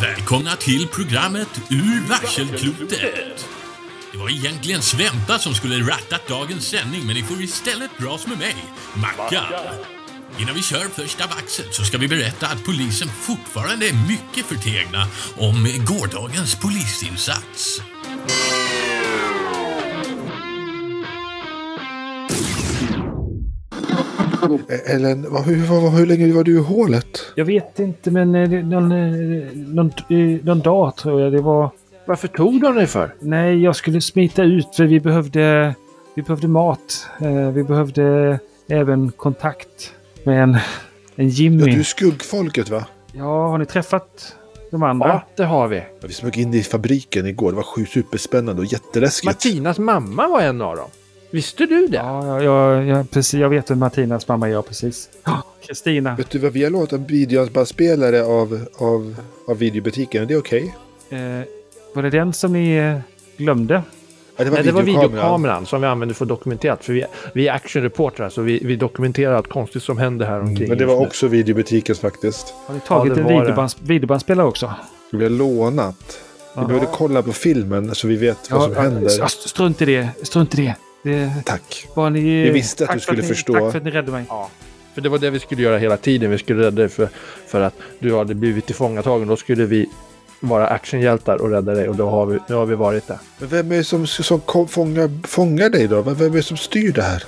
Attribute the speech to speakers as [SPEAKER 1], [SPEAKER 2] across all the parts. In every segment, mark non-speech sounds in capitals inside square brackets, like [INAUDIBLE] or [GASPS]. [SPEAKER 1] Välkomna till programmet Ur varselklotet. Det var egentligen Sventa som skulle rattat dagens sändning, men ni får istället dras med mig, Mackan. Innan vi kör första vaxet så ska vi berätta att polisen fortfarande är mycket förtegna om gårdagens polisinsats.
[SPEAKER 2] Ellen, vad, hur, vad, hur länge var du i hålet?
[SPEAKER 3] Jag vet inte, men eh, det- någon, eh, någon, eh, någon dag tror jag det var.
[SPEAKER 4] Varför tog de dig för?
[SPEAKER 3] Nej, jag skulle smita ut för vi behövde, vi behövde mat. Eh, Vi behövde även kontakt med en, en
[SPEAKER 2] Ja, du är
[SPEAKER 3] Jimmy.
[SPEAKER 2] skuggfolket va?
[SPEAKER 3] Ja, har ni träffat de andra?
[SPEAKER 4] Ja, det har vi.
[SPEAKER 2] Ja, Vi smög in i fabriken igår. Det var sju superspännande och jätteläskigt.
[SPEAKER 4] Martinas mamma var en av dem. Visste du det?
[SPEAKER 3] Ja, ja, ja, ja precis. Jag vet vem Martinas mamma är, ja, precis. Ja, Kristina.
[SPEAKER 2] Vet du vad vi har lånat en videobandspelare av, av, av videobutiken? Är det okej?
[SPEAKER 3] Eh, var det den som ni eh, glömde?
[SPEAKER 2] Ja, det
[SPEAKER 4] Nej, det var videokameran som vi använde för att dokumentera. För vi, vi är actionreportrar så vi, vi dokumenterar allt konstigt som händer här omkring.
[SPEAKER 2] Men det var
[SPEAKER 4] just nu.
[SPEAKER 2] också videobutiken faktiskt.
[SPEAKER 3] Har ni tagit
[SPEAKER 4] det
[SPEAKER 3] en
[SPEAKER 4] var det.
[SPEAKER 3] videobands, videobandspelare också?
[SPEAKER 2] Vi har lånat. Vi behövde kolla på filmen så vi vet vad som händer.
[SPEAKER 3] ja, st- strunt i det. Strunt i det. det
[SPEAKER 2] Tack.
[SPEAKER 3] var ni,
[SPEAKER 2] Vi visste att
[SPEAKER 3] tack
[SPEAKER 2] du
[SPEAKER 3] för
[SPEAKER 2] skulle
[SPEAKER 3] ni,
[SPEAKER 2] förstå.
[SPEAKER 3] Tack för att ni räddade mig.
[SPEAKER 4] För det var det vi skulle göra hela tiden. Vi skulle rädda dig för, för att du hade blivit tillfångatagen. Då skulle vi vara actionhjältar och rädda dig. Och då har vi, nu har vi varit det.
[SPEAKER 2] Men vem är det som, som kom- fångar, fångar dig då? Vem vem är det som styr det här?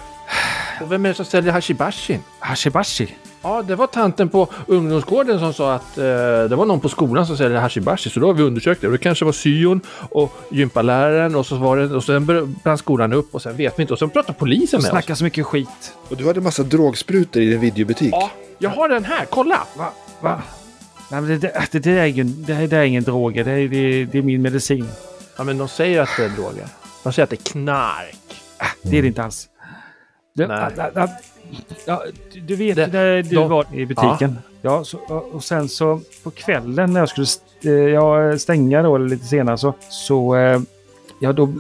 [SPEAKER 4] Och vem är det som säljer hashibashin?
[SPEAKER 3] Hashibashi.
[SPEAKER 4] Ja, det var tanten på ungdomsgården som sa att eh, det var någon på skolan som säljer hashibashi. Så då har vi undersökt det. Och Det kanske var syon och gympaläraren och så var det, och sen bör- brann skolan upp och sen vet vi inte. Och sen pratar polisen med oss.
[SPEAKER 3] Snackar så mycket skit.
[SPEAKER 2] Och du hade en massa drogsprutor i din videobutik.
[SPEAKER 4] Ja, jag har den här. Kolla!
[SPEAKER 3] Va? Va? Nej, men det, det, det, där är ju, det, här- det där är ingen drog. Det, är- det, det är min medicin.
[SPEAKER 4] Ja, men de säger att det är droger. De säger att det är knark.
[SPEAKER 3] Ah, Det är
[SPEAKER 2] Mm.
[SPEAKER 3] det inte alls. Du,
[SPEAKER 4] Nej.
[SPEAKER 3] ah, ah, ah, ja, du- du vet
[SPEAKER 4] Det-
[SPEAKER 3] när du
[SPEAKER 4] de-
[SPEAKER 3] var i butiken. Ja. så, och och sen så på kvällen när jag skulle st- eh, ja, stänga då, eller lite senare så... så eh, ja, då,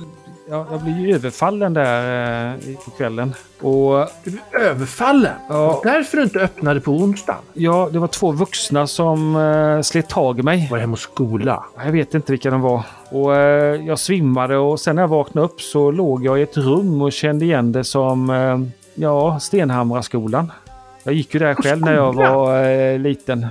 [SPEAKER 3] ja, jag blev ju överfallen där eh, i- på kvällen. Och
[SPEAKER 4] Du blev överfallen.
[SPEAKER 3] Ja.
[SPEAKER 4] Det var därför du inte öppnade på onsdagen.
[SPEAKER 3] ja, det var två vuxna som eh, slet tag i mig.
[SPEAKER 4] Var det hem och skola?
[SPEAKER 3] Jag vet inte vilka de var. Och, eh, jag svimmade och sen när jag vaknade upp så låg jag i ett rum och kände igen det som eh, ja, Stenhamraskolan. Jag gick ju där själv när jag var eh, liten.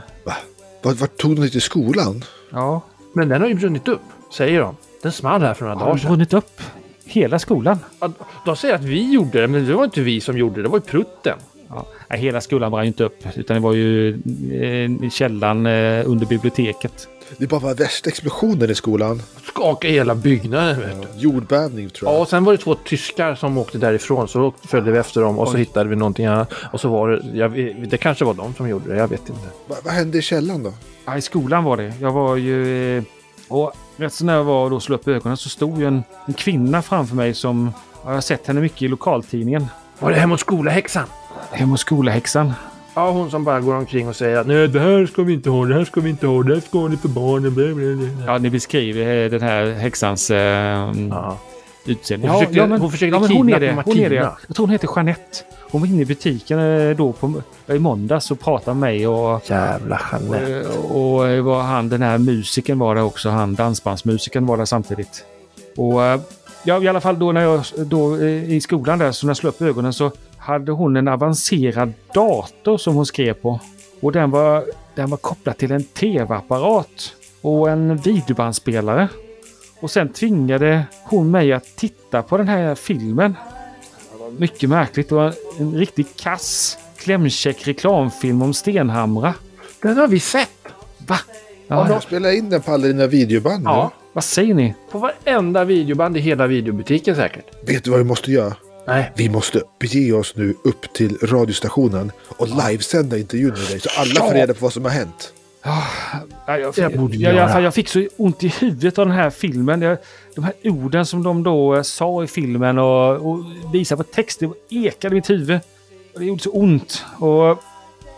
[SPEAKER 2] Vart, vart tog de dig till skolan?
[SPEAKER 3] Ja,
[SPEAKER 4] Men den har ju brunnit upp, säger de. Den small här för några
[SPEAKER 3] har
[SPEAKER 4] dagar
[SPEAKER 3] de
[SPEAKER 4] sedan.
[SPEAKER 3] brunnit upp? Hela skolan?
[SPEAKER 4] Ja, De säger att vi gjorde det, men det var inte vi som gjorde det. Det var ju prutten.
[SPEAKER 3] Ja, nej, hela skolan brann ju inte upp, utan det var ju eh, i källaren eh, under biblioteket.
[SPEAKER 2] Det bara var värsta explosionen i skolan.
[SPEAKER 4] Skaka hela byggnaden, vet du.
[SPEAKER 2] Jordbävning tror jag.
[SPEAKER 4] Ja, och sen var det två tyskar som åkte därifrån, så då följde vi efter dem och så hittade vi någonting annat. Och så var det... Jag, vet- det kanske var de som gjorde det, jag vet inte.
[SPEAKER 2] Va, vad hände i källaren då?
[SPEAKER 3] Ja, i skolan var det. Jag var ju... eh, Och rätt så när jag var och då slog upp ögonen så stod ju en, en kvinna framför mig som... ja, Jag har sett henne mycket i lokaltidningen.
[SPEAKER 4] Var det Hem och skola-häxan?
[SPEAKER 3] Hem och skolahäxan.
[SPEAKER 4] Ja, hon som bara går omkring och säger att nej, det här ska vi inte ha, det här ska vi inte ha, det här är skadligt för barnen, bla, bla, bla.
[SPEAKER 3] Ja, ni beskriver eh, den här häxans eh,
[SPEAKER 4] Ja.
[SPEAKER 3] utseende.
[SPEAKER 4] Hon försökte- hon försökte
[SPEAKER 3] hon är
[SPEAKER 4] kidnappa
[SPEAKER 3] det. Hon är det.
[SPEAKER 4] Martina.
[SPEAKER 3] Jag tror hon heter Jeanette. Hon var inne i butiken eh, då på, i måndags och pratade med mig och...
[SPEAKER 4] Jävla Jeanette.
[SPEAKER 3] eh, Och eh, var han, den här musiken var där också. Han dansbandsmusiken var där samtidigt. Och eh, ja, i alla fall då när jag då eh, i skolan där så när jag slog upp ögonen så hade hon en avancerad dator som hon skrev på. Och den var, den var kopplad till en tv-apparat och en videobandspelare. Och sen tvingade hon mig att titta på den här filmen. Det var mycket märkligt. Det var en riktigt kass, klämkäck reklamfilm om Stenhamra.
[SPEAKER 4] Den har vi sett!
[SPEAKER 3] Va?
[SPEAKER 4] Ja,
[SPEAKER 3] Ja,
[SPEAKER 4] då-
[SPEAKER 2] Jag spelade in den på alla dina videoband.
[SPEAKER 4] Ja,
[SPEAKER 3] Vad säger ni?
[SPEAKER 4] på varenda videoband i hela videobutiken säkert.
[SPEAKER 2] nu. Vet du vad vi måste göra?
[SPEAKER 4] Nej.
[SPEAKER 2] Vi måste bege oss nu upp till radiostationen och livesända intervjun med dig så alla får reda på vad som har hänt.
[SPEAKER 3] Ja, jag,
[SPEAKER 4] Det borde
[SPEAKER 3] jag, jag,
[SPEAKER 4] göra.
[SPEAKER 3] jag fick så ont i huvudet av den här filmen. Jag, de här orden som de då eh, sa i filmen och, och visade på text, det ekade i mitt huvud. Och det gjorde så ont. Och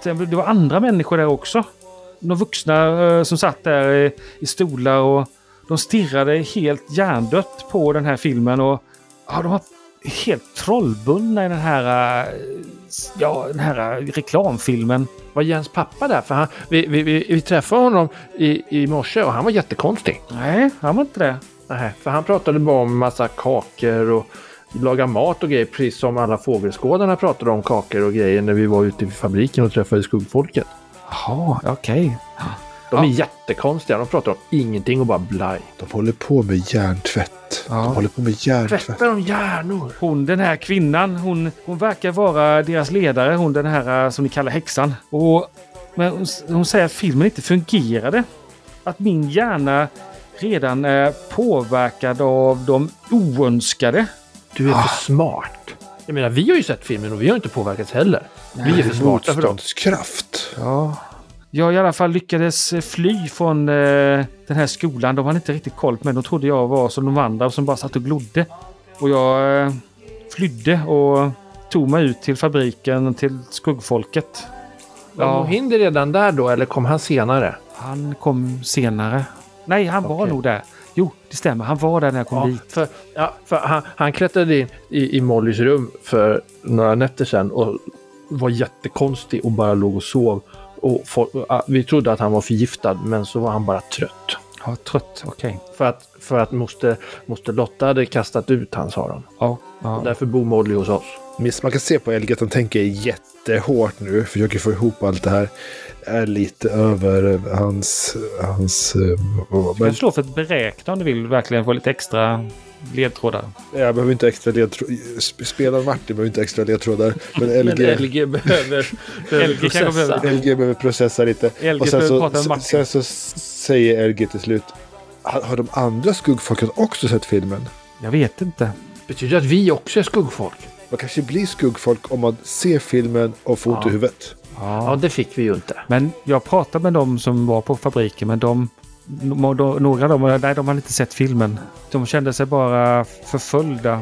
[SPEAKER 3] sen, det var andra människor där också. De vuxna eh, som satt där i, i stolar och de stirrade helt hjärndött på den här filmen. Och, ja, de var helt trollbundna i den här, eh, s- ja, den här eh, reklamfilmen.
[SPEAKER 4] Var Jens pappa där? För han, vi, vi, vi, vi träffade honom i, i morse och han var jättekonstig.
[SPEAKER 3] Nej, han var inte det.
[SPEAKER 4] Nej, för han pratade bara om massa kakor och laga mat och grejer, precis som alla fågelskådarna pratade om kakor och grejer när vi var ute i fabriken och träffade skuggfolket.
[SPEAKER 3] Jaha, okej.
[SPEAKER 4] De
[SPEAKER 3] Ja.
[SPEAKER 4] är jättekonstiga. De pratar om ingenting och bara blaj.
[SPEAKER 2] De håller på med hjärntvätt.
[SPEAKER 3] Ja.
[SPEAKER 2] De håller på med hjärntvätt.
[SPEAKER 4] Tvättar de hjärnor?
[SPEAKER 3] Hon, den här kvinnan, hon, hon verkar vara deras ledare, hon den här eh, som ni kallar häxan. Och, men hon, s- hon säger att filmen inte fungerade. Att min hjärna redan är påverkad av de oönskade.
[SPEAKER 4] Du är
[SPEAKER 3] Ah.
[SPEAKER 4] för smart. Jag menar, vi har ju sett filmen och vi har inte påverkats heller. Vi är för smarta för dem.
[SPEAKER 2] Motståndskraft.
[SPEAKER 3] Ja. Jag i alla fall lyckades eh, fly från eh, den här skolan. De hade inte riktigt koll på mig. De trodde jag var som de andra som bara satt och glodde. Och jag eh, flydde och tog mig ut till fabriken, till skuggfolket.
[SPEAKER 4] Var
[SPEAKER 3] Ja.
[SPEAKER 4] Mohinder redan där då, eller kom han senare?
[SPEAKER 3] Han kom senare. Nej, han var
[SPEAKER 4] Okej.
[SPEAKER 3] nog där. Jo, det stämmer. Han var där när jag kom
[SPEAKER 4] Ja,
[SPEAKER 3] dit.
[SPEAKER 4] för, ja, för han, han klättrade in i, i Mollys rum för några nätter sedan och var jättekonstig och bara låg och sov. Och folk- ja, vi trodde att han var förgiftad, men så var han bara trött.
[SPEAKER 3] Ja, trött. Okej.
[SPEAKER 4] För att, för att moster, moster Lotta hade kastat ut han, sa de.
[SPEAKER 3] Ja, ja.
[SPEAKER 4] Därför bor Molly hos oss.
[SPEAKER 2] Miss, man kan se på Elg att han tänker jättehårt nu. Försöker få ihop allt det här. Är lite över hans... hans eh,
[SPEAKER 3] Du kan
[SPEAKER 2] men
[SPEAKER 3] slå för att beräkna om du vill verkligen få lite extra ledtrådar.
[SPEAKER 2] jag behöver inte extra ledtrådar. Spelaren Martin behöver inte extra ledtrådar. Men
[SPEAKER 4] Men
[SPEAKER 2] LG,
[SPEAKER 4] LG [LAUGHS] behöver, behöver
[SPEAKER 3] LG kanske
[SPEAKER 4] processa.
[SPEAKER 3] behöver-
[SPEAKER 2] LG behöver processa lite.
[SPEAKER 3] LG
[SPEAKER 2] och sen
[SPEAKER 3] behöver
[SPEAKER 2] så,
[SPEAKER 3] prata med
[SPEAKER 2] sen, sen
[SPEAKER 3] Martin.
[SPEAKER 2] så säger LG till slut. Har, har de andra skuggfolken också sett filmen?
[SPEAKER 3] Jag vet inte.
[SPEAKER 4] Betyder det att vi också är skuggfolk?
[SPEAKER 2] Man kanske blir skuggfolk om man ser filmen och får ont i huvudet.
[SPEAKER 4] Ja, det fick vi ju inte.
[SPEAKER 3] Men jag pratade med dem som var på fabriken, men de, no- de- några av dem, nej, de hade inte sett filmen. De kände sig bara förföljda.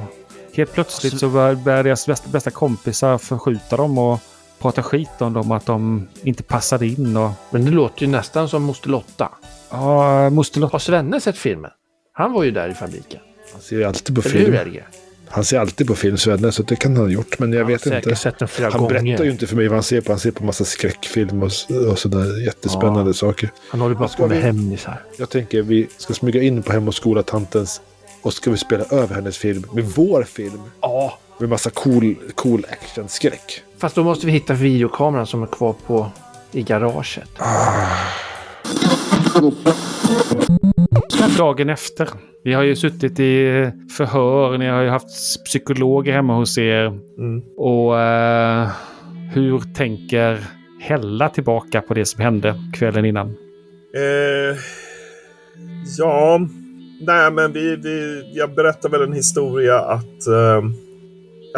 [SPEAKER 3] Helt plötsligt så bör- började deras bästa, bästa kompisar förskjuta dem och prata skit om dem, att de inte passade in. Och,
[SPEAKER 4] Men det låter ju nästan som moster Lotta.
[SPEAKER 3] ja, moster Lotta.
[SPEAKER 4] Har Svenne sett filmen? Han var ju där i fabriken.
[SPEAKER 2] Han ser ju alltid på
[SPEAKER 4] Eller hur,
[SPEAKER 2] film.
[SPEAKER 4] Elge?
[SPEAKER 2] Han ser alltid på film, Svenne, så det kan han ha gjort. Men jag
[SPEAKER 4] Jag
[SPEAKER 2] vet
[SPEAKER 4] säkert
[SPEAKER 2] inte.
[SPEAKER 4] sett den flera
[SPEAKER 2] Han berättar
[SPEAKER 4] gånger.
[SPEAKER 2] ju inte för mig vad han ser på. Han ser på massa skräckfilm och, s- och sådana jättespännande saker.
[SPEAKER 4] Han håller bara på med hemlisar.
[SPEAKER 2] Jag tänker vi ska smyga in på Hem och skola-tantens och ska vi spela över hennes film med vår film.
[SPEAKER 4] Ja,
[SPEAKER 2] Med massa cool, cool action-skräck.
[SPEAKER 4] fast då måste vi hitta videokameran som är kvar på i garaget.
[SPEAKER 3] Dagen efter. Vi har ju suttit i förhör, ni har ju haft psykologer hemma hos er.
[SPEAKER 5] Mm.
[SPEAKER 3] Och eh, hur tänker Hella tillbaka på det som hände kvällen innan?
[SPEAKER 5] Eh, ja, nej men vi, vi, jag berättar väl en historia att, eh,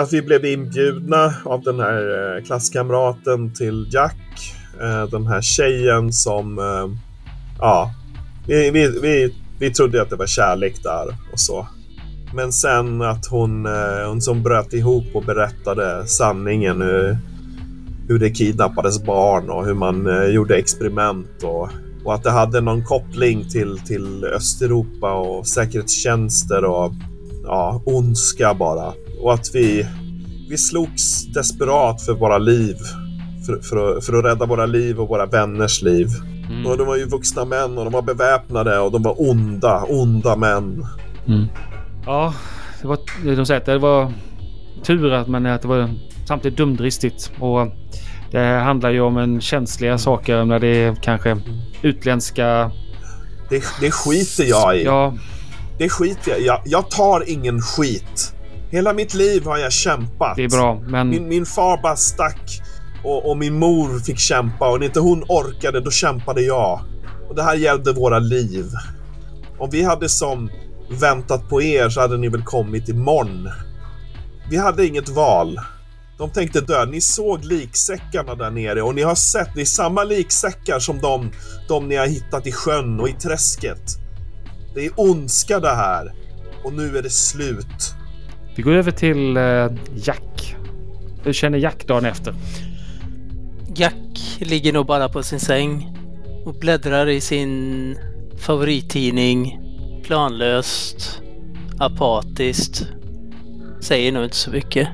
[SPEAKER 5] att vi blev inbjudna av den här eh, klasskamraten till Jack. Eh, den här tjejen som, eh, ja, vi, vi, vi, vi trodde att det var kärlek där och så. Men sen att hon, eh, hon som bröt ihop och berättade sanningen hur, hur det kidnappades barn och hur man eh, gjorde experiment och och att det hade någon koppling till, till Östeuropa och säkerhetstjänster och ja, ondska bara. Och att vi, vi slogs desperat för våra liv. För, för, att- för att rädda våra liv och våra vänners liv.
[SPEAKER 3] Mm.
[SPEAKER 5] Och de var ju vuxna män och de var beväpnade och de var onda, onda män.
[SPEAKER 3] Ja, det var, de säger att det var tur att, men att det var samtidigt dumdristigt. Och det handlar ju om en känsliga saker när det är
[SPEAKER 5] Mm.
[SPEAKER 3] kanske utländska...
[SPEAKER 5] Det, det skiter jag i.
[SPEAKER 3] Ja,
[SPEAKER 5] Det skiter jag i. Jag, jag tar ingen skit. Hela mitt liv har jag kämpat.
[SPEAKER 3] det är bra, men...
[SPEAKER 5] Min, min far bara stack och, och min mor fick kämpa och när inte hon orkade då kämpade jag. Och det här gällde våra liv. Om vi hade som väntat på er så hade ni väl kommit imorgon. Vi hade inget val. De tänkte dö. Ni såg liksäckarna där nere och ni har sett, det är samma liksäckar som de, de ni har hittat i sjön och i träsket. Det är ondska det här. Och nu är det slut.
[SPEAKER 3] Vi går över till eh, Jack. Hur känner Jack dagen efter?
[SPEAKER 6] Jack ligger nog bara på sin säng och bläddrar i sin favorittidning planlöst, apatiskt. Säger nog inte så mycket.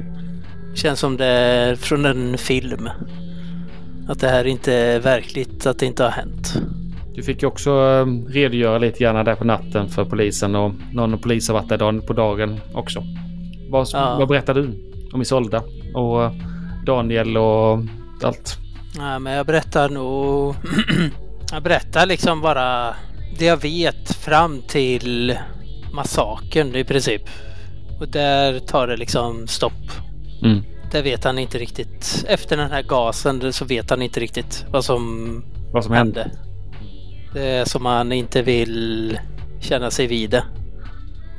[SPEAKER 6] Känns som det är från en film. Att det här inte är verkligt, att det inte har hänt.
[SPEAKER 3] Du fick ju också eh, redogöra lite grann där på natten för polisen och någon polis har varit där dan- på dagen också. Vad,
[SPEAKER 6] Ja.
[SPEAKER 3] vad berättar du om Isolda och eh, Daniel och allt?
[SPEAKER 6] Nej, men jag berättar nog... [CLEARS THROAT] jag berättar liksom bara det jag vet fram till massakern i princip. Och där tar det liksom stopp.
[SPEAKER 3] Mm.
[SPEAKER 6] Där vet han inte riktigt. Efter den här gasen så vet han inte riktigt vad som
[SPEAKER 3] Vad som hände?
[SPEAKER 6] hände. Det är som han inte vill känna sig vid det.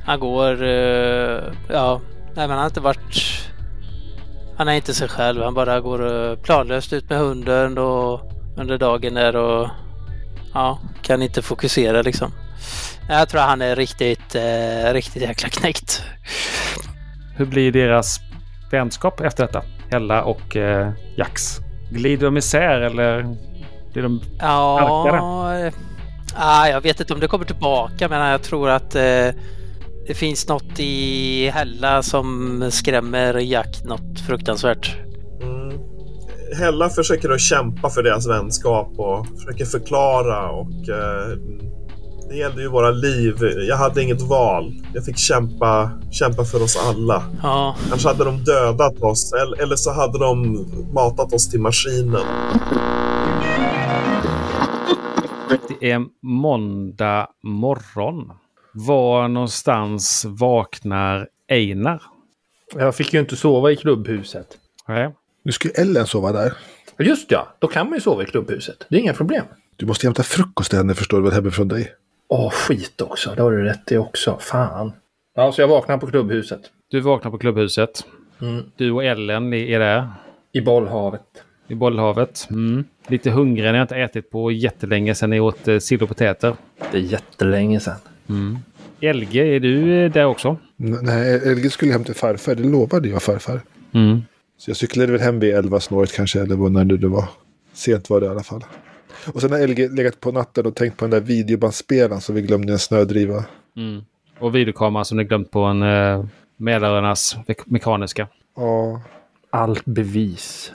[SPEAKER 6] Han går... eh, ja, nej men han har inte varit... Han är inte sig själv. Han bara går eh, planlöst ut med hunden och under dagen där och... Ja, kan inte fokusera liksom. Nej, Jag tror han är riktigt, eh, riktigt jäkla knäckt.
[SPEAKER 3] Hur blir deras vänskap efter detta? Hella och eh, Jax. Glider de isär eller? Blir de...
[SPEAKER 6] Ja, eh, ah, jag vet inte om det kommer tillbaka men jag tror att eh, det finns något i Hella som skrämmer Jack något fruktansvärt.
[SPEAKER 5] Mm. Hella försöker att kämpa för deras vänskap och försöker förklara och eh, det gällde ju våra liv. Jag hade inget val. Jag fick kämpa, kämpa för oss alla.
[SPEAKER 6] Ja,
[SPEAKER 5] Annars hade de dödat oss eller, eller så hade de matat oss till maskinen.
[SPEAKER 3] Det är måndag morgon. Var någonstans vaknar Einar?
[SPEAKER 4] Jag fick ju inte sova i klubbhuset.
[SPEAKER 3] Nej.
[SPEAKER 2] Nu ska ju Ellen sova där.
[SPEAKER 4] Ja, Just ja, då kan man ju sova i klubbhuset. Det är inga problem.
[SPEAKER 2] Du måste hämta frukost till henne förstår du väl hemifrån dig?
[SPEAKER 4] Åh, skit också. Det har du rätt i också. Fan. Ja, så jag vaknar på klubbhuset.
[SPEAKER 3] Du vaknar på klubbhuset.
[SPEAKER 4] Mm.
[SPEAKER 3] Du och Ellen ni är där
[SPEAKER 4] I bollhavet.
[SPEAKER 3] i bollhavet. Mm. Lite hungrig, ni har inte ätit på jättelänge sedan ni åt eh, sill och potäter.
[SPEAKER 4] Det är jättelänge sedan.
[SPEAKER 3] Elge, är du eh, där också?
[SPEAKER 2] N- Nej, Elge skulle hem till farfar. Det lovade jag farfar. Så jag cyklade väl hem vid elva snåret kanske, eller vad- när det nu var. Sent var det i alla fall. Och sen har Elge legat på natten och tänkt på den där videobandspelaren som vi glömde i en snödriva.
[SPEAKER 3] Och videokameran som ni glömt på en eh, Mälaröarnas ve- mekaniska.
[SPEAKER 2] Ja,
[SPEAKER 4] Allt bevis.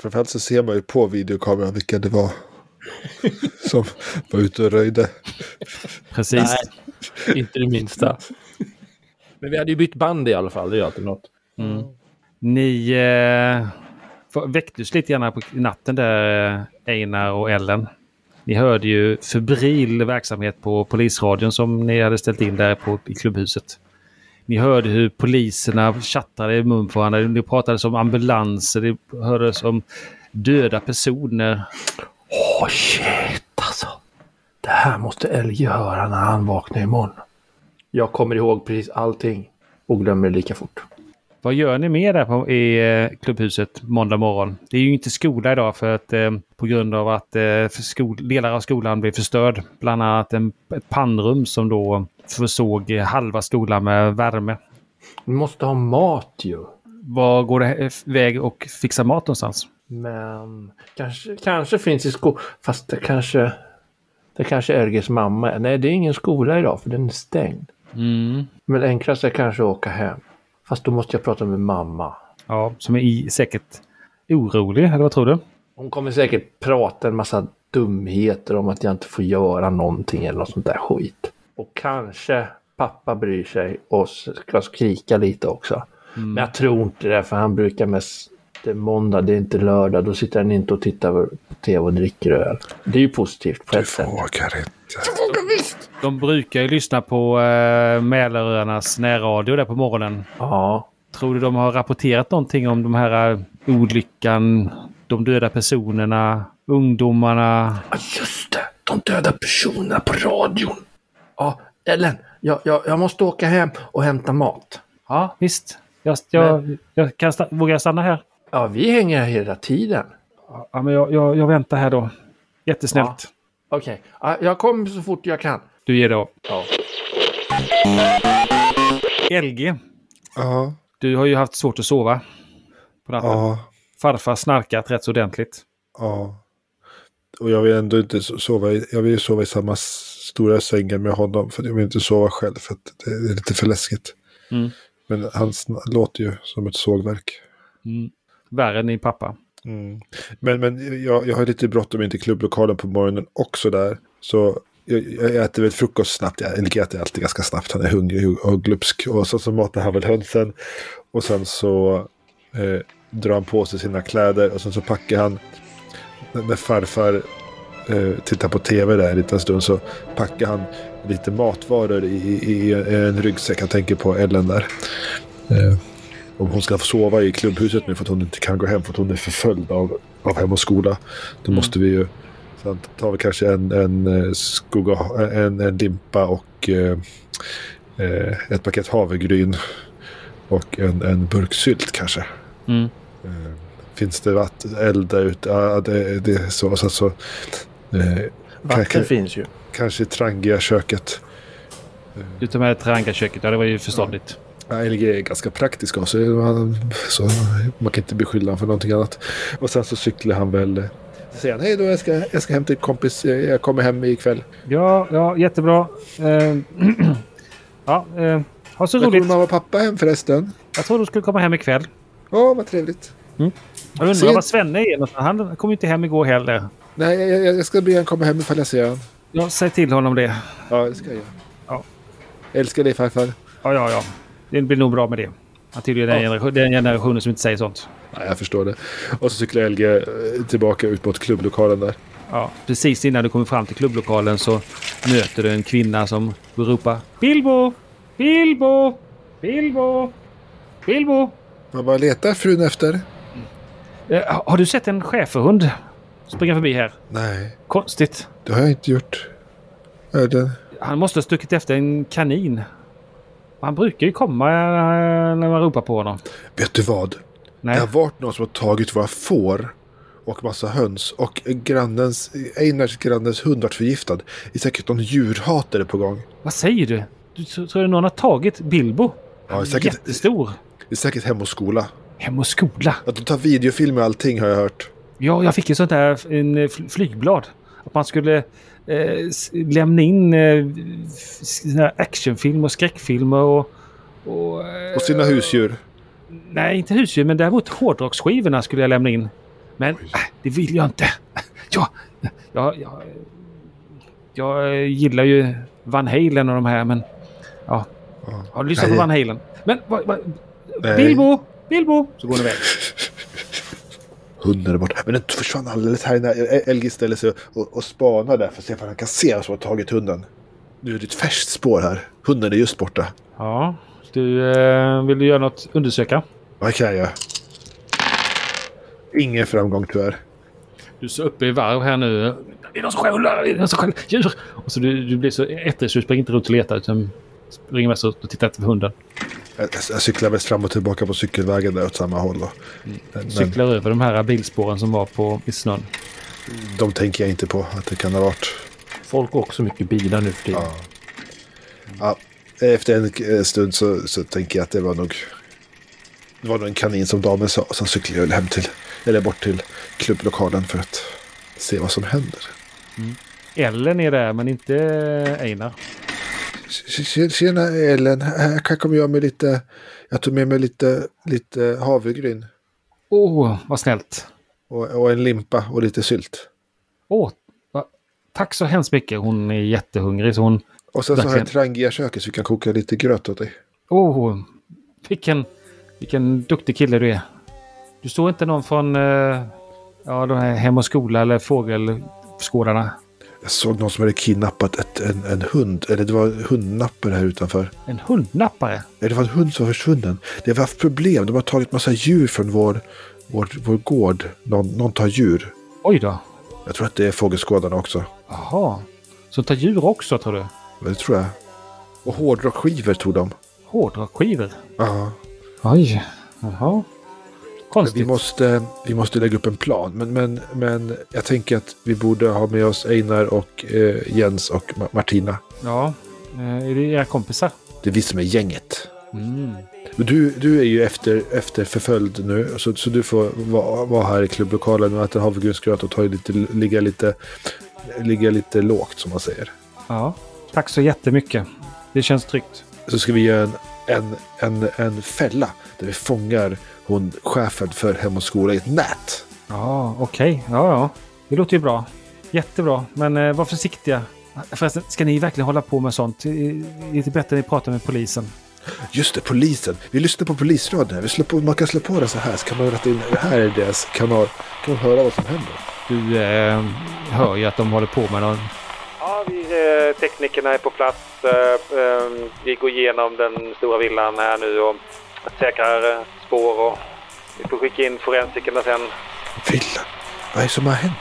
[SPEAKER 2] framförallt så ser man ju på videokameran vilka det var. som var ute och röjde.
[SPEAKER 3] Precis.
[SPEAKER 4] [LAUGHS] Inte det minsta. Men vi hade ju bytt band i alla fall. Det är ju alltid något.
[SPEAKER 3] Mm. Ni eh, f- väcktes lite grann på natten där, eh, Einar och Ellen. Ni hörde ju febril verksamhet på polisradion som ni hade ställt in där på, i klubbhuset. Ni hörde hur poliserna tjattade i mun på varandra. Ni pratade om ambulanser. Det hördes om döda personer.
[SPEAKER 4] Åh, shit alltså. Det här måste Elge höra när han vaknar imorgon. Jag kommer ihåg precis allting och glömmer det lika fort.
[SPEAKER 3] Vad gör ni mer där på, i eh, klubbhuset måndag morgon? Det är ju inte skola idag för att, eh, på grund av att eh, för skol, delar av skolan blev förstörd. Bland annat en, ett pannrum som då försåg eh, halva skolan med värme.
[SPEAKER 4] Vi måste ha mat ju.
[SPEAKER 3] Var går det eh, väg och fixa mat någonstans?
[SPEAKER 4] Men kanske, kanske finns i skolan. Fast det kanske... Det kanske är Elges mamma är. Nej, det är ingen skola idag för den är stängd. Men enklast är kanske att åka hem. Fast då måste jag prata med mamma.
[SPEAKER 3] Ja, som är i, säkert orolig, eller vad tror du?
[SPEAKER 4] Hon kommer säkert prata en massa dumheter om att jag inte får göra någonting eller något sånt där skit. Och kanske pappa bryr sig och ska skrika lite också. Men jag tror inte det, för han brukar mest... Det är måndag, det är inte lördag. Då sitter han inte och tittar på tv och dricker öl. Det är ju positivt på ett sätt.
[SPEAKER 2] Frågar inte.
[SPEAKER 3] De brukar ju lyssna på eh, Mälaröarnas närradio där på morgonen.
[SPEAKER 4] Ja.
[SPEAKER 3] Tror du de har rapporterat någonting om de här eh, olyckan, de döda personerna, ungdomarna?
[SPEAKER 4] Ja, Ah, just det! De döda personerna på radion. Ja, Ellen, jag, jag, jag måste åka hem och hämta mat.
[SPEAKER 3] Ja, visst. Jag, jag, jag kan sta- vågar jag stanna här?
[SPEAKER 4] Ja, vi hänger här hela tiden.
[SPEAKER 3] Ja, men jag, jag, jag väntar här då. Jättesnällt.
[SPEAKER 4] Okej, ja, jag kommer så fort jag kan.
[SPEAKER 3] Du ger dig av.
[SPEAKER 4] Ja.
[SPEAKER 3] LG,
[SPEAKER 2] Ja,
[SPEAKER 3] du har ju haft svårt att sova på natten.
[SPEAKER 2] ja,
[SPEAKER 3] Farfar snarkat rätt så ordentligt.
[SPEAKER 2] ja. Och jag vill ändå inte so- sova i, jag vill ju sova i samma s- stora sängen med honom. För jag vill inte sova själv för att det är lite för läskigt. Men han sn- låter ju som ett sågverk.
[SPEAKER 3] Mm. Värre än din pappa.
[SPEAKER 2] Men, men jag, jag har lite bråttom in till klubblokalen på morgonen också där. Så jag, jag äter väl frukost snabbt. Jag, Elke äter alltid ganska snabbt. Han är hungrig och glupsk. Och så, så matar han väl hönsen. Och sen så eh, drar han på sig sina kläder. Och sen så packar han. När när farfar eh, tittar på tv där en liten stund så packar han lite matvaror i, i, i en ryggsäck. Han tänker på Ellen där. Eh, om hon ska få sova i klubbhuset nu för att hon inte kan gå hem för att hon är förföljd av, av hem och skola. Då måste vi ju... Sen tar vi kanske en, en, eh, skugga, en, en limpa och eh, eh, ett paket havregryn. Och en, en burk sylt kanske.
[SPEAKER 3] Mm.
[SPEAKER 2] Eh, finns det vatten, eld där ute? Ja, det, det är så. så, så eh,
[SPEAKER 4] Vatten
[SPEAKER 2] kanske,
[SPEAKER 4] finns ju.
[SPEAKER 2] kanske i trangiga köket.
[SPEAKER 3] Du tar med Teranga-köket, ja det var ju förståndigt.
[SPEAKER 2] Ja, LG är ganska praktisk av sig. Man, så man kan inte beskylla honom för någonting annat. Och sen så cyklar han väl. Så säger han hej då, jag ska, jag ska hem till ett kompis. Jag jag kommer hem ikväll.
[SPEAKER 3] Ja, ja jättebra. Eh, [CLEARS THROAT] ja, eh, ha så
[SPEAKER 2] När kommer
[SPEAKER 3] roligt.
[SPEAKER 2] mamma och pappa hem förresten?
[SPEAKER 3] Jag tror du skulle komma hem ikväll.
[SPEAKER 2] Ja, vad trevligt.
[SPEAKER 3] Jag undrar
[SPEAKER 2] Sen-
[SPEAKER 3] vad Svenne är någonstans. Han kom ju inte hem igår heller.
[SPEAKER 2] Nej, jag, jag- jag ska be honom komma hem ifall jag ser honom.
[SPEAKER 3] Ja, säg till honom det.
[SPEAKER 2] Ja, det ska jag göra.
[SPEAKER 3] Ja.
[SPEAKER 2] Jag älskar dig farfar.
[SPEAKER 3] Ja, ja, ja. Det blir nog bra med det. Han tillhör den, generation, den generationen som inte säger sånt.
[SPEAKER 2] Ja, jag förstår det. Och så cyklar LG eh, tillbaka ut mot klubblokalen där.
[SPEAKER 3] Ja, precis innan du kommer fram till klubblokalen så möter du en kvinna som ropar Bilbo! Bilbo! Bilbo! Bilbo!
[SPEAKER 2] Man bara letar frun efter.
[SPEAKER 3] Eh, har du sett en schäferhund springa förbi här?
[SPEAKER 2] Nej,
[SPEAKER 3] Konstigt.
[SPEAKER 2] det har jag inte gjort. Är det...
[SPEAKER 3] Han måste ha stuckit efter en kanin. Han brukar ju komma eh, när man ropar på honom.
[SPEAKER 2] Vet du vad?
[SPEAKER 3] Nej.
[SPEAKER 2] Det har varit någon som har tagit våra får och massa höns och grannens, Einars grannens hund vart förgiftad. Det är säkert någon djurhatare på gång.
[SPEAKER 3] Vad säger du? Du tr- tror att någon har tagit Bilbo? Han är
[SPEAKER 2] säkert-
[SPEAKER 3] jättestor.
[SPEAKER 2] Det är säkert hem och skola.
[SPEAKER 3] Hem och skola.
[SPEAKER 2] Att de tar videofilmer och allting har jag hört.
[SPEAKER 3] Ja, jag fick ju sånt där en eh, fl- flygblad. Att man skulle eh, s- lämna in eh, f- såna här actionfilmer och skräckfilmer och... och eh,
[SPEAKER 2] Och sina husdjur.
[SPEAKER 3] nej, inte husdjur, men däremot hårdrocksskivorna skulle jag lämna in. Men äh, det vill jag inte. Ja, jag, jag, jag eh, gillar ju Van Halen och de här, men... Ja.
[SPEAKER 2] Ja.
[SPEAKER 3] Har du lyssnat
[SPEAKER 2] Nej.
[SPEAKER 3] på Van Halen? Men vad... vad
[SPEAKER 2] Nej.
[SPEAKER 3] Bilbo! Bilbo! Så går det iväg.
[SPEAKER 2] Hunden är borta. Men den försvann alldeles här när LG ställer sig och, och spanar där för att se vad han kan se som har tagit hunden. Nu är det ett färskt spår här. Hunden är just borta.
[SPEAKER 3] Ja, du... Eh, vill du göra något? Undersöka?
[SPEAKER 2] Vad kan jag göra? Ingen framgång tyvärr.
[SPEAKER 3] Du är så uppe i varv här nu. Det är någon som skäller! Det är någon som skäller! Djur! Och så du, du blir så ettrig så du springer inte runt och letar utan springer mest ut och tittar efter hunden.
[SPEAKER 2] Jag, jag, jag cyklar mest fram och tillbaka på cykelvägen där åt samma håll. Och, men, men
[SPEAKER 3] Cyklar över de här bilspåren som var på i snön.
[SPEAKER 2] de tänker jag inte på att det kan ha varit.
[SPEAKER 4] Folk åker så mycket bilar nu för tiden.
[SPEAKER 2] Ja, efter en eh, stund så, så tänker jag att det var nog... Det var nog en kanin som damen sa. Och sen cyklade jag väl hem till... Eller bort till klubblokalen för att se vad som händer.
[SPEAKER 3] Ellen är där men inte Einar.
[SPEAKER 2] Tj- tj- Tjena Ellen, här här kommer jag med lite... Jag tog med mig lite, lite havregryn.
[SPEAKER 3] Åh, oh, vad snällt!
[SPEAKER 2] Och, och en limpa och lite sylt.
[SPEAKER 3] Åh, va- tack så hemskt mycket. Hon är jättehungrig så hon...
[SPEAKER 2] Och sen så har jag
[SPEAKER 3] Verkligen.
[SPEAKER 2] trangia köket så vi kan koka lite gröt åt dig.
[SPEAKER 3] Åh, oh, vilken, vilken duktig kille du är. Du såg inte någon från eh, ja, de här Hem och Skola eller Fågelskådarna?
[SPEAKER 2] Jag såg någon som hade kidnappat ett, en, en hund. Eller det var hundnappare här utanför.
[SPEAKER 3] En hundnappare?
[SPEAKER 2] Nej, det var en hund som var försvunnen. Det har haft problem. De har tagit massa djur från vår, vår, vår gård. Någon, någon tar djur.
[SPEAKER 3] Oj då.
[SPEAKER 2] Jag tror att det är fågelskådarna också.
[SPEAKER 3] Jaha. Så tar djur också tror du?
[SPEAKER 2] Men det tror jag. Och hårdrockskivor tog de.
[SPEAKER 3] Hårdrockskivor?
[SPEAKER 2] Ja.
[SPEAKER 3] Oj. Jaha.
[SPEAKER 2] Vi
[SPEAKER 3] Konstigt.
[SPEAKER 2] måste, vi måste lägga upp en plan. Men, men, men jag tänker att vi borde ha med oss Einar och eh, Jens och Ma- Martina.
[SPEAKER 3] Ja. Eh, Är det era kompisar?
[SPEAKER 2] Det är vi som är gänget.
[SPEAKER 3] Mm.
[SPEAKER 2] Men Du, du är ju efter, efter förföljd nu, så, så du får vara vara här i klubblokalen och äta havregrynsgröt och ta lite, ligga, lite, ligga lite lågt som man säger.
[SPEAKER 3] Ja. Tack så jättemycket. Det känns tryggt.
[SPEAKER 2] Så ska vi göra en en, en, en fälla där vi fångar hon chefen för Hem och skola i ett nät.
[SPEAKER 3] Ja, okej. Ja, ja. Det låter ju bra. Jättebra. Men eh, var försiktiga. Förresten, ska ni verkligen hålla på med sånt? Inte bättre ni pratar med polisen.
[SPEAKER 2] Just det, polisen. Vi lyssnar på polisradion här. Vi slår på, man kan slå på den så här så kan man ratta in det här är deras kanal. kan man höra vad som händer.
[SPEAKER 3] Du eh, hör ju att de håller på med någon... Ja, vi, eh, teknikerna är på plats. Eh, eh, vi går igenom den stora villan här nu och säkrar eh, spår. Och vi får skicka in forensikerna sen.
[SPEAKER 2] Villan, vad är det som har hänt?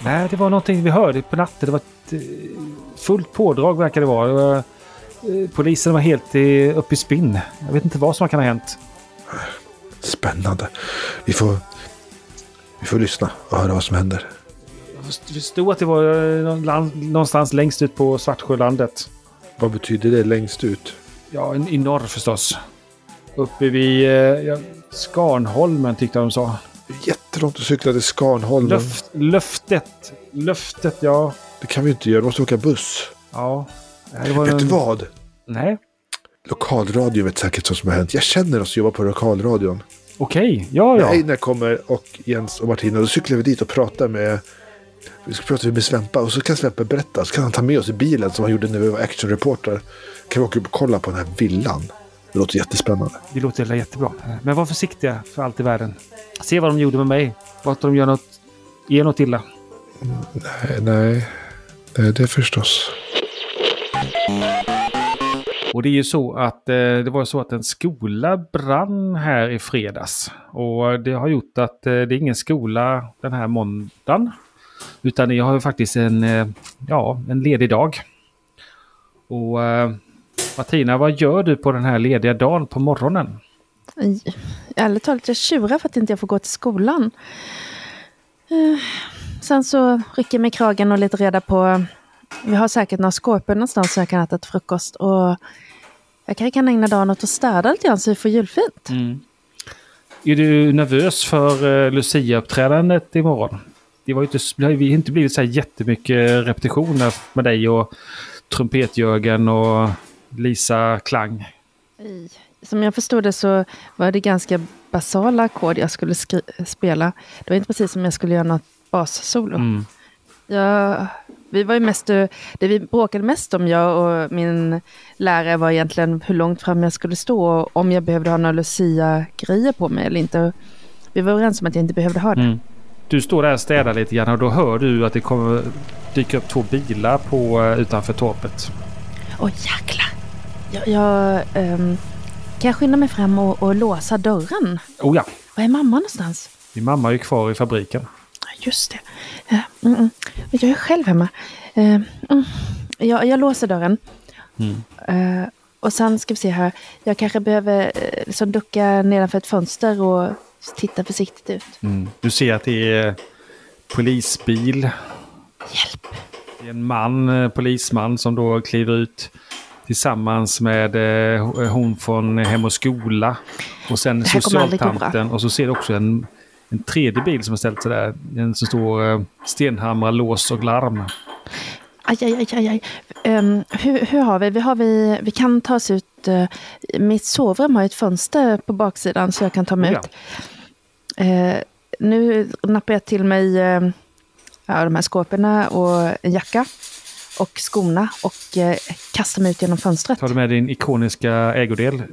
[SPEAKER 3] Nej, det var någonting vi hörde på natten. Det var ett eh, fullt pådrag verkar det vara. Det var, eh, polisen var helt i, uppe i spinn. Jag vet inte vad som kan ha hänt.
[SPEAKER 2] Spännande. Vi får, vi får lyssna och höra vad som händer.
[SPEAKER 3] Jag förstod att det var eh, någon land- någonstans längst ut på Svartsjölandet.
[SPEAKER 2] Vad betyder det längst ut?
[SPEAKER 3] Ja, i i norr förstås. Uppe vid eh, ja, Skarnholmen tyckte jag de
[SPEAKER 2] Mm.
[SPEAKER 3] sa.
[SPEAKER 2] Jättelångt att cykla till Skarnholmen.
[SPEAKER 3] Löft, löftet. Löftet, ja.
[SPEAKER 2] Det kan vi inte göra. Vi måste åka buss.
[SPEAKER 3] Ja. Det var
[SPEAKER 2] Vet du
[SPEAKER 3] en-
[SPEAKER 2] vad?
[SPEAKER 3] Nej.
[SPEAKER 2] Lokalradion vet säkert vad som har hänt. Jag känner oss som jobbar på lokalradion.
[SPEAKER 3] Okej. Ja,
[SPEAKER 2] När
[SPEAKER 3] ja.
[SPEAKER 2] Einar kommer och Jens och Martina, då cyklar vi dit och pratar med... Vi ska prata med Svempa och så kan Svempa berätta. Så kan han ta med oss i bilen som han gjorde när vi var actionreporter. Kan vi åka upp och kolla på den här villan. Det låter jättespännande.
[SPEAKER 3] Det låter väl jättebra. Men var försiktiga för allt i världen. Se vad de gjorde med mig. Vad de gör något... Ger något illa.
[SPEAKER 2] Nej, Eh, nej. nej det är förstås.
[SPEAKER 3] Och det är ju så att eh, det var ju så att en skola brann här i fredags. Och det har gjort att eh, det är ingen skola den här måndagen. Utan jag har ju faktiskt en, eh, ja, en ledig dag. Och eh, Martina, vad gör du på den här lediga dagen på morgonen?
[SPEAKER 7] Oj, Ärligt talat, jag tjurar för att inte jag får gå till skolan. Eh, Sen så rycker jag mig i kragen och lite reda på... Vi har säkert några skåpor någonstans så jag kan äta till frukost. Och jag kanske kan ägna dagen åt att städa lite grann så vi får julfint.
[SPEAKER 3] Är du nervös för eh, Lucia-uppträdandet imorgon? Det var ju inte, det har ju inte blivit så här jättemycket repetitioner med dig och trumpetjörgen och Lisa Klang.
[SPEAKER 7] I- Som jag förstod det så var det ganska basala ackord jag skulle skri- spela. Det var inte precis som jag skulle göra något bassolo.
[SPEAKER 3] Mm.
[SPEAKER 7] Ja, vi var ju mest, eh, det vi bråkade mest om, jag och min lärare, var egentligen hur långt fram jag skulle stå och om jag behövde ha några Lucia-grejer på mig eller inte. Vi var överens om att jag inte behövde ha det.
[SPEAKER 3] Mm. Du står där och städar lite grann och då hör du att det kommer dyka upp två bilar på, eh, utanför torpet.
[SPEAKER 7] Åh jäklar! Jag, jag, ehm, kan jag skynda mig fram och, och låsa dörren?
[SPEAKER 3] Oh ja,
[SPEAKER 7] Var är mamma någonstans?
[SPEAKER 3] din mamma är ju kvar i fabriken.
[SPEAKER 7] Ja, Just det. Eh, mm, mm. Jag är själv hemma. Eh, mm. Jag, jag låser dörren. Eh, och sen ska vi se här. Jag kanske behöver eh, liksom ducka nedanför ett fönster och titta försiktigt ut.
[SPEAKER 3] Du ser att det är polisbil. Det är en man, eh, polisman som då kliver ut tillsammans med eh, hon från Hem och Skola. Och sen
[SPEAKER 7] Det här kommer aldrig gå bra.
[SPEAKER 3] socialtanten. Och så ser du också en, en tredje bil som har ställt sig där. Den som står eh, Stenhammar, lås och larm.
[SPEAKER 7] Aj, aj, aj, aj, aj. Ehm, hur, hur har vi? Vi, har vi? vi kan ta oss ut. eh, mitt sovrum har ju ett fönster på baksidan så jag kan ta mig
[SPEAKER 3] Ja.
[SPEAKER 7] ut. Eh, nu nappar jag till mig eh, ja, de här skåporna och en jacka och skorna och eh, kastar mig ut genom fönstret.
[SPEAKER 3] Tar du med din ikoniska ägodel?
[SPEAKER 7] Mm.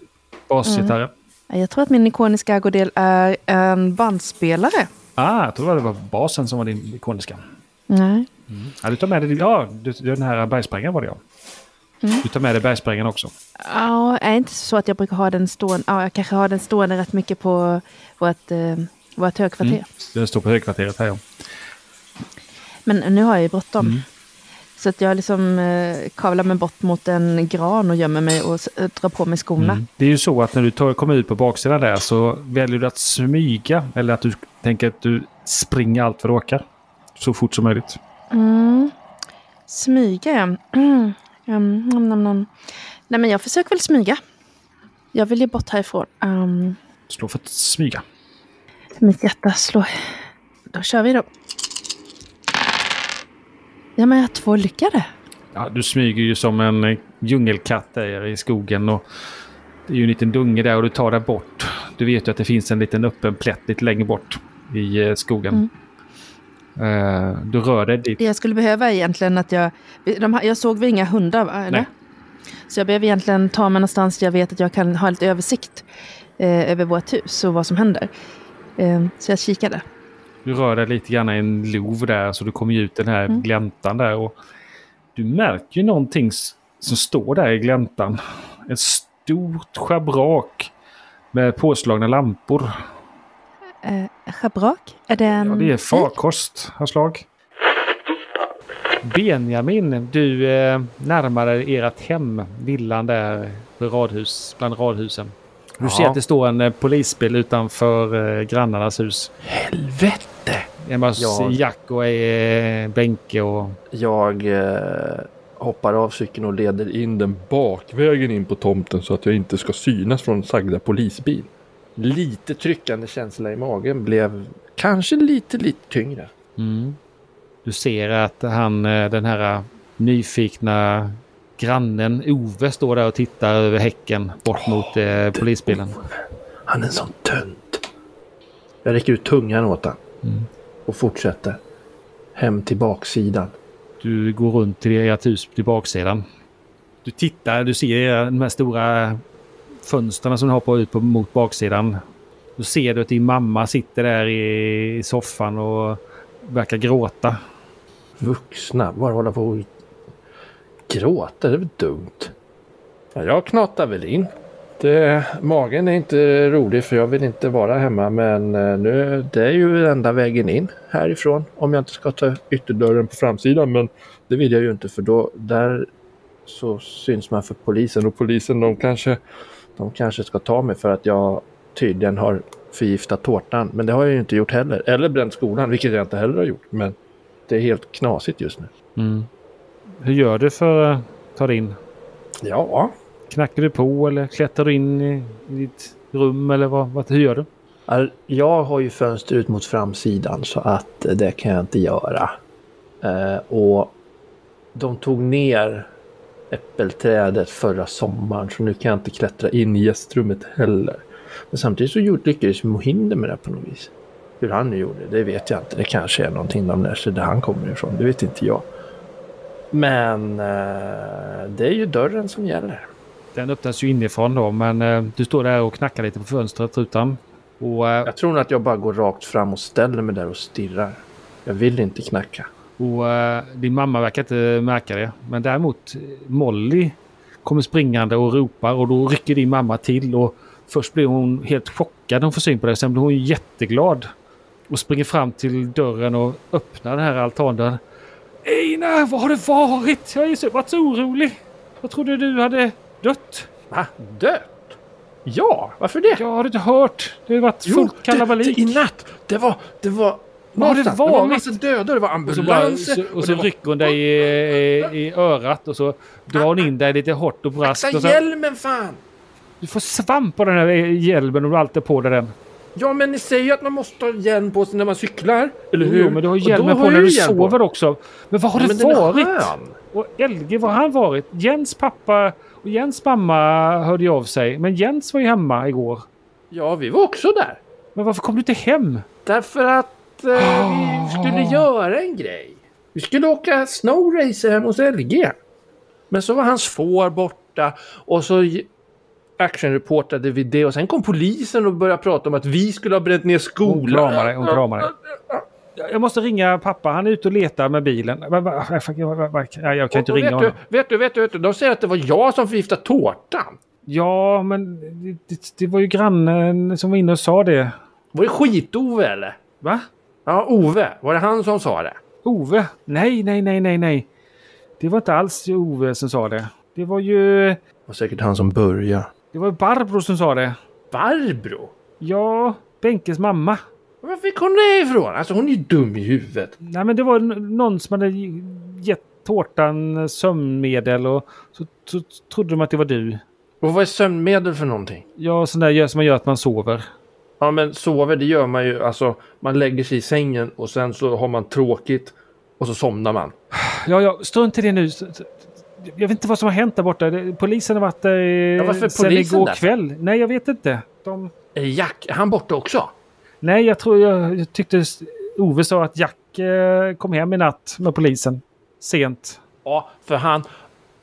[SPEAKER 3] Basgitarren?
[SPEAKER 7] Jag tror att min ikoniska ägodel är en bandspelare.
[SPEAKER 3] Ah, jag trodde det var basen som var din ikoniska.
[SPEAKER 7] Nej.
[SPEAKER 3] Ja, du tar med dig din- ja, du, den här bergsprängaren var det ja. Du tar med dig bergsprängaren också.
[SPEAKER 7] Ja, är det inte så att jag brukar ha den stående. Ja, jag kanske har den stående rätt mycket på vårt, eh, vårt högkvarter.
[SPEAKER 3] Den står på högkvarteret här ja.
[SPEAKER 7] Men nu har jag ju bråttom.
[SPEAKER 3] Mm.
[SPEAKER 7] Så att jag liksom eh, kavlar mig bort mot en gran och gömmer mig och s- eh, drar på mig skorna.
[SPEAKER 3] Det är ju så att när du tar, kommer ut på baksidan där så väljer du att smyga eller att du tänker att du springer allt vad du orkar. Så fort som möjligt.
[SPEAKER 7] Smyga ja. Mm. Mm, nom, nom, nom. Nej men jag försöker väl smyga. Jag vill ju bort härifrån. Um,
[SPEAKER 3] Slå för att smyga.
[SPEAKER 7] mitt hjärta slår. Då kör vi då. Ja men jag har två lyckade.
[SPEAKER 3] Ja, du smyger ju som en eh, djungelkatt där i skogen och Det är ju en liten dunge där och du tar där bort. Du vet ju att det finns en liten öppen plätt lite längre bort i eh, skogen. Eh, du rör dig dit.
[SPEAKER 7] Det jag skulle behöva är egentligen att jag... De, här- jag såg väl inga hundar, va? Eller?
[SPEAKER 3] Nej.
[SPEAKER 7] Så jag behöver egentligen ta mig någonstans där jag vet att jag kan ha lite översikt eh, över vårt hus och vad som händer. Eh, så jag kikade.
[SPEAKER 3] Du rör dig lite grann i en lov där så du kommer ju ut den här
[SPEAKER 7] Mm.
[SPEAKER 3] gläntan där. Och du märker ju någonting s- som står där i gläntan. Ett stort schabrak med påslagna lampor.
[SPEAKER 7] Eh, schabrak? Är det en...
[SPEAKER 3] Ja, det är
[SPEAKER 7] fik?
[SPEAKER 3] farkost av slag. Benjamin, du eh, närmar dig ert hem, villan där vid radhus, bland radhusen. Du ser
[SPEAKER 4] Ja.
[SPEAKER 3] att det står en eh, polisbil utanför eh, grannarnas hus.
[SPEAKER 4] Helvete!
[SPEAKER 3] Det är en massa
[SPEAKER 4] Ja.
[SPEAKER 3] Jack och eh, Benke och...
[SPEAKER 4] Jag eh, hoppar av cykeln och leder in den bakvägen in på tomten så att jag inte ska synas från sagda polisbil. Lite tryckande känsla i magen blev kanske lite, lite tyngre.
[SPEAKER 3] Mm. Du ser att han, eh, den här eh, nyfikna grannen Ove står där och tittar över häcken bort mot eh, polisbilen.
[SPEAKER 4] Han är en sån tönt. Jag räcker ut tungan åt han. Och fortsätter. Hem till baksidan.
[SPEAKER 3] Du går runt till ert hus till baksidan. Du tittar, du ser era- de här stora fönstren som du har på, ut på, mot baksidan. Då ser du att din mamma sitter där i, i soffan och verkar gråta.
[SPEAKER 4] Vuxna, bara hålla på och gråta, det är väl dumt. Ja, jag knatar väl in. Det, magen är inte rolig för jag vill inte vara hemma men eh, nu, det är ju enda vägen in härifrån. Om jag inte ska ta ytterdörren på framsidan men det vill jag ju inte för då där så syns man för polisen och polisen de kanske, de kanske ska ta mig för att jag tydligen har förgiftat tårtan. Men det har jag ju inte gjort heller. Eller bränt skolan vilket jag inte heller har gjort. Men det är helt knasigt just nu.
[SPEAKER 3] Hur gör du för att ta dig in?
[SPEAKER 4] Ja,
[SPEAKER 3] Knackar du på eller klättrar du in i, i ditt rum eller vad, vad, hur gör du?
[SPEAKER 4] är- jag har ju fönster ut mot framsidan så att eh, det kan jag inte göra. Eh, och de tog ner äppelträdet förra sommaren så nu kan jag inte klättra in i gästrummet heller. Men samtidigt så gjorde- lyckades ju Mohinder med det på något vis. Hur han nu gjorde, det vet jag inte. Det kanske är någonting de lär sig där han kommer ifrån. Det vet inte jag. Men eh, det är ju dörren som gäller.
[SPEAKER 3] Den öppnas ju inifrån då men eh, du står där och knackar lite på fönstret utan. Och, eh,
[SPEAKER 4] Jag tror nog att jag bara går rakt fram och ställer mig där och stirrar. Jag vill inte knacka.
[SPEAKER 3] Och eh, din mamma verkar inte märka det. Men däremot eh, Molly kommer springande och ropar och då rycker din mamma till. Och först blir hon helt chockad när hon får syn på dig. Sen blir hon jätteglad. Och springer fram till dörren och öppnar den här altandörren. Einar, vad har det varit? Jag har ju så- varit så orolig. Jag trodde du hade dött.
[SPEAKER 4] Va? Dött? Ja, varför det?
[SPEAKER 3] Jag har inte hört. Det har varit fullt kalabalik.
[SPEAKER 4] i natt. Det var... Det var...
[SPEAKER 3] Vad har det
[SPEAKER 4] någonstans. det var en
[SPEAKER 3] varit?
[SPEAKER 4] massa döda, det var
[SPEAKER 3] Och så, bara,
[SPEAKER 4] ambulanser.
[SPEAKER 3] så, och så
[SPEAKER 4] det var-
[SPEAKER 3] rycker hon dig i, i, i örat och så drar hon in dig lite hårt och braskt.
[SPEAKER 4] Akta
[SPEAKER 3] Och så,
[SPEAKER 4] hjälmen fan!
[SPEAKER 3] du får svamp på den här hjälmen och du har alltid på dig den.
[SPEAKER 4] Ja, men ni säger ju att man måste ha hjälm på sig när man cyklar. Eller hur?
[SPEAKER 3] Jo, men du har
[SPEAKER 4] Och då
[SPEAKER 3] hjälmen på
[SPEAKER 4] jag
[SPEAKER 3] när
[SPEAKER 4] ju
[SPEAKER 3] du
[SPEAKER 4] hjälm
[SPEAKER 3] sover också. Men vad har
[SPEAKER 4] Ja, men
[SPEAKER 3] det
[SPEAKER 4] den är
[SPEAKER 3] varit?
[SPEAKER 4] skön.
[SPEAKER 3] Och Elge, var har han varit? Jens pappa och Jens mamma hörde ju av sig. Men Jens var ju hemma igår.
[SPEAKER 4] Ja, vi var också där.
[SPEAKER 3] Men varför kom du inte hem?
[SPEAKER 4] Därför att eh, vi skulle göra en grej. Vi skulle åka snowrace hem hos LG. Men så var hans får borta och så j- actionreportade vi det och sen kom polisen och började prata om att vi skulle ha bränt ner
[SPEAKER 3] Hon kramar dig,
[SPEAKER 4] skolan.
[SPEAKER 3] hon kramar dig. Jag måste ringa pappa, han är ute och letar med bilen. Va- va- va- fuck, va- va- va- Jag jag kan inte
[SPEAKER 4] Och
[SPEAKER 3] ringa
[SPEAKER 4] vet,
[SPEAKER 3] honom.
[SPEAKER 4] du, vet, du, vet du, vet du, de säger att det var jag som förgiftade tårtan.
[SPEAKER 3] Ja, men det, det, det var ju grannen som var inne och sa det.
[SPEAKER 4] Var det skit-Ove eller?
[SPEAKER 3] Va?
[SPEAKER 4] Ja, Ove. Var det han som sa det?
[SPEAKER 3] Ove? Nej, nej, nej, nej, nej. Det var inte alls Ove som sa det. Det var ju...
[SPEAKER 4] Det var säkert han som började.
[SPEAKER 3] Det var ju Barbro som sa det.
[SPEAKER 4] Barbro?
[SPEAKER 3] Ja, Benkes mamma.
[SPEAKER 4] Varför fick hon det ifrån? Alltså hon är ju dum i huvudet.
[SPEAKER 3] Nej, men det var n- någon som hade gett tårtan sömnmedel och så, så trodde de att det var du.
[SPEAKER 4] Och vad är sömnmedel för någonting?
[SPEAKER 3] Ja, sån där gör som man gör att man sover.
[SPEAKER 4] Ja men sover det gör man ju, alltså man lägger sig i sängen och sen så har man tråkigt och så somnar man.
[SPEAKER 3] Ja, ja, strunt i det nu. S- s- Jag vet inte vad som har hänt där borta. Det- Polisen har varit där
[SPEAKER 4] Ja, varför är
[SPEAKER 3] eh, sen
[SPEAKER 4] polisen
[SPEAKER 3] igår
[SPEAKER 4] där?
[SPEAKER 3] kväll. Nej, jag vet inte. De...
[SPEAKER 4] Är Jack, är han borta också?
[SPEAKER 3] Nej, jag tror jag, jag tyckte s- Ove sa att Jack eh, kom hem i natt med polisen. Sent.
[SPEAKER 4] Ja, för han...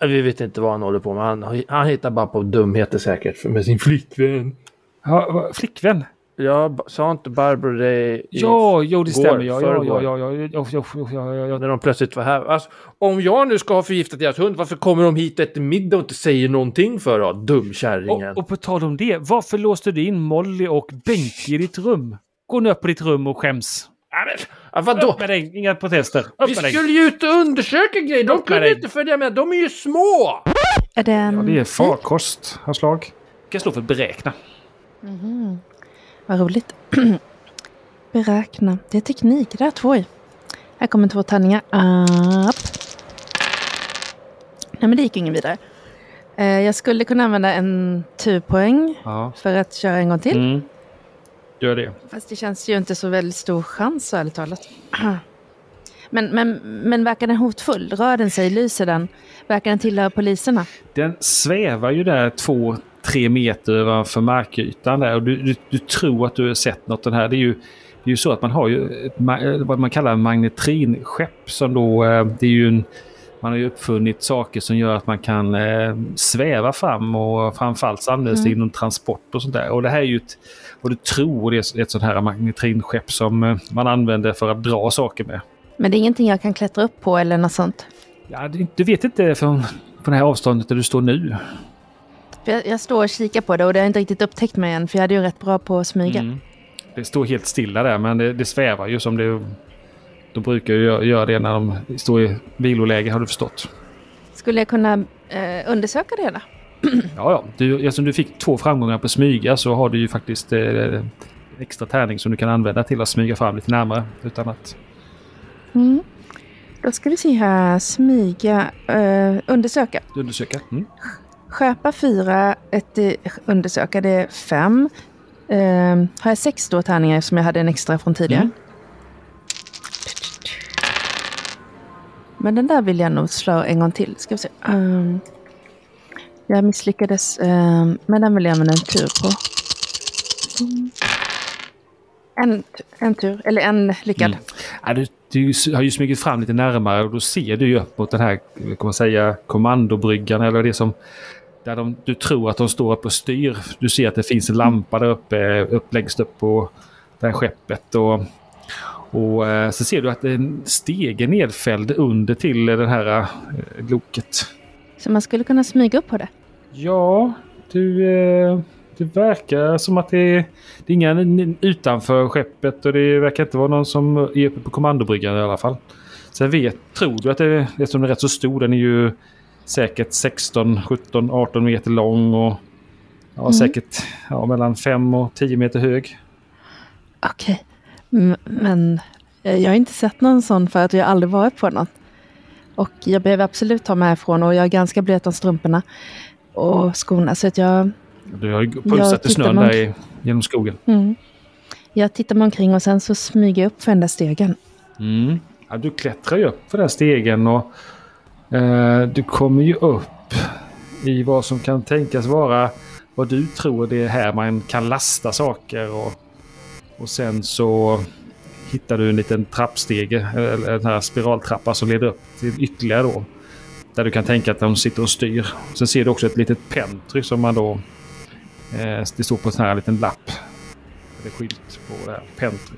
[SPEAKER 4] Vi vet inte vad han håller på med. Han, han hittar bara på dumheter säkert för- med sin flickvän.
[SPEAKER 3] Ja, va- flickvän?
[SPEAKER 4] Jag b- sa inte Barbro det i,
[SPEAKER 3] Ja, jo det
[SPEAKER 4] går,
[SPEAKER 3] stämmer. Ja, ja, ja,
[SPEAKER 4] förrgår.
[SPEAKER 3] ja, ja, ja, ja, ja, ja, ja, ja.
[SPEAKER 4] när de plötsligt var här. Alltså, om jag nu ska ha förgiftat deras hund, varför kommer de hit efter middag och inte säger någonting för då? Dumkärringen.
[SPEAKER 3] Och, och på tal om det, varför låste du in Molly och Bengt i ditt rum? Gå nu upp på ditt rum och skäms.
[SPEAKER 4] Ja, men, ja, vadå?
[SPEAKER 3] Upp med dig, inga protester. Upp
[SPEAKER 4] Vi
[SPEAKER 3] med dig.
[SPEAKER 4] skulle ju ut och undersöka grejer. De
[SPEAKER 3] Upp med
[SPEAKER 4] kunde
[SPEAKER 3] dig.
[SPEAKER 4] inte följa med. De är ju små!
[SPEAKER 7] Är det en...
[SPEAKER 3] Ja, det är farkost av slag. Kan slå för beräkna.
[SPEAKER 7] Mhm. Vad roligt. [CLEARS THROAT] Beräkna. Det är teknik. Det är två i. Här kommer två tärningar. Upp. Nej, men det gick ju ingen vidare. Eh, Jag skulle kunna använda en turpoäng
[SPEAKER 3] Ja.
[SPEAKER 7] för att köra en gång till.
[SPEAKER 3] Mm. Gör det.
[SPEAKER 7] Fast det känns ju inte så väldigt stor chans, ärligt talat. [CLEARS THROAT] Men, men, men verkar den hotfull? Rör den sig? Lyser den? Verkar den tillhöra poliserna?
[SPEAKER 3] Den svävar ju där två, tre meter ovanför markytan där och du, du, du tror att du har sett något. Den här, det är ju, det är ju så att man har ju ett, ma- eh, vad man kallar magnetrinskepp som då, eh, det är ju en man har ju uppfunnit saker som gör att man kan eh, sväva fram och framförallt används det inom transport och sånt där. Och det här är ju ett, vad du tror, det är ett sånt här magnetrinskepp som eh, man använder för att dra saker med.
[SPEAKER 7] Men det är ingenting jag kan klättra upp på eller något sånt.
[SPEAKER 3] Ja, du, du vet inte från, från det här avståndet där du står nu.
[SPEAKER 7] För jag, jag står och kikar på det och det har inte riktigt upptäckt mig än för jag hade ju rätt bra på att smyga.
[SPEAKER 3] Mm. Det står helt stilla där, men det, det svävar ju som det... De brukar ju gö- göra det när de står i viloläge, har du förstått.
[SPEAKER 7] Skulle jag kunna eh, undersöka det då?
[SPEAKER 3] Ja, ja. Du, eftersom du fick två framgångar på smyga så har du ju faktiskt eh, en extra tärning som du kan använda till att smyga fram lite närmare. Utan att...
[SPEAKER 7] Då ska vi se här. Smyga, eh, undersöka.
[SPEAKER 3] Undersöka. Mm.
[SPEAKER 7] Skärpa fyra, ett eh, undersöka det är fem. Eh, har jag sex då tärningar som jag hade en extra från tidigare?
[SPEAKER 3] Mm.
[SPEAKER 7] Men den där vill jag nog slå en gång till. Ska vi se. Ehm, jag misslyckades, ehm, men den vill jag använda en tur på. Mm. En, en tur, eller en lyckad.
[SPEAKER 3] Mm. Ja, du, du s- har ju smugit fram lite närmare och då ser du ju upp mot den här kan man säga, kommandobryggan eller det som där de, du tror att de står upp och styr. Du ser att det finns en lampa där uppe, upp längst upp på det här skeppet. Och, och eh, så ser du att en stege är nedfälld under till eh, det här eh, loket.
[SPEAKER 7] Så man skulle kunna smyga upp på det.
[SPEAKER 3] Ja, du, eh, det verkar som att det är, det är inga n- utanför skeppet och det verkar inte vara någon som är uppe på kommandobryggan i alla fall. Sen vet, tror du att det, eftersom den är rätt så stor, den är ju säkert 16, 17, 18 meter lång och ja,
[SPEAKER 7] Mm.
[SPEAKER 3] säkert ja, mellan 5 och 10 meter hög.
[SPEAKER 7] Okej, M- men eh, jag har inte sett någon sån för att jag har aldrig varit på något. Och jag behöver absolut ta mig härifrån och jag är ganska blöt om strumporna och skorna så att jag,
[SPEAKER 3] Du har ju pulsat i
[SPEAKER 7] tittar
[SPEAKER 3] snön
[SPEAKER 7] man-
[SPEAKER 3] där i, genom skogen.
[SPEAKER 7] mm. jag tittar mig omkring och sen så smyger jag upp för den där stegen.
[SPEAKER 3] Mm. Ja, du klättrar ju upp för den här stegen och eh, du kommer ju upp i vad som kan tänkas vara vad du tror det är här man kan lasta saker. Och, och sen så hittar du en liten trappstege, eller en här spiraltrappa som leder upp till ytterligare då. Där du kan tänka att de sitter och styr. Sen ser du också ett litet pentry som man då... Eh, det står på en sån här liten lapp. Eller skylt på det här pentry.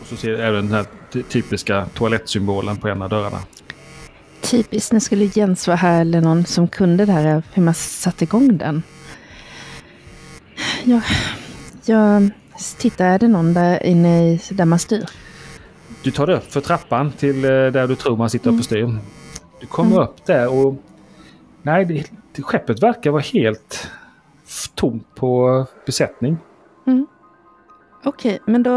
[SPEAKER 3] Och så ser jag även den här ty- typiska toalettsymbolen på en av dörrarna.
[SPEAKER 7] Typiskt, nu skulle Jens vara här eller någon som kunde det här hur man satte igång den. Jag, jag tittar, är det någon där inne i, där man styr?
[SPEAKER 3] Du tar dig upp för trappan till eh, där du tror man sitter uppe och styr. Du kommer upp där och... Nej, det, det, skeppet verkar vara helt f- tomt på besättning.
[SPEAKER 7] Okej, men då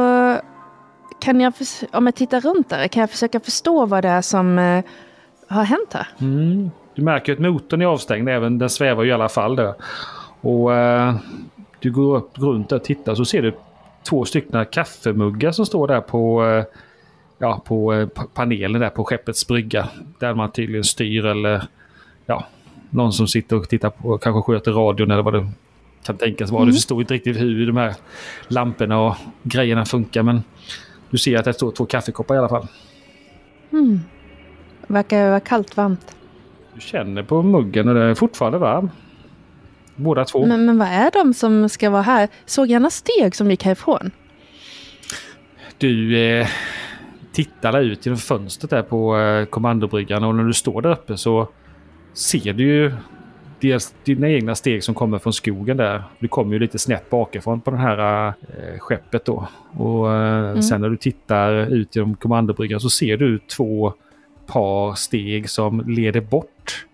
[SPEAKER 7] kan jag, förs- om jag tittar runt där, kan jag försöka förstå vad det är som eh, har hänt här?
[SPEAKER 3] Mm. Du märker ju att motorn är avstängd, även den svävar ju i alla fall där. Och eh, du går upp runt där och tittar så ser du två stycken kaffemuggar som står där på, eh, ja, på eh, pa- panelen där på skeppets brygga. Där man tydligen styr eller ja, någon som sitter och tittar på, kanske sköter radion eller vad det kan tänkas vara. Du förstår inte riktigt hur de här lamporna och grejerna funkar, men du ser att det står två kaffekoppar i alla fall.
[SPEAKER 7] Mm. Verkar vara kallt varmt.
[SPEAKER 3] Du känner på muggen och den är fortfarande varm. Båda två.
[SPEAKER 7] Men, men vad är de som ska vara här? Såg jag några steg som gick härifrån?
[SPEAKER 3] Du eh, tittar där ut genom fönstret där på eh, kommandobryggan och när du står där uppe så ser du ju dels dina egna steg som kommer från skogen där. Du kommer ju lite snett bakifrån på det här eh, skeppet då. Och eh, sen när du tittar ut genom kommandobryggan så ser du två par steg som leder bort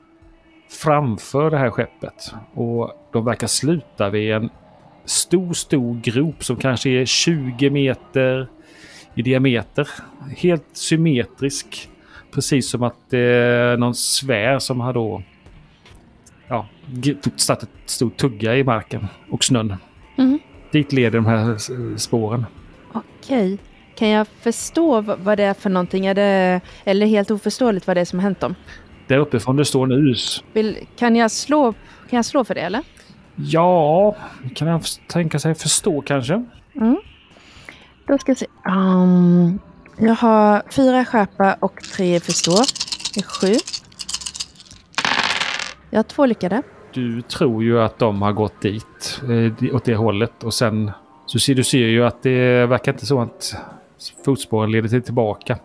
[SPEAKER 3] framför det här skeppet. Och de verkar sluta vid en stor, stor grop som kanske är 20 meter i diameter. Helt symmetrisk. Precis som att eh, någon svär som har då ja, g- satt ett stort tugga i marken och snön.
[SPEAKER 7] Mm.
[SPEAKER 3] Dit leder de här s- spåren.
[SPEAKER 7] Okej. Kan jag förstå v- vad det är för någonting? Är det, eller helt oförståeligt vad det är som har hänt dem?
[SPEAKER 3] Där uppifrån du står nu. s-
[SPEAKER 7] Vill, kan, jag slå, kan jag slå för det eller?
[SPEAKER 3] Ja, kan han f- tänka sig förstå kanske?
[SPEAKER 7] Då ska vi se. Ehm, jag har fyra skärpa och tre förstå. Det är sju. Jag har två lyckade.
[SPEAKER 3] Du tror ju att de har gått dit, eh, di- åt det hållet. Och sen så ser du ser ju att det verkar inte så att fotspåren leder till tillbaka.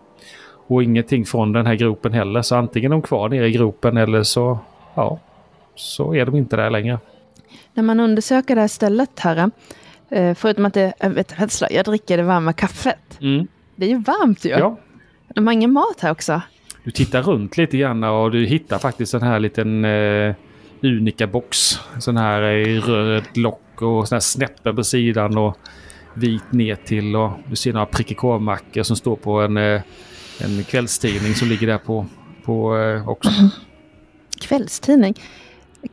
[SPEAKER 3] Och ingenting från den här gropen heller. Så antingen är de kvar nere i gropen eller så, ja, så är de inte där längre.
[SPEAKER 7] När man undersöker det här stället här. eh, Förutom att det är ett rädsla. Jag dricker det varma kaffet. Det är ju varmt ju.
[SPEAKER 3] Ja.
[SPEAKER 7] De har ingen mat här också.
[SPEAKER 3] Du tittar runt lite grann och du hittar faktiskt en här liten eh, Unica-box. Sån här i röd lock och sån här snäppe på sidan och vit ner till och du ser några prickig korvmackor som står på en, eh, en kvällstidning som ligger där på, på eh, också.
[SPEAKER 7] Kvällstidning.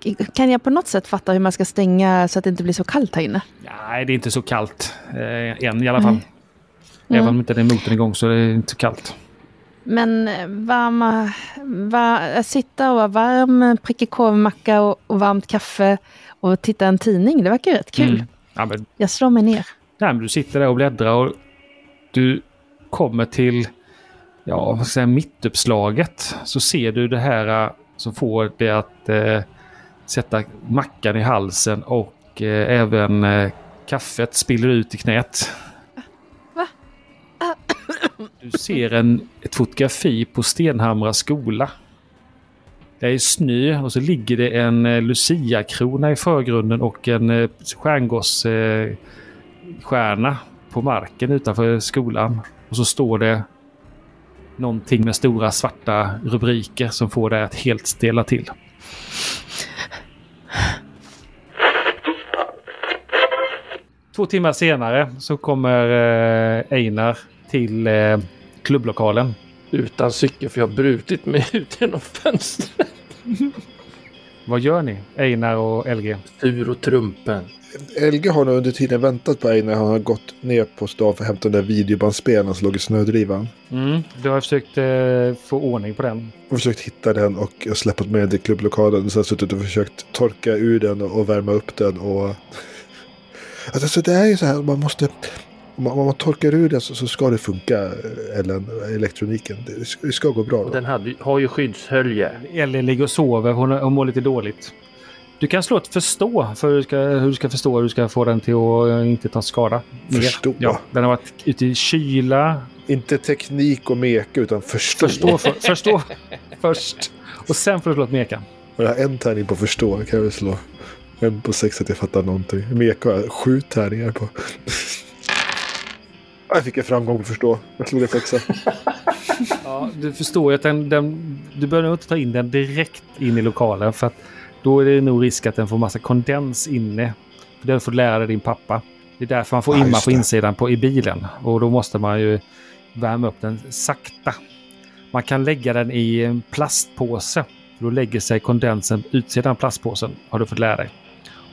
[SPEAKER 7] K- Kan jag på något sätt fatta hur man ska stänga så att det inte blir så kallt här inne?
[SPEAKER 3] Nej, det är inte så kallt eh, än i alla fall. Även om inte den motorn är igång så är det inte så kallt.
[SPEAKER 7] Men eh, varma... Va, att sitta och vara varm, eh, prickig korvmacka och, och varmt kaffe och titta en tidning, det verkar ju rätt kul.
[SPEAKER 3] Mm. Ja, men
[SPEAKER 7] Jag slår mig ner.
[SPEAKER 3] Nej, men du sitter där och bläddrar och du kommer till ja, vad ska jag säga, mittuppslaget. Så ser du det här eh, som får det att eh, sätta mackan i halsen och eh, även eh, kaffet spiller ut i knät.
[SPEAKER 7] Va?
[SPEAKER 3] Du ser en, ett fotografi på Stenhamra skola. Det är snö och så ligger det en eh, Lucia-krona i förgrunden och en eh, stjärngoss... Eh, stjärna på marken utanför skolan. Och så står det någonting med stora svarta rubriker som får dig att helt stela till. Två timmar senare så kommer eh, Einar till eh, klubblokalen.
[SPEAKER 4] Utan cykel för jag har brutit mig [LAUGHS] ut genom fönstret.
[SPEAKER 3] Vad gör ni, Einar och LG?
[SPEAKER 4] Tur och trumpen.
[SPEAKER 2] Elge har nog under tiden väntat på Einar. Han har gått ner på stan för att hämta den där videobandspelaren som låg i snödrivan.
[SPEAKER 3] Mm, Du har försökt eh, få ordning på den.
[SPEAKER 2] Och försökt hitta den och jag har släpat med den i klubblokalen. Och sen suttit och försökt torka ur den och och värma upp den. Och... [LAUGHS] Alltså så det är ju så här. Man måste... Om man, om man torkar ur den så, så ska det funka. Ellen, elektroniken. Det ska, det ska gå bra.
[SPEAKER 4] Och
[SPEAKER 2] Då.
[SPEAKER 4] den hade, har ju skyddshölje.
[SPEAKER 3] Ellie ligger och sover. Hon, hon mår lite dåligt. Du kan slå ett förstå för hur du ska, hur du ska förstå hur du ska få den till att eh, inte ta skada. mer.
[SPEAKER 2] Förstå.
[SPEAKER 3] Ja, den har varit ute i kyla.
[SPEAKER 2] Inte teknik och meka utan förstå.
[SPEAKER 3] Förstå, för, förstå först. Och sen får du slå ett meka.
[SPEAKER 2] Och jag har en tärning på förstå. kan jag väl slå. En på sex att jag fattar någonting. Meka har jag sju tärningar på. [LAUGHS] Jag fick en framgång på förstå. Jag slog en sexa.
[SPEAKER 3] Ja, du förstår ju att den, den, du bör nog inte ta in den direkt in i lokalen för att då är det nog risk att den får massa kondens inne. För den får du lära dig din pappa. Det är därför man får
[SPEAKER 2] Ja,
[SPEAKER 3] imma
[SPEAKER 2] just
[SPEAKER 3] på
[SPEAKER 2] det.
[SPEAKER 3] insidan på, i bilen och då måste man ju värma upp den sakta. Man kan lägga den i en plastpåse. Då lägger sig kondensen på utsidan av plastpåsen har du fått lära dig.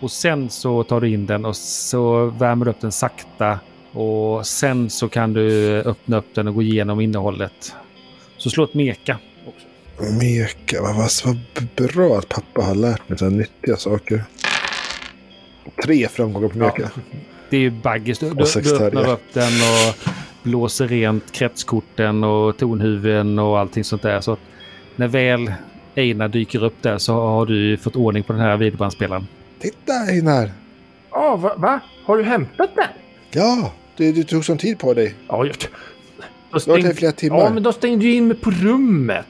[SPEAKER 3] Och sen så tar du in den och så värmer du upp den sakta. Och sen så kan du öppna upp den och gå igenom innehållet. Så slå ett meka.
[SPEAKER 2] [LAUGHS] Meka, vad, vad, vad bra att pappa har lärt mig sådana nyttiga saker. Tre framgångar på Meka.
[SPEAKER 3] Det är ju baggis. Du, du,
[SPEAKER 2] sex
[SPEAKER 3] du öppnar
[SPEAKER 2] tärningar.
[SPEAKER 3] upp den och blåser rent kretskorten och tornhuven och allting sånt där. Så att när väl Einar dyker upp där så har du ju fått ordning på den här videobandspelaren.
[SPEAKER 2] Titta Einar!
[SPEAKER 4] Ja, Ah, va, va? Har du hämtat den?
[SPEAKER 2] Ja, du, du tog sån tid på dig.
[SPEAKER 4] Ja, just Då
[SPEAKER 2] Du har varit här i flera timmar.
[SPEAKER 4] Ja, men de stängde ju in mig på rummet.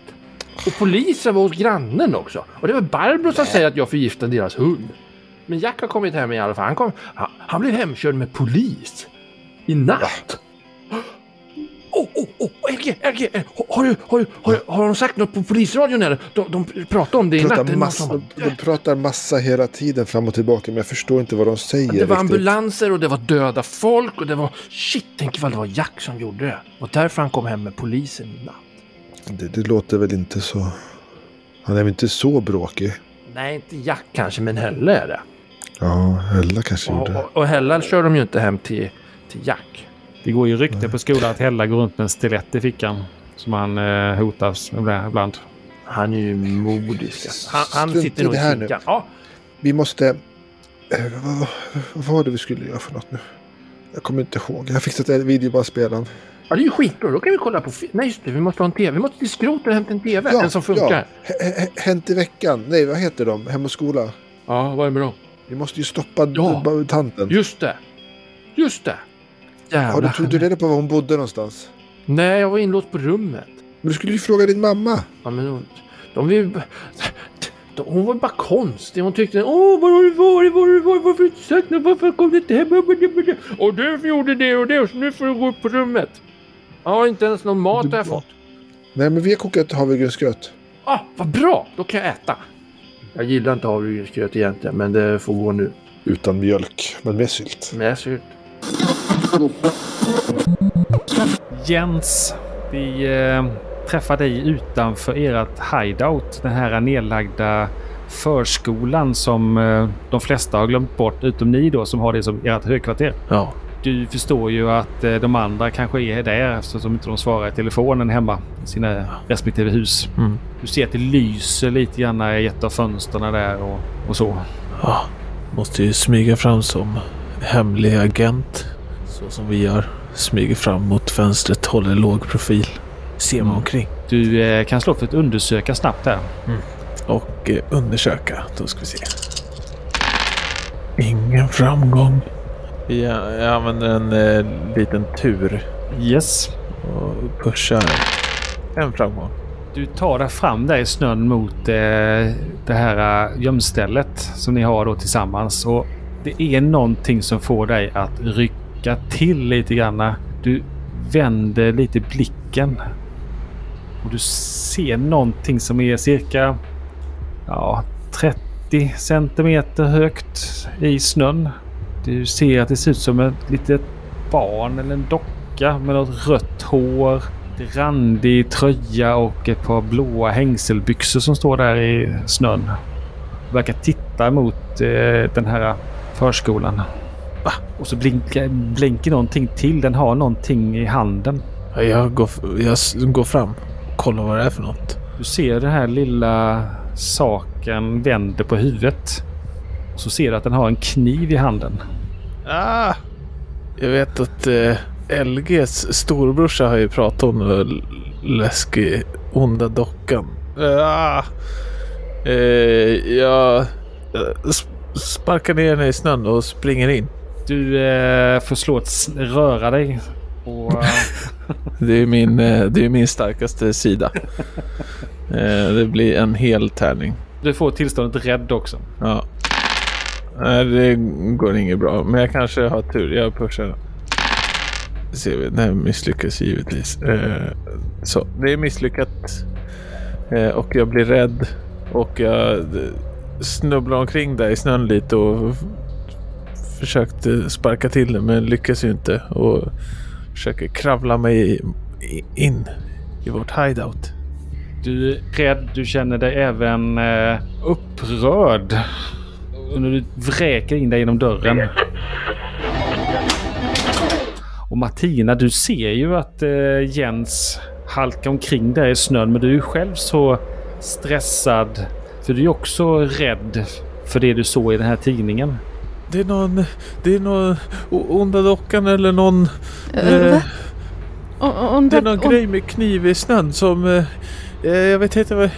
[SPEAKER 4] Och polisen var hos grannen också. Och det var Barbro som säger att jag förgiftade deras hund. Men Jack har kommit hem i alla fall. Han, kom, han, han blev hemkörd med polis. I natt. Åh, åh, åh, LG, LG, eh, har du, har du, har, du, har de sagt något på polisradion eller? De, de pratade om det i natt. Det
[SPEAKER 2] pratar
[SPEAKER 4] är någon
[SPEAKER 2] massa,
[SPEAKER 4] som-
[SPEAKER 2] de pratar massa hela tiden fram och tillbaka, men jag förstår inte vad de säger.
[SPEAKER 4] Det var
[SPEAKER 2] riktigt.
[SPEAKER 4] ambulanser och det var döda folk och det var... Shit, tänk ifall det var Jack som gjorde det. Och därför han kom hem med polisen i natt.
[SPEAKER 2] Det, det låter väl inte så... Han är väl inte så bråkig?
[SPEAKER 4] Nej, inte Jack kanske, men Helle är det.
[SPEAKER 2] Ja, Hella kanske
[SPEAKER 4] Och,
[SPEAKER 2] gjorde det.
[SPEAKER 4] och, och Hella kör de ju inte hem till, till Jack.
[SPEAKER 3] Det går ju rykte på skolan att Hella går runt med en stilett i fickan. Som han eh, hotas med ibland.
[SPEAKER 4] Han är ju modisk. Han, han
[SPEAKER 2] Strunt i
[SPEAKER 4] sitter nog
[SPEAKER 2] det
[SPEAKER 4] i
[SPEAKER 2] här nu.
[SPEAKER 4] fickan. Ja,
[SPEAKER 2] Vi måste... eh, Vad, vad, vad var det vi skulle göra för något nu? Jag kommer inte ihåg. Jag har fixat en videobandspelaren.
[SPEAKER 4] ja, det är ju skitbra. Då kan vi kolla på... fi- Nej, just det. Vi måste ha en tv. Vi måste till skroten och hämta en tv. en som funkar. Ja,
[SPEAKER 2] H- h- Hänt i veckan. Nej, vad heter de? Hem och skola.
[SPEAKER 4] vad är med dem?
[SPEAKER 2] Vi måste ju stoppa
[SPEAKER 4] Ja.
[SPEAKER 2] ja. tanten.
[SPEAKER 4] Just det. Just det.
[SPEAKER 2] Har
[SPEAKER 4] Jävlar.
[SPEAKER 2] du, tog du reda på var hon bodde någonstans?
[SPEAKER 4] Nej, jag var inlåst på rummet.
[SPEAKER 2] Men du skulle ju fråga din mamma.
[SPEAKER 4] Ja, men hon, de vill, ju- de, hon var bara konstig. Hon tyckte åh, var har du varit? Var har du varit? Varför har du inte sagt något? Varför kom du inte hem? Och du gjorde det och det och så nu får du gå upp på rummet. Ja, inte ens någon mat har jag fått.
[SPEAKER 2] Nej, men vi har kokat havregrynsgröt.
[SPEAKER 4] Ah, vad bra! Då kan jag äta. Jag gillar inte havregrynsgröt egentligen, men det får gå nu.
[SPEAKER 2] Utan mjölk, men med sylt.
[SPEAKER 4] Men jag ser ut.
[SPEAKER 3] Jens, vi eh, träffar dig utanför ert hideout. Den här nedlagda förskolan som eh, de flesta har glömt bort, utom ni då som har det som ert högkvarter.
[SPEAKER 4] Ja.
[SPEAKER 3] Du förstår ju att eh, de andra kanske är där eftersom inte de svarar i telefonen hemma i sina respektive hus.
[SPEAKER 4] Mm.
[SPEAKER 3] Du ser att det lyser lite grann i ett av fönstren där och, och så.
[SPEAKER 8] Ja, måste ju smyga fram som hemlig agent. Så som vi gör. Smyger fram mot fönstret, håller låg profil. Ser mig omkring.
[SPEAKER 3] Du eh, kan slå för att undersöka snabbt här.
[SPEAKER 8] Och eh, undersöka. Då ska vi se. Ingen framgång. Jag, jag använder en eh, liten tur
[SPEAKER 3] Yes.
[SPEAKER 8] och pushar. En framgång.
[SPEAKER 3] Du tar dig fram där i snön mot eh, det här eh, gömstället som ni har då tillsammans. Och det är någonting som får dig att rycka till lite grann. Du vänder lite blicken. Och du ser någonting som är cirka ja, 30 centimeter högt i snön. Du ser att det ser ut som ett litet barn eller en docka med något rött hår. Randig tröja och ett par blåa hängselbyxor som står där i snön. Verkar titta mot eh, den här förskolan. Va? Och så blinkar, blänker någonting till. Den har någonting i handen.
[SPEAKER 8] Ja, Jag går, f- jag s- går fram. Kollar vad det är för något.
[SPEAKER 3] Du ser den här lilla saken vänder på huvudet. Och så ser du att den har en kniv i handen.
[SPEAKER 8] Ah, jag vet att eh, LGs storbrorsa har ju pratat om den där läskig onda dockan. Ah, eh, jag eh, sp- sparkar ner henne i snön och springer in.
[SPEAKER 3] Du eh, får slå ett s- röra dig. Och, eh,
[SPEAKER 8] Det är min, eh, det är min starkaste [LAUGHS] sida. eh, det blir en hel tärning.
[SPEAKER 3] du får tillståndet rädd också.
[SPEAKER 8] Ja. Nej, det går inget bra. Men jag kanske har tur. Jag pushar. Ser vi. Nej, misslyckas givetvis. Eh, så, det är misslyckat. Eh, och jag blir rädd. Och jag eh, snubblar omkring där i snön lite och f- försökte sparka till det men lyckas ju inte. Och försöker kravla mig i- i- in i vårt hideout.
[SPEAKER 3] Du är rädd, du känner dig även eh, upprörd. Och när du vräker in dig genom dörren. Och Martina, du ser ju att eh, Jens halkar omkring där i snön, men du är ju själv så stressad. För du är också rädd för det du såg i den här tidningen.
[SPEAKER 8] Det är någon... Det är någon... o- Onda dockan eller någon...
[SPEAKER 7] Eh,
[SPEAKER 8] eh,
[SPEAKER 7] va? Och- och- och-
[SPEAKER 8] Det är någon
[SPEAKER 7] och-
[SPEAKER 8] grej med kniv i snön som... eh, eh, Jag vet inte vad...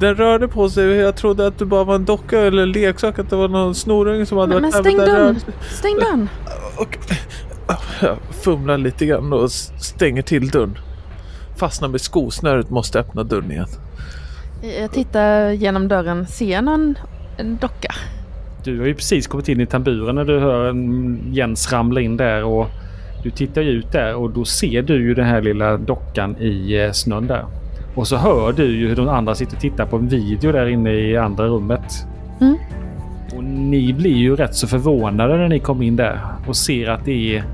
[SPEAKER 8] Den rörde på sig och jag trodde att det bara var en docka eller en leksak. Att det var någon snorunge som hade
[SPEAKER 7] Men, men
[SPEAKER 8] varit
[SPEAKER 7] stäng
[SPEAKER 8] där. men den
[SPEAKER 7] dörren!
[SPEAKER 8] rörde- [LAUGHS]
[SPEAKER 7] Stäng dörren!
[SPEAKER 8] Och, jag fumlar lite grann och s- stänger till dörren. Fastnar med skosnöret, måste öppna dörren igen.
[SPEAKER 7] Jag tittar genom dörren. Ser jag någon en docka?
[SPEAKER 3] Du har ju precis kommit in i tamburen när du hör mm, Jens ramla in där och du tittar ju ut där och då ser du ju den här lilla dockan i eh, snön där. Och så hör du ju hur de andra sitter och tittar på en video där inne i andra rummet.
[SPEAKER 7] Mm.
[SPEAKER 3] Och ni blir ju rätt så förvånade när ni kommer in där och ser att det är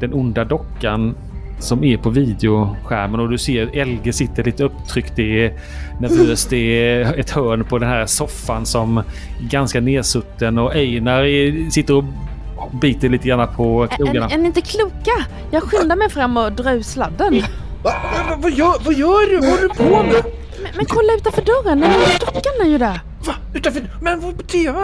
[SPEAKER 3] den onda dockan som är på videoskärmen och du ser Elge sitter lite upptryckt. Det är nervöst. Det är ett hörn på den här soffan som är ganska nedsutten och Einar är- sitter och biter lite grann på
[SPEAKER 7] Är,
[SPEAKER 3] knogarna.
[SPEAKER 7] är ni inte kloka? Jag skyndar mig fram och drar ur
[SPEAKER 8] [LAUGHS]
[SPEAKER 7] sladden.
[SPEAKER 8] Vad gör, vad gör du? Vad håller du på med?
[SPEAKER 7] Men, men kolla utanför dörren! Den lilla dockan är ju där!
[SPEAKER 8] Utanför... Men vad på TV?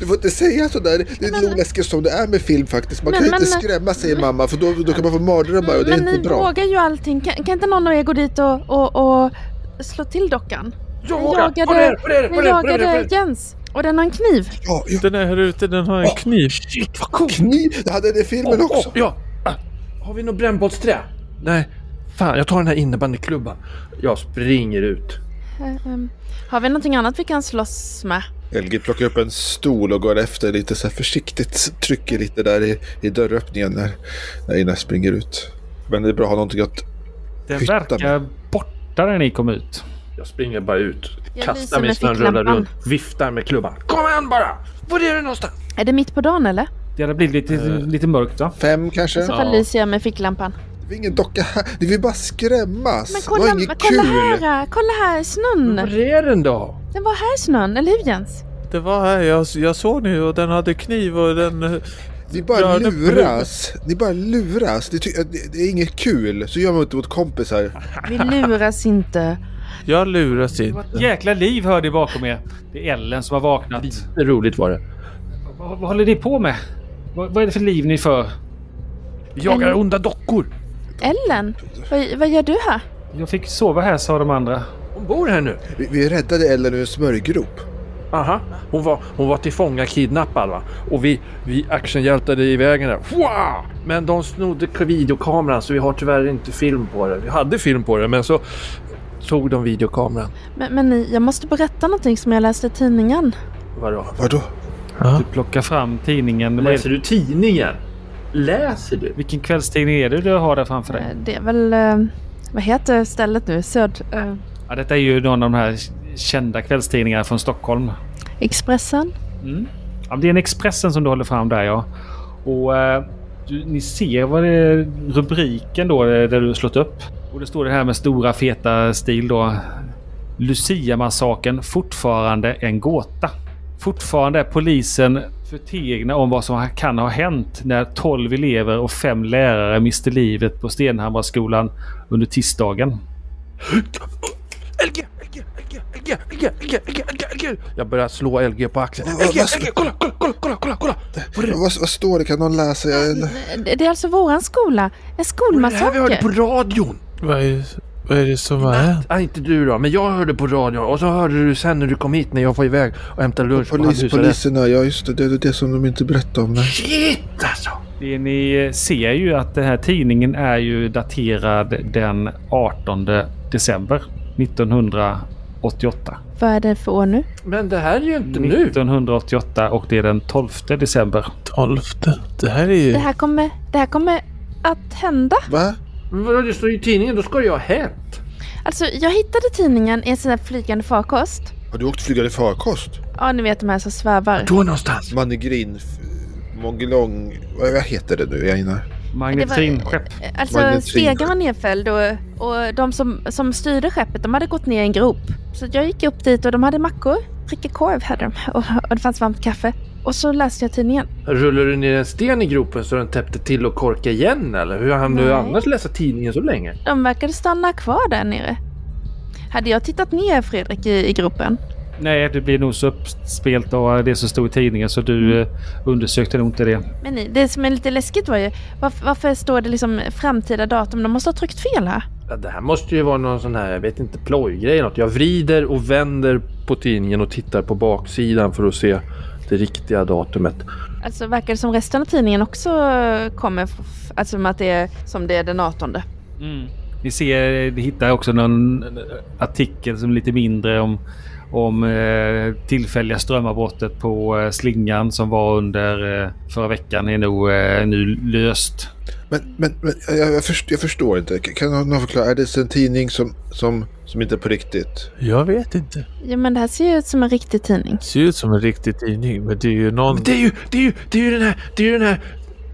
[SPEAKER 9] Du får inte säga sådär. Det är nog läskigt som det är med film faktiskt. Man
[SPEAKER 7] Men-
[SPEAKER 9] kan ju inte
[SPEAKER 7] men-
[SPEAKER 9] skrämma säger mamma för då, då kan man få mardrömmar och det är
[SPEAKER 7] Men ni
[SPEAKER 9] inte bra.
[SPEAKER 7] vågar ju allting. Kan, kan inte någon av er gå dit och, och, och slå till dockan? Jag jagade,
[SPEAKER 4] På det, på det, på det,
[SPEAKER 7] jag
[SPEAKER 4] på det, på
[SPEAKER 7] jagade
[SPEAKER 4] det.
[SPEAKER 7] Jens och den har en kniv.
[SPEAKER 9] Ja, ja,
[SPEAKER 8] Den är här ute, den har en kniv. Shit, vad coolt!
[SPEAKER 9] kniv! Det hade det i filmen
[SPEAKER 4] Åh,
[SPEAKER 9] också.
[SPEAKER 4] åh, ja. Ah, Har vi något brännbollsträ? Nej. Fan, jag tar den här innebandyklubban. Jag springer ut.
[SPEAKER 7] Eh, ehm, har vi någonting annat vi kan slåss med?
[SPEAKER 9] LG plockar upp en stol och går efter lite så här försiktigt. Trycker lite där i, i dörröppningen när, när Ina springer ut. Men det är bra att ha någonting att...
[SPEAKER 3] Den
[SPEAKER 9] hytta
[SPEAKER 3] verkar borta när ni kom ut.
[SPEAKER 4] Jag springer bara ut.
[SPEAKER 7] Jag lyser
[SPEAKER 4] kastar min
[SPEAKER 7] med
[SPEAKER 4] snörrulle
[SPEAKER 7] ficklampan.
[SPEAKER 4] runt. Viftar med klubban. Kom igen bara! Var är du någonstans?
[SPEAKER 7] Är det mitt på dagen eller?
[SPEAKER 3] Det hade blivit lite, lite mörkt va?
[SPEAKER 9] Fem kanske?
[SPEAKER 7] I
[SPEAKER 4] Alltså.
[SPEAKER 7] så fall lyser jag med ficklampan.
[SPEAKER 9] Det är ingen docka här. Du vill bara skrämmas.
[SPEAKER 7] Men
[SPEAKER 9] det
[SPEAKER 7] kolla,
[SPEAKER 9] var inget
[SPEAKER 7] kolla
[SPEAKER 9] kul.
[SPEAKER 7] här! Kolla här, snön!
[SPEAKER 4] Var är den då?
[SPEAKER 7] Den var här snön, eller hur Jens?
[SPEAKER 8] Det var här, jag, jag såg nu och den hade kniv och den... eh,
[SPEAKER 9] Ni bara
[SPEAKER 8] Ja, det-
[SPEAKER 9] luras. Ni bara luras. Ni ty- det, det är inget kul. Så gör man inte mot kompisar.
[SPEAKER 7] Vi luras inte.
[SPEAKER 8] Jag luras inte.
[SPEAKER 3] Jäkla liv hörde ni bakom er. Det är Ellen som har vaknat.
[SPEAKER 4] Det är roligt var det.
[SPEAKER 3] Vad, vad håller ni på med? Vad, vad är det för liv ni för?
[SPEAKER 4] Vi jagar onda dockor.
[SPEAKER 7] Ellen, vad, vad gör du här?
[SPEAKER 3] Jag fick sova här sa de andra.
[SPEAKER 4] Hon bor här nu.
[SPEAKER 9] Vi, vi räddade Ellen ur en smörgrop.
[SPEAKER 4] Aha. Hon var, hon var tillfångakidnappad va? Och vi, vi actionhjältade i vägen där. Wow! Men de snodde k- videokameran så vi har tyvärr inte film på det. Vi hade film på det men så tog de videokameran.
[SPEAKER 7] Men, men ni, jag måste berätta någonting som jag läste i tidningen.
[SPEAKER 4] Vadå?
[SPEAKER 9] Vadå?
[SPEAKER 3] Du plockar fram tidningen. Vad är det-
[SPEAKER 4] Läser du tidningen? Läser du?
[SPEAKER 3] Vilken kvällstidning är det du har där framför dig?
[SPEAKER 7] Eh, Det är väl... eh, Vad heter stället nu? Söd... eh,
[SPEAKER 3] Ja, detta är ju någon av de här kända kvällstidningarna från Stockholm.
[SPEAKER 7] Expressen?
[SPEAKER 3] Mm. Ja, men det är en Expressen som du håller fram där ja. Och eh, du, ni ser vad det är rubriken då eh, där du har slått upp. Och det står det här med stora feta stil då. Lucia-massakern fortfarande en gåta. Fortfarande är polisen förtegna om vad som kan ha hänt när 12 elever och fem lärare miste livet på Stenhammarskolan under tisdagen.
[SPEAKER 4] LG, LG, LG, LG, LG, LG, LG, LG, LG. Jag börjar slå LG på axeln.
[SPEAKER 9] Vad-
[SPEAKER 4] LG,
[SPEAKER 9] vad-
[SPEAKER 4] LG, kolla, kolla, kolla, kolla, kolla, kolla! Var det,
[SPEAKER 9] Vad, vad står det? Kan någon läsa? Jag,
[SPEAKER 7] Eh, Det det är alltså våran skola. En
[SPEAKER 4] var det här vi hörde på
[SPEAKER 7] skolmassaker.
[SPEAKER 4] radion?
[SPEAKER 8] Vad är, vad är det som har hänt?
[SPEAKER 4] Nej, inte du då, men jag hörde på radion och så hörde du sen när du kom hit när jag var iväg och hämtade lunch på
[SPEAKER 9] polis,
[SPEAKER 4] handhuset.
[SPEAKER 9] poliserna, ja just det. Det är det som de inte berättar om. Nej.
[SPEAKER 4] Shit alltså!
[SPEAKER 3] Det ni ser ju att den här tidningen är ju daterad den 18 december 1988.
[SPEAKER 7] Vad är det för år nu?
[SPEAKER 4] Men det här är ju inte nu.
[SPEAKER 3] 1988 och det är den 12 december.
[SPEAKER 8] Tolfte? Det här är ju...
[SPEAKER 7] Det här kommer, det här kommer att hända.
[SPEAKER 9] Va?
[SPEAKER 4] Men vadå, det står ju i tidningen, då ska det ju ha hänt.
[SPEAKER 7] Alltså, jag hittade tidningen i en sån här flygande farkost.
[SPEAKER 9] Har du åkt flygande farkost?
[SPEAKER 7] Ja, ni vet de här som svävar.
[SPEAKER 4] Då någonstans.
[SPEAKER 9] Mannegrin... f- Mongelong... Vad vad heter det nu, Einar?
[SPEAKER 3] Magnetinskepp.
[SPEAKER 7] Alltså,
[SPEAKER 9] Magnet
[SPEAKER 7] stegen
[SPEAKER 9] Singh.
[SPEAKER 7] var nedfälld och, och de som, som styrde skeppet, de hade gått ner i en grop. Så jag gick upp dit och de hade mackor, prickig korv hade de och, och det fanns varmt kaffe. Och så läste jag tidningen.
[SPEAKER 4] Rullar du ner en sten i gropen så den täppte till och korkade igen eller? Hur hann du
[SPEAKER 7] Nej.
[SPEAKER 4] annars läsa tidningen så länge?
[SPEAKER 7] De verkade stanna kvar där nere. Hade jag tittat ner Fredrik i, i gruppen?
[SPEAKER 3] Nej, du blir nog så uppspelt av det som stod i tidningen så du
[SPEAKER 4] Mm.
[SPEAKER 3] eh, undersökte nog inte det.
[SPEAKER 7] Men ni, det som är lite läskigt var ju, varför, varför står det liksom framtida datum? De måste ha tryckt fel här.
[SPEAKER 4] Ja, Det här måste ju vara någon sån här, jag vet inte, plojgrej eller något. Jag vrider och vänder på tidningen och tittar på baksidan för att se det riktiga datumet.
[SPEAKER 7] Alltså verkar det som resten av tidningen också eh, kommer, f- alltså med att det är som det är den 18.
[SPEAKER 3] Ni ser, ni hittar också någon artikel som är lite mindre om, om eh, tillfälliga strömavbrottet på eh, slingan som var under eh, förra veckan är nog eh, nu löst.
[SPEAKER 2] Men, men, men jag, jag, förstår, jag förstår inte. Kan- Kan någon någon förklara? Är det en tidning som, som, som inte är på riktigt?
[SPEAKER 8] Jag vet inte.
[SPEAKER 7] Ja men det här ser ju ut som en riktig tidning.
[SPEAKER 8] Det ser ut som en riktig tidning, men det är ju någon...
[SPEAKER 4] Men det är ju, det är ju, det är ju den här, det är ju den här,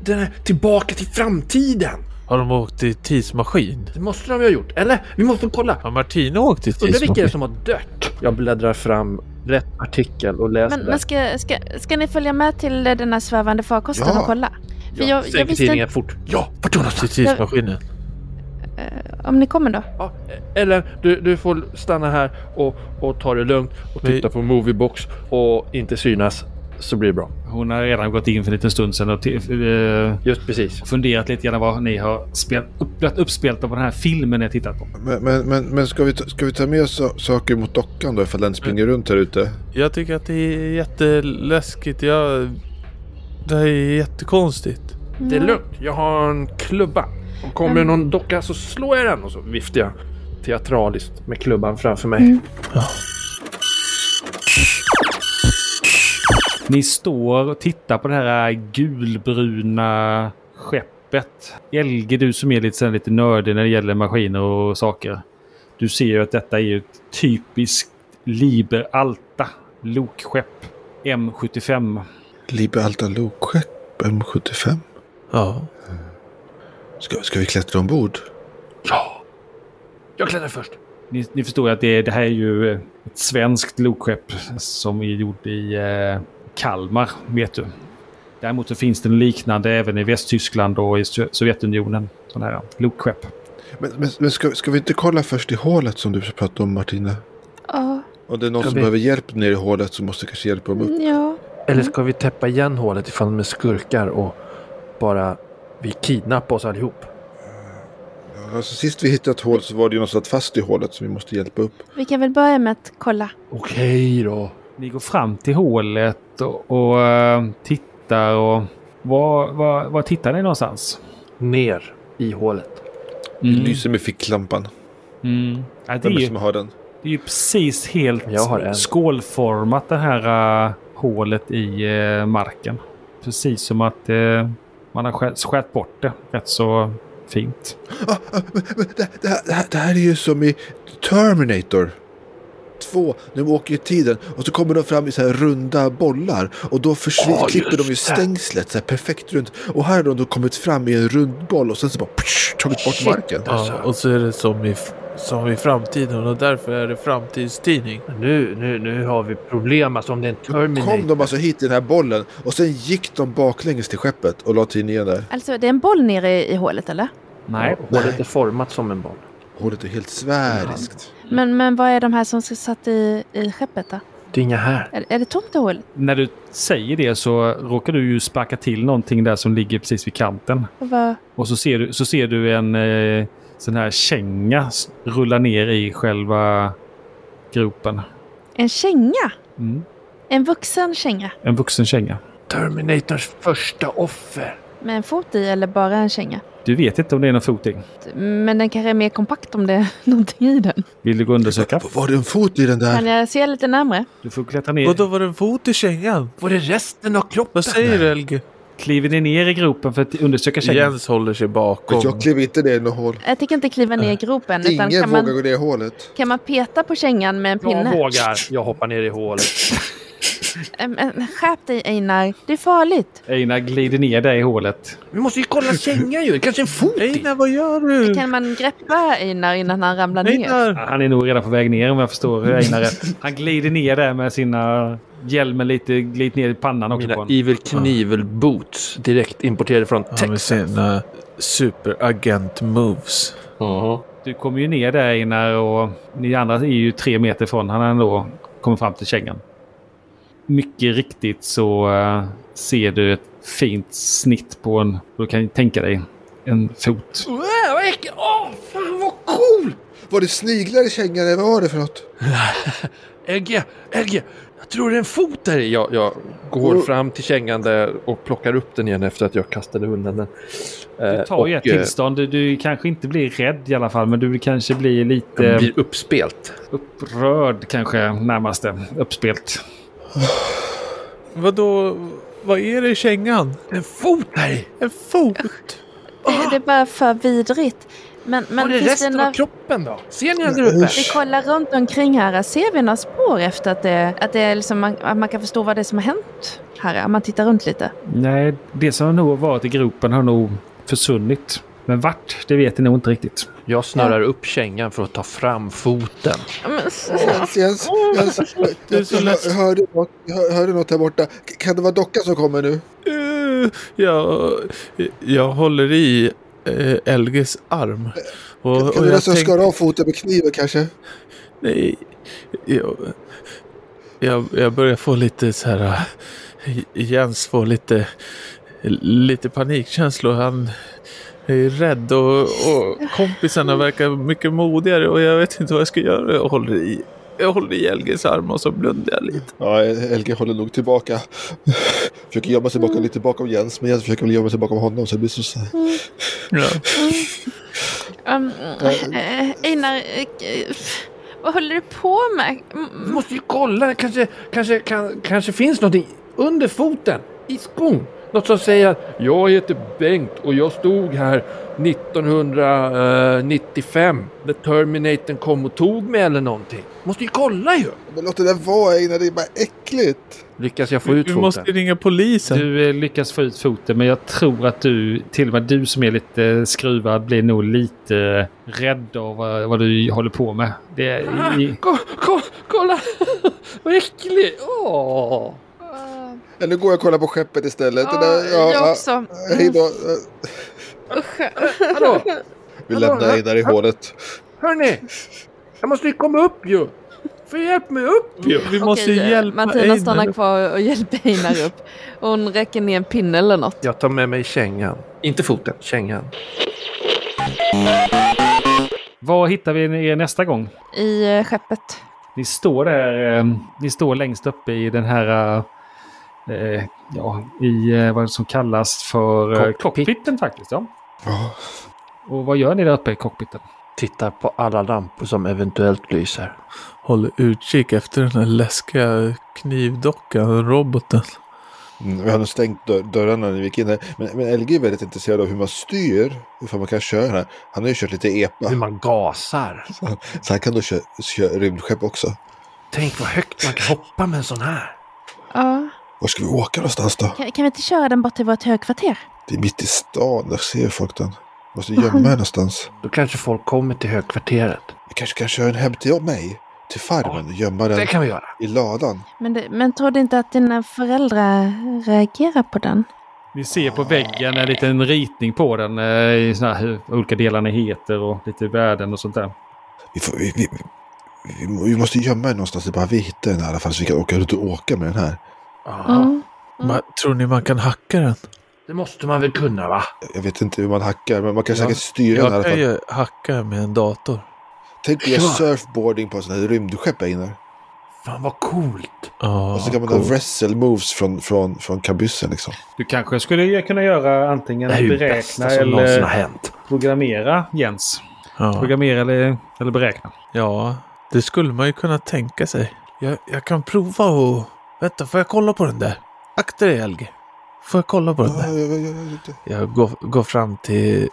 [SPEAKER 4] den här tillbaka till framtiden.
[SPEAKER 8] Har de åkt i tidsmaskin?
[SPEAKER 4] Det måste de ju ha gjort, eller? Vi måste kolla.
[SPEAKER 8] Har Martina åkt i
[SPEAKER 4] Undrar vilka det är
[SPEAKER 8] tidsmaskin?
[SPEAKER 4] som har dött? Jag bläddrar fram rätt artikel och läser
[SPEAKER 7] Men, men ska, ska, ska ni följa med till eh, den här svävande farkosten
[SPEAKER 2] Ja.
[SPEAKER 7] och kolla? För
[SPEAKER 4] den.
[SPEAKER 7] jag, jag
[SPEAKER 4] Sänker
[SPEAKER 7] visste inte
[SPEAKER 4] tidningen fort.
[SPEAKER 8] Ja, vart har de åkt i tidsmaskinen?
[SPEAKER 7] om ni kommer då.
[SPEAKER 4] Ja, Ellen, du, du får stanna här och, och ta det lugnt och
[SPEAKER 8] Vi-
[SPEAKER 4] titta på Moviebox och inte synas så blir det bra.
[SPEAKER 3] Hon har redan gått in för en liten stund sedan och till- eh,
[SPEAKER 4] Just precis.
[SPEAKER 3] funderat lite grann vad ni har spel, upp, blivit uppspelta på den här filmen ni har tittat på.
[SPEAKER 2] Men, men, men, men ska, vi ta, ska vi ta med oss sa- saker mot dockan då ifall den springer runt här ute?
[SPEAKER 8] Jag tycker att det är jätteläskigt. Jag... Det här är jättekonstigt.
[SPEAKER 4] Det är lugnt, jag har en klubba. Och kommer det någon docka så slår jag den och så viftar jag teatraliskt med klubban framför mig.
[SPEAKER 7] Mm.
[SPEAKER 3] Ni står och tittar på det här gulbruna skeppet. Elge, du som är lite, sen lite nördig när det gäller maskiner och saker. Du ser ju att detta är ju ett typiskt Liber Alta lokskepp. M75.
[SPEAKER 2] Liberalta lokskepp M75.
[SPEAKER 8] Ja.
[SPEAKER 2] Ska, ska vi klättra ombord?
[SPEAKER 4] Ja! Jag klättrar först.
[SPEAKER 3] Ni, ni förstår ju att det, det här är ju eh, ett svenskt lokskepp som är gjort i eh, Kalmar, vet du. Däremot så finns det en liknande även i Västtyskland och i Sö- Sovjetunionen. Sådana här lokskepp.
[SPEAKER 2] Men, men, men ska, ska vi inte kolla först i hålet som du pratade om Martina?
[SPEAKER 7] Ja,
[SPEAKER 2] Om det är någon
[SPEAKER 4] Jag
[SPEAKER 2] som
[SPEAKER 4] vet.
[SPEAKER 2] behöver hjälp ner i hålet så måste kanske hjälpa dem upp.
[SPEAKER 7] ja.
[SPEAKER 4] Eller ska vi täppa igen hålet ifall de är skurkar och bara vi kidnappar oss allihop?
[SPEAKER 2] Alltså, sist vi hittade ett hål så var det ju någon som satt fast i hålet som vi måste hjälpa upp.
[SPEAKER 7] Vi kan väl börja med att kolla.
[SPEAKER 4] Okej då.
[SPEAKER 3] Ni går fram till hålet och, och eh, tittar och... Var, var, var tittar ni någonstans?
[SPEAKER 4] Ner i hålet. Mm.
[SPEAKER 2] Lyser med ficklampan.
[SPEAKER 3] Mm. Ja, det, är
[SPEAKER 2] Vem är det
[SPEAKER 3] ju,
[SPEAKER 2] som har den?
[SPEAKER 3] det är ju precis helt
[SPEAKER 4] Jag har en.
[SPEAKER 3] skålformat det här eh, hålet i eh, marken. Precis som att eh, man har skärt, skärt bort det rätt så fint.
[SPEAKER 2] Ah, ah, men- men det, det, här- det, här, det här är ju som i Terminator. Två, nu åker ju tiden och så kommer de fram i så här runda bollar och då försvinner,
[SPEAKER 4] Ja,
[SPEAKER 2] klipper de ju
[SPEAKER 4] just det.
[SPEAKER 2] stängslet så här perfekt runt. Och här har de då kommit fram i en rund boll och sen så bara psh, tagit bort marken.
[SPEAKER 8] ja. Och så är det som i, som i framtiden och därför är det framtidstidning.
[SPEAKER 4] Nu, nu, nu har vi problem alltså om det är en
[SPEAKER 2] Då kom
[SPEAKER 4] Terminator.
[SPEAKER 2] de alltså hit i den här bollen och sen gick de baklänges till skeppet och la tidningen där.
[SPEAKER 7] Alltså det är en boll nere i, i hålet eller?
[SPEAKER 3] Nej.
[SPEAKER 4] Hålet är format som en boll.
[SPEAKER 2] Hålet är helt sfäriskt.
[SPEAKER 4] Mm.
[SPEAKER 7] Men, men vad är de här som s- satt i, i skeppet då?
[SPEAKER 4] Det är inga här.
[SPEAKER 7] Är, är det tomt i hålet?
[SPEAKER 3] När du säger det så råkar du ju sparka till någonting där som ligger precis vid kanten.
[SPEAKER 7] Och vad-
[SPEAKER 3] Och så ser du, så ser du en eh, sån här känga s- rulla ner i själva gropen.
[SPEAKER 7] En känga?
[SPEAKER 3] Mm.
[SPEAKER 7] En vuxen känga?
[SPEAKER 3] En vuxen känga.
[SPEAKER 4] Terminators första offer.
[SPEAKER 7] Med en fot i eller bara en känga?
[SPEAKER 3] Du vet inte om det är någon foting.
[SPEAKER 7] Men den kanske är mer kompakt om det är [LAUGHS] någonting i den.
[SPEAKER 3] Vill du gå och undersöka?
[SPEAKER 2] Var det en fot i den där?
[SPEAKER 7] Kan jag se lite närmre?
[SPEAKER 3] Du får klättra ner.
[SPEAKER 8] Vadå, var det en fot i kängan?
[SPEAKER 4] Var det resten av kroppen?
[SPEAKER 8] Vad säger du, Helge?
[SPEAKER 3] Kliver ni ner i gropen för att undersöka kängan?
[SPEAKER 8] Jens håller sig bakom.
[SPEAKER 2] Jag klev inte ner i något hål.
[SPEAKER 7] Jag tänker inte kliva ner i gropen. Utan
[SPEAKER 2] Ingen
[SPEAKER 7] kan,
[SPEAKER 2] vågar
[SPEAKER 7] man,
[SPEAKER 2] gå ner i hålet.
[SPEAKER 7] kan man peta på kängan med en
[SPEAKER 4] Jag
[SPEAKER 7] pinne?
[SPEAKER 4] vågar. Jag hoppar ner i hålet.
[SPEAKER 7] Äm, äm, Skärp dig Einar. Det är farligt.
[SPEAKER 3] Einar glider ner där i hålet.
[SPEAKER 4] Vi måste ju kolla kängan ju. Kanske en fot i.
[SPEAKER 8] Einar, vad gör du?
[SPEAKER 7] Kan man greppa Einar innan han ramlar ner?
[SPEAKER 8] Mm. Einar!
[SPEAKER 3] Han är nog redan på väg ner om jag förstår Einar rätt. Han glider ner där med sina... Hjälmen lite glid ner i pannan också på
[SPEAKER 4] Mina
[SPEAKER 3] honom.
[SPEAKER 4] Evil Knievel boots. Direkt importerade från
[SPEAKER 8] Ja, med
[SPEAKER 4] Texas.
[SPEAKER 8] sina superagent-moves.
[SPEAKER 4] Jaha.
[SPEAKER 3] Du kommer ju ner där Einar och ni andra är ju tre meter från han när han då kommer fram till kängan. Mycket riktigt så eh, ser du ett fint snitt på en, du kan tänka dig, en fot.
[SPEAKER 2] Var det sniglar i kängan eller vad var det för något?
[SPEAKER 4] Elge, Elge, jag tror det är en fot där i. Jag, jag går fram till kängan där och plockar upp den igen efter att jag kastade Eh, undan den.
[SPEAKER 3] Du tar ju ett
[SPEAKER 4] eh,
[SPEAKER 3] tillstånd, du, du kanske inte blir rädd i alla fall men du kanske blir lite
[SPEAKER 4] blir uppspelt.
[SPEAKER 3] upprörd kanske närmaste. Uppspelt.
[SPEAKER 8] Vadå? Vad är det i kängan?
[SPEAKER 4] En fot där i!
[SPEAKER 8] En fot?
[SPEAKER 7] Det, det är bara för vidrigt. Men, men
[SPEAKER 4] Var det
[SPEAKER 7] finns det
[SPEAKER 4] resten
[SPEAKER 7] några...
[SPEAKER 4] av kroppen då? Ser ni den där uppe?
[SPEAKER 7] Vi kollar runt omkring här. Ser vi några spår efter att det, att det är liksom man, att man kan förstå vad det är som har hänt här? Om man tittar runt lite.
[SPEAKER 3] Nej, det som nog har varit i gropen har nog försvunnit. Men vart, det vet ni nog inte riktigt.
[SPEAKER 4] Jag snurrar upp kängan för att ta fram foten.
[SPEAKER 7] Ja, Men, s-
[SPEAKER 2] Jens, Jens, Jens. Alltså, Jag, jag, jag, jag, hörde något, jag hör- hörde något där borta. K- Kan det vara dockan som kommer nu?
[SPEAKER 8] Eh, jag, jag håller i eh, Elges arm. Och,
[SPEAKER 2] Kan
[SPEAKER 8] och
[SPEAKER 2] du
[SPEAKER 8] jag
[SPEAKER 2] nästan
[SPEAKER 8] tänker...
[SPEAKER 2] skara av foten med kniven kanske?
[SPEAKER 8] Nej, jag, jag, jag börjar få lite så här... äh, Jens får lite, lite panikkänslor. Han är rädd och, och kompisarna verkar mycket modigare och jag vet inte vad jag ska göra. Jag håller i, jag håller i Elges arm och så blundar jag lite.
[SPEAKER 2] Ja, LG håller nog tillbaka. [LAUGHS] Försöker gömma sig bakom, lite bakom Jens, men Jens försöker väl gömma sig bakom honom. Så det blir så, så här.
[SPEAKER 8] Ja.
[SPEAKER 7] um, eh, Einar, eh, eh, vad håller du på med?
[SPEAKER 4] Vi
[SPEAKER 7] Mm,
[SPEAKER 4] måste ju kolla, kanske, kanske, kan, kanske finns någonting under foten, i skon. Något som säger att jag heter Bengt och jag stod här 1995 när Terminatorn kom och tog mig eller någonting. Måste ju kolla ju!
[SPEAKER 2] Men låt det där vara Einar, det är bara äckligt.
[SPEAKER 4] Lyckas jag få ut
[SPEAKER 8] Vi
[SPEAKER 4] foten?
[SPEAKER 8] måste ringa polisen.
[SPEAKER 3] Du eh, lyckas få ut foten men jag tror att du, till och med du som är lite skruvad, blir nog lite rädd av vad, vad du håller på med. Det är, i,
[SPEAKER 4] Ko- ko- kolla! Vad äcklig! Åh!
[SPEAKER 2] Ja, nu går jag och kollar på skeppet istället. Det
[SPEAKER 7] ja,
[SPEAKER 2] där, ja,
[SPEAKER 7] jag
[SPEAKER 2] ja,
[SPEAKER 7] också.
[SPEAKER 2] hej då.
[SPEAKER 4] Hallå!
[SPEAKER 2] Vi lämnar Einar i hålet.
[SPEAKER 4] Hörni! Jag måste ju komma upp ju! För hjälp mig upp!
[SPEAKER 8] Vi, vi måste
[SPEAKER 7] Okej, eh,
[SPEAKER 8] hjälpa
[SPEAKER 7] Martina
[SPEAKER 8] Einar.
[SPEAKER 7] stannar kvar och hjälper Einar upp. Och Hon räcker ner en pinne eller något.
[SPEAKER 4] Jag tar med mig kängan. Inte foten, kängan.
[SPEAKER 3] vad hittar vi er nästa gång?
[SPEAKER 7] I eh, skeppet.
[SPEAKER 3] Ni står där, eh, ni står längst uppe i den här, eh, ja, i eh, vad som kallas för eh,
[SPEAKER 4] Cockpit.
[SPEAKER 3] cockpiten faktiskt. Ja.
[SPEAKER 2] Ja.
[SPEAKER 3] Och vad gör ni där uppe i cockpiten?
[SPEAKER 4] Tittar på alla lampor som eventuellt lyser.
[SPEAKER 8] Håll utkik efter den här läskiga knivdockan, roboten.
[SPEAKER 2] Mm, vi hade stängt dörr, dörrarna när vi gick in här. Men, men LG är väldigt intresserad av hur man styr. Hur man kan köra här. Han har ju kört lite epa.
[SPEAKER 4] Hur man gasar.
[SPEAKER 8] Mm.
[SPEAKER 2] Så han kan då köra, köra rymdskepp också.
[SPEAKER 4] Tänk vad högt man kan hoppa med en sån här.
[SPEAKER 7] Ja.
[SPEAKER 2] Var ska vi åka någonstans då?
[SPEAKER 7] Kan, kan vi inte köra den bort till vårt högkvarter?
[SPEAKER 2] Det är mitt i stan. Där ser folk den. Måste
[SPEAKER 4] Mhm.
[SPEAKER 2] gömma er någonstans.
[SPEAKER 4] Då kanske folk kommer till högkvarteret.
[SPEAKER 2] Vi kanske kan köra den hem till mig. Till farmen och gömma
[SPEAKER 4] Det
[SPEAKER 2] den
[SPEAKER 4] kan vi göra.
[SPEAKER 2] i ladan.
[SPEAKER 7] Men, det, men tror du inte att dina föräldrar reagerar på den?
[SPEAKER 3] Ni ser på väggen en liten ritning på den eh, i såna här hur olika delarna heter och lite värden och sånt där.
[SPEAKER 2] Vi, får, vi, vi, vi, vi måste gömma den någonstans. Det är bara vi hittar den här i alla fall. Så vi kan åka runt och åka med den här.
[SPEAKER 4] Jaha.
[SPEAKER 7] Mm. Mm.
[SPEAKER 8] Man, tror ni man kan hacka den?
[SPEAKER 4] Det måste man väl kunna va?
[SPEAKER 2] Jag vet inte hur man hackar. Men man kan
[SPEAKER 8] Ja.
[SPEAKER 2] säkert styra den i alla
[SPEAKER 8] Jag kan
[SPEAKER 2] fall.
[SPEAKER 8] ju hacka med en dator.
[SPEAKER 2] Tänk att göra
[SPEAKER 4] Ja.
[SPEAKER 2] surfboarding på en sån här rymdskepp Einar.
[SPEAKER 4] Fan vad coolt!
[SPEAKER 8] Ja,
[SPEAKER 2] Och så kan man ha wrestle moves från, från, från kabyssen liksom.
[SPEAKER 3] Du kanske skulle ju kunna göra antingen
[SPEAKER 4] Det här är ju det
[SPEAKER 3] beräkna
[SPEAKER 4] bästa som någonsin har
[SPEAKER 3] eller
[SPEAKER 4] hänt.
[SPEAKER 3] programmera Jens.
[SPEAKER 8] ja.
[SPEAKER 3] Programmera eller, eller beräkna.
[SPEAKER 8] ja, det skulle man ju kunna tänka sig. Jag, jag kan prova och... Vänta, får jag kolla på den där? Akta dig, Helge. Får jag kolla på den
[SPEAKER 2] Ja,
[SPEAKER 8] där?
[SPEAKER 2] ja, ja, ja, ja.
[SPEAKER 8] Jag går, går fram till,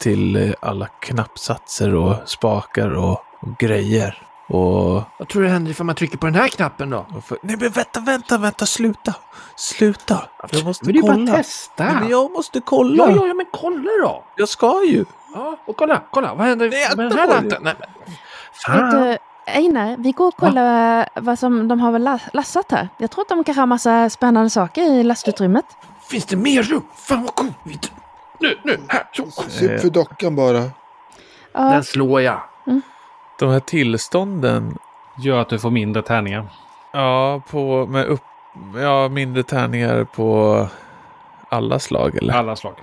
[SPEAKER 8] till eh, alla knappsatser och spakar och, och grejer. Och...
[SPEAKER 4] Vad tror du händer ifall man trycker på den här knappen då?
[SPEAKER 8] och för, nej, men vänta, vänta, vänta, sluta! Sluta! Jag måste
[SPEAKER 4] Men det är ju bara att
[SPEAKER 8] kolla.
[SPEAKER 4] testa!
[SPEAKER 8] Nej, men jag måste
[SPEAKER 4] ja,
[SPEAKER 8] kolla!
[SPEAKER 4] ja, ja, men kolla då!
[SPEAKER 8] Jag ska ju!
[SPEAKER 4] Ja, och kolla, kolla, vad händer
[SPEAKER 8] Nej,
[SPEAKER 4] med den
[SPEAKER 8] akta
[SPEAKER 4] här
[SPEAKER 8] på dig.
[SPEAKER 4] ratten? Nej, men...
[SPEAKER 7] Vet
[SPEAKER 4] Fan!
[SPEAKER 7] du, Einar, vi går och kollar vad som de har väl la- lassat här. Jag tror att de kanske har massa spännande saker i lastutrymmet.
[SPEAKER 4] Finns det mer rum? Fan vad coolt! Nu, nu, här! Så.
[SPEAKER 8] Eh.
[SPEAKER 2] Synd för dockan bara.
[SPEAKER 7] Ja, Ja,
[SPEAKER 4] Den slår jag.
[SPEAKER 8] De här tillstånden
[SPEAKER 3] Gör att du får mindre tärningar.
[SPEAKER 8] Ja, på, med upp, ja, mindre tärningar på alla slag eller?
[SPEAKER 3] Alla slag.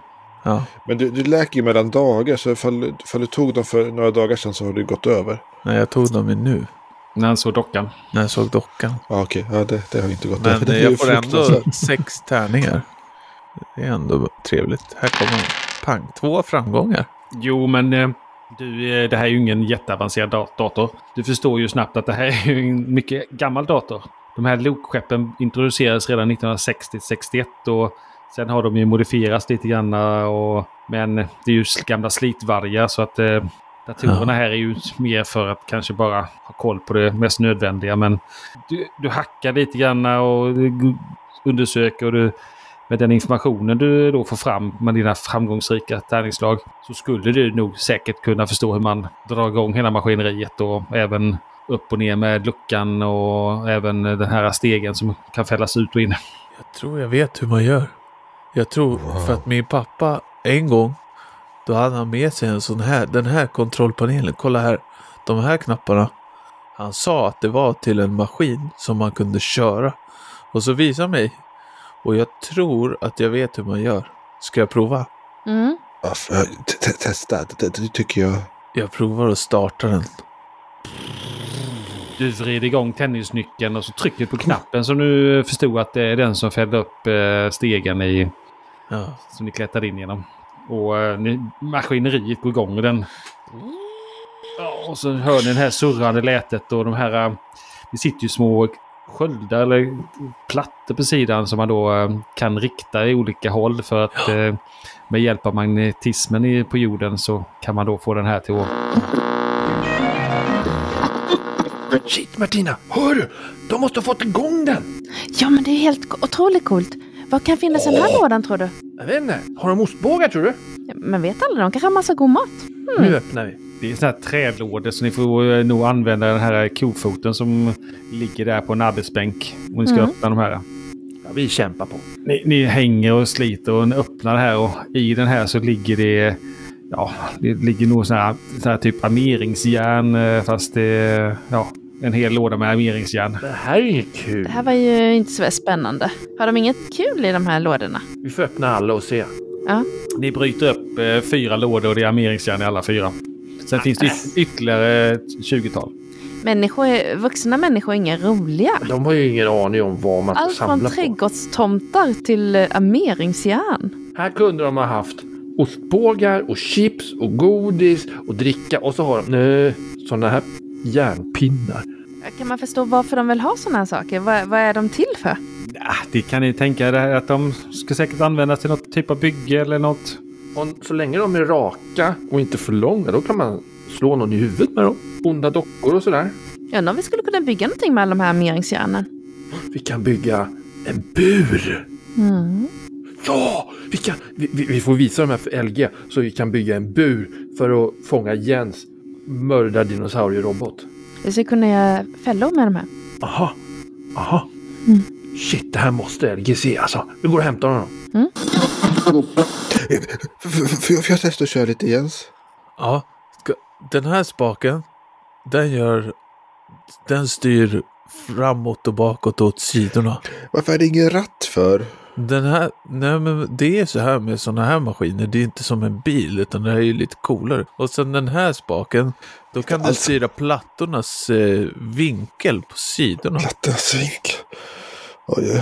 [SPEAKER 8] Ja.
[SPEAKER 2] Men du, du läker ju mellan dagar, så ifall, ifall du tog dem för några dagar sedan så har det gått över.
[SPEAKER 8] Nej, jag tog dem ju nu.
[SPEAKER 3] När han såg dockan.
[SPEAKER 8] När jag såg dockan.
[SPEAKER 2] Ja, okej. Ja, det, det har inte gått över.
[SPEAKER 8] Men
[SPEAKER 2] Det är
[SPEAKER 8] eh,
[SPEAKER 2] ju
[SPEAKER 8] jag får ändå
[SPEAKER 2] fruktansvärt.
[SPEAKER 8] sex tärningar. Det är ändå trevligt. Här kommer de. Pang, två framgångar.
[SPEAKER 3] Jo, men eh, du, eh, det här är ju ingen jätteavancerad dat- dator. Du förstår ju snabbt att det här är ju en mycket gammal dator. De här lokskeppen introducerades redan 1960-61 och sen har de ju modifierats lite grann. Och, men det är ju sl- gamla slitvargar så att eh, datorerna här är ju mer för att kanske bara ha koll på det mest nödvändiga. Men du, du hackar lite grann och du undersöker och du med den informationen du då får fram med dina framgångsrika tärningsslag så skulle du nog säkert kunna förstå hur man drar igång hela maskineriet och även upp och ner med luckan och även den här stegen som kan fällas ut och in.
[SPEAKER 8] Jag tror jag vet hur man gör. Jag tror för att min pappa en gång, då hade han med sig en sån här, den här kontrollpanelen. Kolla här, de här knapparna. Han sa att det var till en maskin som man kunde köra. Och så visade han mig. Och jag tror att jag vet hur man gör. Ska jag prova?
[SPEAKER 7] mm.
[SPEAKER 2] Ja, f- ja, te- te- Testa, det, det, det tycker jag.
[SPEAKER 8] Jag provar att starta den.
[SPEAKER 3] Du vrider igång tennisnyckeln och så trycker du på knappen som du förstod att det är den som fällde upp eh, stegen i
[SPEAKER 8] Ja.
[SPEAKER 3] som ni klättrade in genom. Och eh, ni, maskineriet går igång och den... Ja, och så hör ni det här surrande lätet och de här... eh, Det sitter ju små sköldar eller plattor på sidan som man då eh, kan rikta i olika håll för att eh, med hjälp av magnetismen i, på jorden så kan man då få den här till att...
[SPEAKER 4] Shit Martina, hör du? De måste ha fått igång den!
[SPEAKER 7] ja, men det är helt go- otroligt coolt. Vad kan finnas i den här lådan tror du?
[SPEAKER 4] Jag vet inte. Har de ostbågar tror du?
[SPEAKER 7] Men vet alla, de kanske har massa god mat.
[SPEAKER 4] Nu öppnar vi.
[SPEAKER 3] Det är sådana här trälådor så ni får eh, nog använda den här kofoten som ligger där på en arbetsbänk. Om ni ska
[SPEAKER 7] Mm.
[SPEAKER 3] öppna de här.
[SPEAKER 4] Ja, vi kämpar på.
[SPEAKER 3] Ni, ni hänger och sliter och öppnar det här och i den här så ligger det... Ja, det ligger nog sån här, sån här typ armeringsjärn eh, fast det... är, Ja, en hel låda med armeringsjärn.
[SPEAKER 4] Det här är ju inget kul.
[SPEAKER 7] Det här var ju inte så spännande. Har de inget kul i de här lådorna?
[SPEAKER 4] Vi får öppna alla och se.
[SPEAKER 3] Ni bryter upp eh, fyra lådor och det är armeringsjärn i alla fyra. Sen finns det yt- ytterligare ett tjugotal.
[SPEAKER 7] Människor, är- vuxna människor är inga roliga.
[SPEAKER 4] De har ju ingen aning om vad man
[SPEAKER 7] Allt
[SPEAKER 4] ska
[SPEAKER 7] från
[SPEAKER 4] samla på.
[SPEAKER 7] trädgårdstomtar till eh, armeringsjärn.
[SPEAKER 4] Här kunde de ha haft ostbågar och chips och godis och dricka och så har de nej, sådana här järnpinnar.
[SPEAKER 7] Kan man förstå varför de vill ha sådana här saker? Vad, vad är de till för?
[SPEAKER 3] Ah, det kan ni tänka er att de ska säkert användas till något typ av bygge eller något.
[SPEAKER 4] Och så länge de är raka och inte för långa då kan man slå någon i huvudet med dem. Onda dockor och sådär.
[SPEAKER 7] Jag undrar om vi skulle kunna bygga någonting med alla de här armeringsjärnen.
[SPEAKER 4] Vi kan bygga en bur.
[SPEAKER 7] Mm.
[SPEAKER 4] Ja, vi, kan, vi, vi, vi får visa de här för LG så vi kan bygga en bur för att fånga Jens mörda dinosaurierobot.
[SPEAKER 7] Vi skulle kunna göra fällor med de här.
[SPEAKER 4] Aha, aha.
[SPEAKER 7] Mm.
[SPEAKER 4] Shit, det här måste LG se alltså. Vi går och hämtar honom.
[SPEAKER 2] F- f- Får jag, får jag testa att köra lite Jens?
[SPEAKER 8] Ja, ska, den här spaken, den gör, den styr framåt och bakåt och åt sidorna.
[SPEAKER 2] Varför är det ingen ratt för?
[SPEAKER 8] Den här, nej men det är så här med sådana här maskiner, det är inte som en bil utan det här är ju lite coolare. Och sen den här spaken, då kan den
[SPEAKER 2] alls.
[SPEAKER 8] styra plattornas eh, vinkel på sidorna.
[SPEAKER 2] Plattans vink. Oj, oj.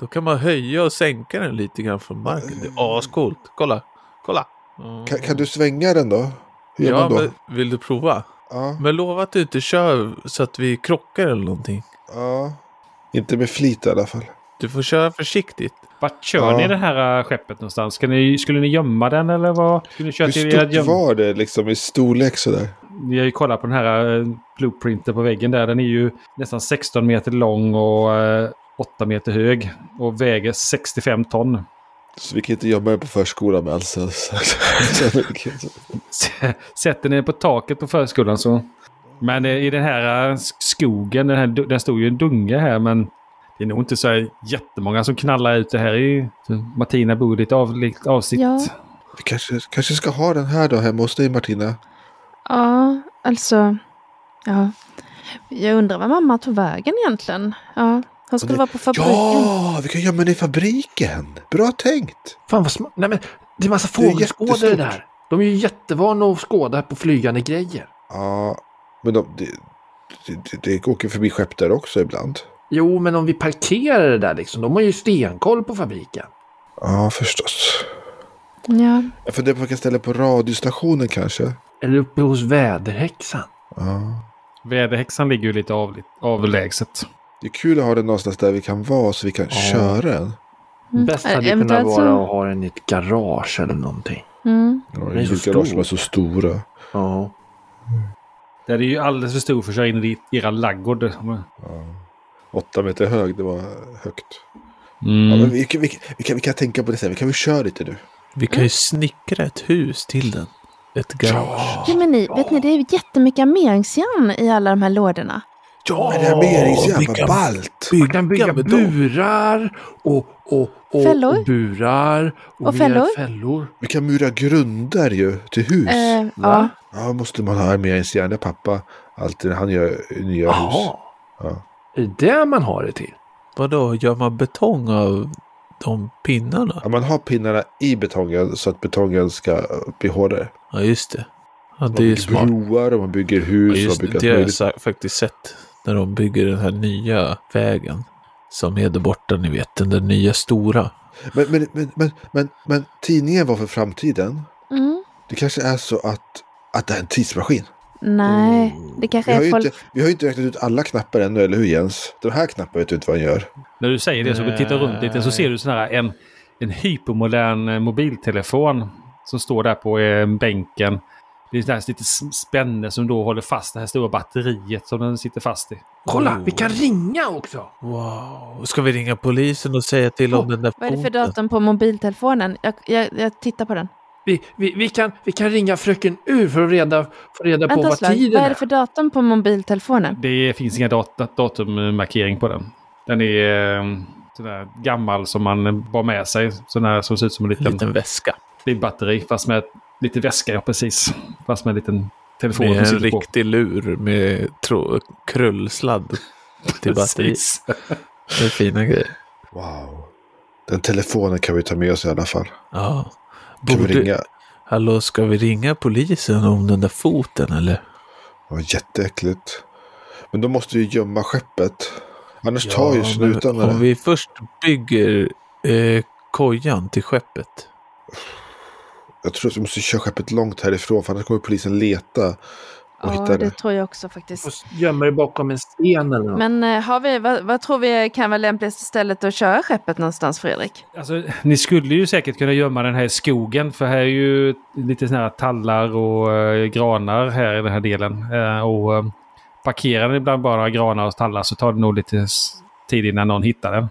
[SPEAKER 8] Då kan man höja och sänka den lite grann från marken. Det är ascoolt, kolla, kolla. Mm.
[SPEAKER 2] Mm. Kan, kan du svänga den då? Hur gör
[SPEAKER 8] Ja,
[SPEAKER 2] man då?
[SPEAKER 8] men vill du prova?
[SPEAKER 2] Ja,
[SPEAKER 8] Men lova att du inte kör så att vi krockar eller någonting.
[SPEAKER 2] ja. Inte med flit i alla fall.
[SPEAKER 8] Du får köra försiktigt.
[SPEAKER 3] Vart kör
[SPEAKER 2] Ja.
[SPEAKER 3] ni det här äh, skeppet någonstans? Ska ni, skulle ni gömma den eller vad? Skulle ni köra
[SPEAKER 2] Hur
[SPEAKER 3] till ert
[SPEAKER 2] stort
[SPEAKER 3] göm...
[SPEAKER 2] var det liksom i storlek sådär?
[SPEAKER 3] Ni har ju kollat på den här äh, blueprinten på väggen där. Den är ju nästan 16 meter lång och äh, 8 meter hög. Och väger 65 ton. [LAUGHS]
[SPEAKER 2] Så vi kan inte gömma den på förskolan med alls.
[SPEAKER 3] Sätter ni den på taket på förskolan så... Men eh, i den här äh, sk- skogen, den, här, du- den stod ju en dunge här men... Det är nog inte så här jättemånga som knallar ut det här. Är ju, Martina bor i lite av, lite avsikt.
[SPEAKER 7] Ja.
[SPEAKER 2] [LAUGHS] Vi kanske, kanske ska ha den här då hemma hos dig Martina.
[SPEAKER 7] Ja, alltså. Ja. Jag undrar var mamma tog vägen egentligen. Ja, hon skulle
[SPEAKER 2] det-
[SPEAKER 7] vara på fabriken.
[SPEAKER 2] Ja, vi kan gömma den i fabriken. Bra tänkt.
[SPEAKER 4] Fan vad smart. Nej men det är massa
[SPEAKER 2] Det är
[SPEAKER 4] fågelskådare
[SPEAKER 2] jättestort.
[SPEAKER 4] där. De är ju jättevana att skåda på flygande grejer.
[SPEAKER 2] Ja, men de, det, det, det åker förbi skepp där också ibland.
[SPEAKER 4] Jo, men om vi parkerar det där liksom. De har ju stenkoll på fabriken.
[SPEAKER 2] Ja, förstås.
[SPEAKER 7] Ja.
[SPEAKER 2] Jag funderar på vilka ställen på radiostationen kanske.
[SPEAKER 4] Eller uppe hos väderhäxan.
[SPEAKER 2] Ja.
[SPEAKER 3] Väderhäxan ligger ju lite avli- avlägset.
[SPEAKER 2] Det är kul att ha den någonstans där vi kan vara så vi kan köra den.
[SPEAKER 7] Mm.
[SPEAKER 4] Bäst hade ju kunnat
[SPEAKER 7] Eventuellt så-
[SPEAKER 4] vara att ha den i ett garage eller någonting.
[SPEAKER 7] Mm.
[SPEAKER 2] Ja,
[SPEAKER 4] Den är så
[SPEAKER 2] vilka garage
[SPEAKER 4] stor.
[SPEAKER 2] som är så stora.
[SPEAKER 4] Ja.
[SPEAKER 3] Det är ju alldeles för stor för att köra in i era laggård. Mm.
[SPEAKER 2] Åtta meter hög, det var högt.
[SPEAKER 8] Mm.
[SPEAKER 2] Ja, men vi, vi, vi, vi, kan, vi kan tänka på det sen, vi kan väl köra lite nu.
[SPEAKER 8] Vi kan ju snickra ett hus till den. Ett garage.
[SPEAKER 7] Jo, men ni, vet ni, det är jättemycket armeringsjärn i alla de här lådorna.
[SPEAKER 8] Ja,
[SPEAKER 2] Men det här
[SPEAKER 8] vi
[SPEAKER 2] meringsjärn,
[SPEAKER 8] kan
[SPEAKER 2] vad ballt!
[SPEAKER 8] bygga
[SPEAKER 4] Man kan bygga
[SPEAKER 8] med dem.
[SPEAKER 4] burar och, och, och,
[SPEAKER 7] Fällor.
[SPEAKER 4] och burar. Och,
[SPEAKER 7] Och
[SPEAKER 4] mer
[SPEAKER 7] fällor.
[SPEAKER 4] fällor.
[SPEAKER 2] Vi kan mura grunder ju till hus.
[SPEAKER 7] Eh, ja.
[SPEAKER 4] Va?
[SPEAKER 2] Ja, måste man ha armeringsjärn. Det har pappa alltid när han gör nya hus.
[SPEAKER 4] Jaha.
[SPEAKER 2] Ja.
[SPEAKER 4] Är det det man har det till?
[SPEAKER 8] Vadå, gör man betong av de pinnarna?
[SPEAKER 2] Ja, man har pinnarna i betongen så att betongen ska bli hårdare.
[SPEAKER 8] Ja, just det. Ja,
[SPEAKER 2] Man
[SPEAKER 8] det är ju
[SPEAKER 2] bygger
[SPEAKER 8] smart.
[SPEAKER 2] broar och man bygger
[SPEAKER 8] Ja,
[SPEAKER 2] hus. och
[SPEAKER 8] just
[SPEAKER 2] man bygger
[SPEAKER 8] det, det
[SPEAKER 2] allt
[SPEAKER 8] har jag
[SPEAKER 2] möjligt.
[SPEAKER 8] sa- faktiskt sett. När de bygger den här nya vägen. Som är där borta, ni vet. Den där nya stora.
[SPEAKER 2] Men, men, men, men, men, men tidningen var för framtiden.
[SPEAKER 7] Mm.
[SPEAKER 2] Det kanske är så att, att det här är en tidsmaskin.
[SPEAKER 7] Nej, det kanske
[SPEAKER 2] Vi har,
[SPEAKER 7] är
[SPEAKER 2] ju
[SPEAKER 7] folk...
[SPEAKER 2] inte, vi har ju inte räknat ut alla knappar ännu, eller hur Jens? De här knapparna vet du inte vad han gör.
[SPEAKER 3] När du säger det så tittar du runt lite så ser du sån här en, en hypermodern eh, mobiltelefon som står där på eh, bänken. Det är sån här lite s- spänne som då håller fast det här stora batteriet som den sitter fast i.
[SPEAKER 4] Kolla,
[SPEAKER 8] Oh.
[SPEAKER 4] vi kan ringa också!
[SPEAKER 8] Wow. Ska vi ringa polisen och säga till om
[SPEAKER 4] Oh,
[SPEAKER 8] den där
[SPEAKER 7] Vad är det för
[SPEAKER 8] foten?
[SPEAKER 7] datum på mobiltelefonen? Jag, jag, jag tittar på den.
[SPEAKER 4] Vi, vi, vi, kan, vi kan ringa fröken Ur för att reda, få reda på
[SPEAKER 7] Vänta
[SPEAKER 4] vad
[SPEAKER 7] ett slag,
[SPEAKER 4] tiden
[SPEAKER 7] vad är
[SPEAKER 4] är.
[SPEAKER 7] det för datum på mobiltelefonen?
[SPEAKER 3] Det finns inga dat- datummarkering på den. Den är eh, sån där gammal som man eh, bar med sig. Sån här som ser ut som en
[SPEAKER 8] En
[SPEAKER 3] liten,
[SPEAKER 8] liten väska.
[SPEAKER 3] det är batteri fast med lite väska, ja precis. Fast med en liten telefon
[SPEAKER 8] Med
[SPEAKER 3] som
[SPEAKER 8] en
[SPEAKER 3] sitter på.
[SPEAKER 8] riktig lur med tro- krullsladd [LAUGHS] till batteriet.
[SPEAKER 3] Precis.
[SPEAKER 8] Det är fina grejer.
[SPEAKER 2] Wow. Den telefonen kan vi ta med oss i alla fall.
[SPEAKER 8] Ja.
[SPEAKER 2] Kan vi
[SPEAKER 8] Borde,
[SPEAKER 2] ringa?
[SPEAKER 8] hallå, ska vi ringa polisen om den där foten eller?
[SPEAKER 2] Ja, jätteäckligt. Men då måste vi gömma skeppet. Annars tar ju
[SPEAKER 8] men
[SPEAKER 2] snutarna det.
[SPEAKER 8] Om vi först bygger eh, kojan till skeppet.
[SPEAKER 2] Jag tror att vi måste köra skeppet långt härifrån för annars kommer polisen leta och
[SPEAKER 7] Ja,
[SPEAKER 2] hitta
[SPEAKER 7] det
[SPEAKER 2] det.
[SPEAKER 7] tror jag också faktiskt.
[SPEAKER 4] Och gömmer det bakom en sten eller något.
[SPEAKER 7] Men eh, har vi, vad, vad tror vi kan vara lämpligaste stället att köra skeppet någonstans, Fredrik?
[SPEAKER 3] Alltså, ni skulle ju säkert kunna gömma den här i skogen för här är ju lite såna här tallar och eh, granar här i den här delen. Eh, och eh, parkerar ni ibland bara några granar och tallar så tar det nog lite s- tid innan någon hittar den.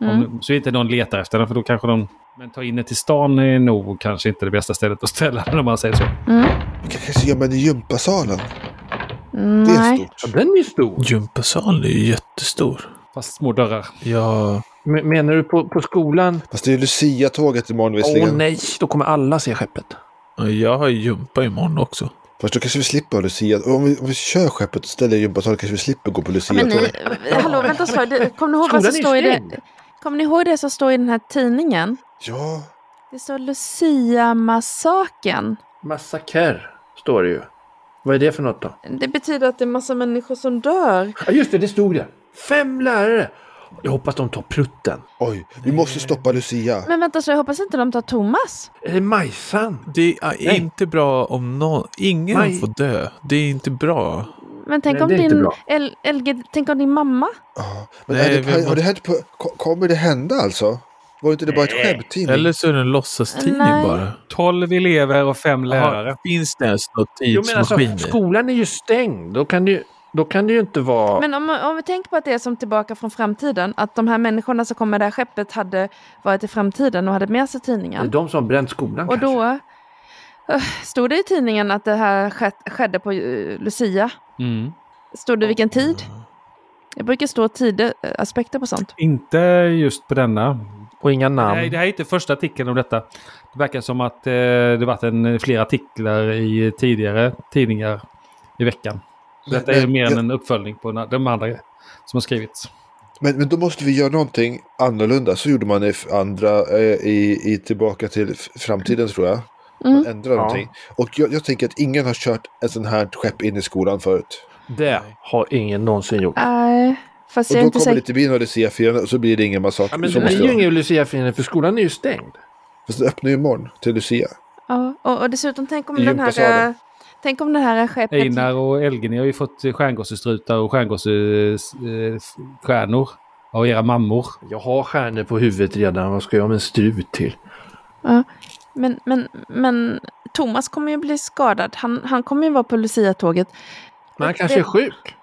[SPEAKER 7] Mm.
[SPEAKER 3] Om, så inte någon letar efter den för då kanske de... Men ta in den till stan är nog kanske inte det bästa stället att ställa den om man säger så.
[SPEAKER 7] Mm.
[SPEAKER 2] Vi kan kanske gömma den i gympasalen. Det är
[SPEAKER 7] Nej.
[SPEAKER 2] stort.
[SPEAKER 4] Den är ju stor.
[SPEAKER 8] Gympasalen är ju jättestor.
[SPEAKER 3] Fast små dörrar.
[SPEAKER 8] Ja,
[SPEAKER 4] Men- Menar du på, på skolan?
[SPEAKER 2] Fast det är Lucia-tåget imorgon
[SPEAKER 4] Åh
[SPEAKER 2] visserligen.
[SPEAKER 4] nej, då kommer alla se skeppet.
[SPEAKER 8] och jag har gympa imorgon också.
[SPEAKER 2] Fast då kanske vi slipper ha Lucia. Om vi, om vi kör skeppet och ställer i gympasalen kanske vi slipper gå på
[SPEAKER 7] Men eh,
[SPEAKER 2] Lucia-tåget.
[SPEAKER 7] ni, hallå, vänta ett slag. Det- Kommer ni ihåg vad
[SPEAKER 4] Skolan är
[SPEAKER 7] som
[SPEAKER 4] ju
[SPEAKER 7] står i det?
[SPEAKER 4] stängd.
[SPEAKER 7] Kommer ni ihåg det som står i den här tidningen?
[SPEAKER 2] Ja,
[SPEAKER 7] Det står Lucia-massakern.
[SPEAKER 4] Massaker står det ju. Vad är det för något då?
[SPEAKER 7] Det betyder att det är massa människor som dör.
[SPEAKER 4] Ja, just det, det stod det. Fem lärare. Jag hoppas de tar prutten.
[SPEAKER 2] oj. Vi måste stoppa Lucia.
[SPEAKER 7] Men vänta, så jag hoppas inte de tar Thomas.
[SPEAKER 4] Eller Majsan.
[SPEAKER 8] Det är
[SPEAKER 4] Nej.
[SPEAKER 8] inte bra om någon... Ingen
[SPEAKER 4] Nej.
[SPEAKER 8] får dö. Det är inte bra.
[SPEAKER 7] Men tänk,
[SPEAKER 4] Nej,
[SPEAKER 7] om
[SPEAKER 4] det är inte
[SPEAKER 7] din,
[SPEAKER 4] bra.
[SPEAKER 7] L, LG, tänk om din mamma?
[SPEAKER 2] Ja. Men
[SPEAKER 8] Nej,
[SPEAKER 2] är
[SPEAKER 8] vi
[SPEAKER 2] det, har
[SPEAKER 8] måste-
[SPEAKER 2] det hänt på, ko- kommer det hända alltså? Var inte det bara ett skämttidning?
[SPEAKER 8] Eller så är det en låtsastidning
[SPEAKER 7] Nej.
[SPEAKER 8] bara.
[SPEAKER 3] 12 elever och fem lärare.
[SPEAKER 8] Jaha, finns det ens något
[SPEAKER 4] Jo, men alltså,
[SPEAKER 8] tidsmaskin i?
[SPEAKER 4] skolan är ju stängd. Då kan det ju, då kan det ju inte vara...
[SPEAKER 7] Men om, om vi tänker på att det är som Tillbaka från framtiden, att de här människorna som kom med det här skeppet hade varit i framtiden och hade med sig
[SPEAKER 4] Det är
[SPEAKER 7] tidningen.
[SPEAKER 4] de som har bränt skolan
[SPEAKER 7] Och då
[SPEAKER 4] kanske.
[SPEAKER 7] eh, stod det i tidningen att det här skett- skedde på eh, Lucia.
[SPEAKER 3] Mm.
[SPEAKER 7] Stod det vilken tid? Det brukar stå tidaspekter eh, på sånt.
[SPEAKER 3] Inte just på denna.
[SPEAKER 4] Och inga namn.
[SPEAKER 3] Nej, det här är inte första artikeln om detta. Det verkar som att eh, det varit en, eh, flera artiklar i eh, tidigare tidningar i veckan. Så
[SPEAKER 2] Nej,
[SPEAKER 3] detta är
[SPEAKER 2] nej,
[SPEAKER 3] mer än
[SPEAKER 2] jag-
[SPEAKER 3] en uppföljning på na- de andra som har skrivits.
[SPEAKER 2] Men, men då måste vi göra någonting annorlunda. Så gjorde man i f- andra, eh, i, i Tillbaka till f- framtiden tror jag. Man
[SPEAKER 7] Mm.
[SPEAKER 2] ändrar någonting. Och jag, jag tänker att ingen har kört ett sånt här skepp in i skolan förut.
[SPEAKER 4] Det har ingen någonsin gjort.
[SPEAKER 7] Nej, fast
[SPEAKER 2] Och
[SPEAKER 7] jag är
[SPEAKER 2] då
[SPEAKER 7] inte
[SPEAKER 2] kommer det
[SPEAKER 7] säker.
[SPEAKER 2] inte bli några Lucia-firande och så blir det ingen massaker.
[SPEAKER 4] Ja, men
[SPEAKER 2] så
[SPEAKER 4] det
[SPEAKER 2] måste
[SPEAKER 4] är
[SPEAKER 2] det
[SPEAKER 4] ju
[SPEAKER 2] vara.
[SPEAKER 4] ingen Lucia-firande för skolan är ju stängd.
[SPEAKER 2] Fast det öppnar ju imorgon till Lucia.
[SPEAKER 7] Ja, och, och dessutom tänk om
[SPEAKER 2] I
[SPEAKER 7] den här...
[SPEAKER 2] gympasalen.
[SPEAKER 7] eh, Tänk om det här skeppet...
[SPEAKER 3] Einar och Elgin har ju fått eh, stjärngossestrutar och stjärngossestjärnor av era mammor.
[SPEAKER 4] Jag har stjärnor på huvudet redan, vad ska jag med en strut till?
[SPEAKER 7] Men, men, men Thomas kommer ju bli skadad. Han, han kommer ju vara på Lucia-tåget.
[SPEAKER 4] Men han
[SPEAKER 7] Det-
[SPEAKER 4] kanske är sjuk.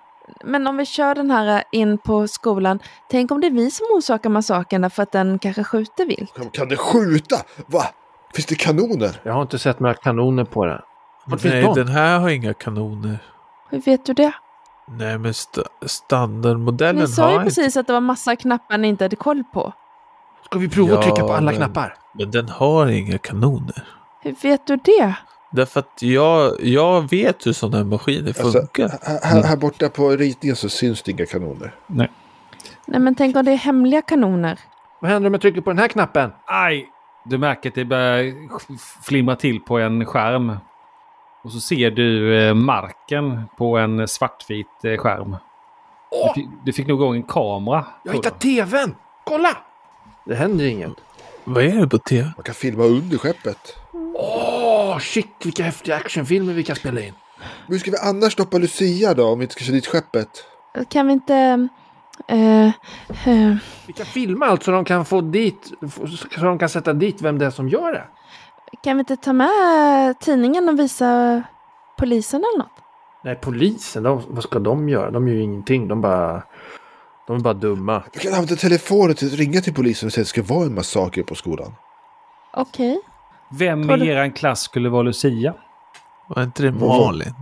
[SPEAKER 7] Men om vi kör den här eh, in på skolan, tänk om det är vi som orsakar massakern därför att den kanske skjuter vilt.
[SPEAKER 2] Kan, kan det skjuta? Va? Finns det kanoner?
[SPEAKER 4] Jag har inte sett några kanoner på den. Vart finns
[SPEAKER 8] Nej,
[SPEAKER 4] de?
[SPEAKER 8] den här har inga kanoner.
[SPEAKER 7] Hur vet du det?
[SPEAKER 8] Nej, men sta- standardmodellen
[SPEAKER 7] Ni sa
[SPEAKER 8] har
[SPEAKER 7] ju
[SPEAKER 8] inte.
[SPEAKER 7] precis att det var massa knappar ni inte hade koll på.
[SPEAKER 4] Ska vi prova att
[SPEAKER 8] Ja,
[SPEAKER 4] trycka på alla
[SPEAKER 8] men-
[SPEAKER 4] knappar?
[SPEAKER 8] Men den har inga kanoner.
[SPEAKER 7] Hur vet du det?
[SPEAKER 8] Därför att jag, jag vet hur sådana här maskiner
[SPEAKER 2] Alltså,
[SPEAKER 8] funkar.
[SPEAKER 2] här, här, här borta på ritningen så syns det inga kanoner.
[SPEAKER 7] Nej men tänk om det är hemliga kanoner.
[SPEAKER 4] Vad händer om jag trycker på den här knappen?
[SPEAKER 3] Aj! Du märker att det börjar flimra till på en skärm. Och så ser du eh, marken på en svartvit eh, skärm. Du, fick, du fick nog igång en kamera.
[SPEAKER 4] Jag
[SPEAKER 3] tror
[SPEAKER 4] hittar
[SPEAKER 3] du.
[SPEAKER 4] tvn! Kolla! Det händer inget.
[SPEAKER 8] Vad är det på tv?
[SPEAKER 2] Man kan filma under skeppet.
[SPEAKER 4] Åh, shit vilka häftiga actionfilmer vi kan spela in.
[SPEAKER 2] Men hur ska vi annars stoppa Lucia då om vi inte ska köra dit skeppet?
[SPEAKER 7] Kan vi inte... eh, eh,
[SPEAKER 4] Vi kan filma allt så de kan få dit, få- så de kan sätta dit vem det är som gör det.
[SPEAKER 7] kan vi inte ta med tidningen och visa polisen eller något?
[SPEAKER 4] Nej, polisen, de, vad ska de göra? De gör ju ingenting, de bara... De är bara dumma.
[SPEAKER 2] Vi kan använda telefonen till att ringa till polisen och säga att det ska vara en massaker på skolan.
[SPEAKER 7] Okej.
[SPEAKER 3] Vem
[SPEAKER 7] Tror
[SPEAKER 3] i
[SPEAKER 7] du-
[SPEAKER 3] eran klass skulle vara Lucia?
[SPEAKER 8] Var inte det
[SPEAKER 2] Vad-
[SPEAKER 8] Malin?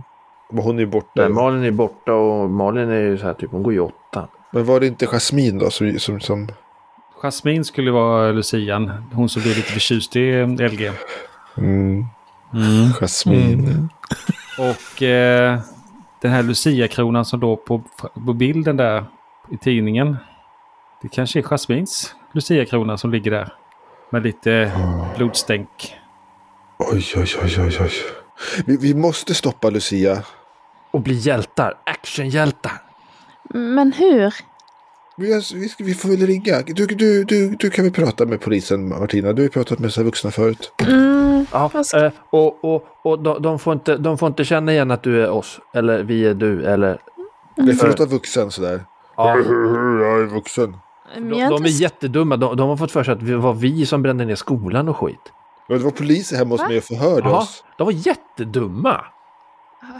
[SPEAKER 2] Men hon är ju borta.
[SPEAKER 4] Nej,
[SPEAKER 7] Mm.
[SPEAKER 4] Malin är borta och Malin är ju så här typ, hon går i åttan.
[SPEAKER 2] Men var det inte Jasmine då som... som, som...
[SPEAKER 3] Jasmine skulle vara Lucian. Hon som blev lite förtjust i eh, LG.
[SPEAKER 2] Mm. Jasmine.
[SPEAKER 8] Mm.
[SPEAKER 3] Och eh, den här Lucia-kronan som då på, på bilden där i tidningen. Det kanske är Jasmins Lucia-krona som ligger där. Med lite blodstänk.
[SPEAKER 2] Oj, oj, oj, oj, oj. Vi, vi måste stoppa Lucia.
[SPEAKER 4] Och blir hjältar, actionhjältar.
[SPEAKER 7] Men hur?
[SPEAKER 2] Vi, alltså, vi, ska- vi får väl ringa. Du, du, du, du kan väl prata med polisen, Martina. Du har ju pratat med så här vuxna förut.
[SPEAKER 7] Mm,
[SPEAKER 4] Ja,
[SPEAKER 7] Vad ska-
[SPEAKER 4] eh, och och, och de, de, får inte, de får inte känna igen att du är oss, eller vi är du, eller...
[SPEAKER 2] Du får låta vuxen sådär.
[SPEAKER 4] Ja,
[SPEAKER 2] Jag är vuxen.
[SPEAKER 4] de,
[SPEAKER 7] men Mm, jag är
[SPEAKER 4] de är
[SPEAKER 7] inte s-
[SPEAKER 4] jättedumma, de, de har fått för sig att vi var vi som brände ner skolan och skit.
[SPEAKER 2] Ja, det var poliser hemma hos
[SPEAKER 7] Va?
[SPEAKER 2] mig och förhörde
[SPEAKER 4] Jaha,
[SPEAKER 2] oss.
[SPEAKER 4] de var jättedumma.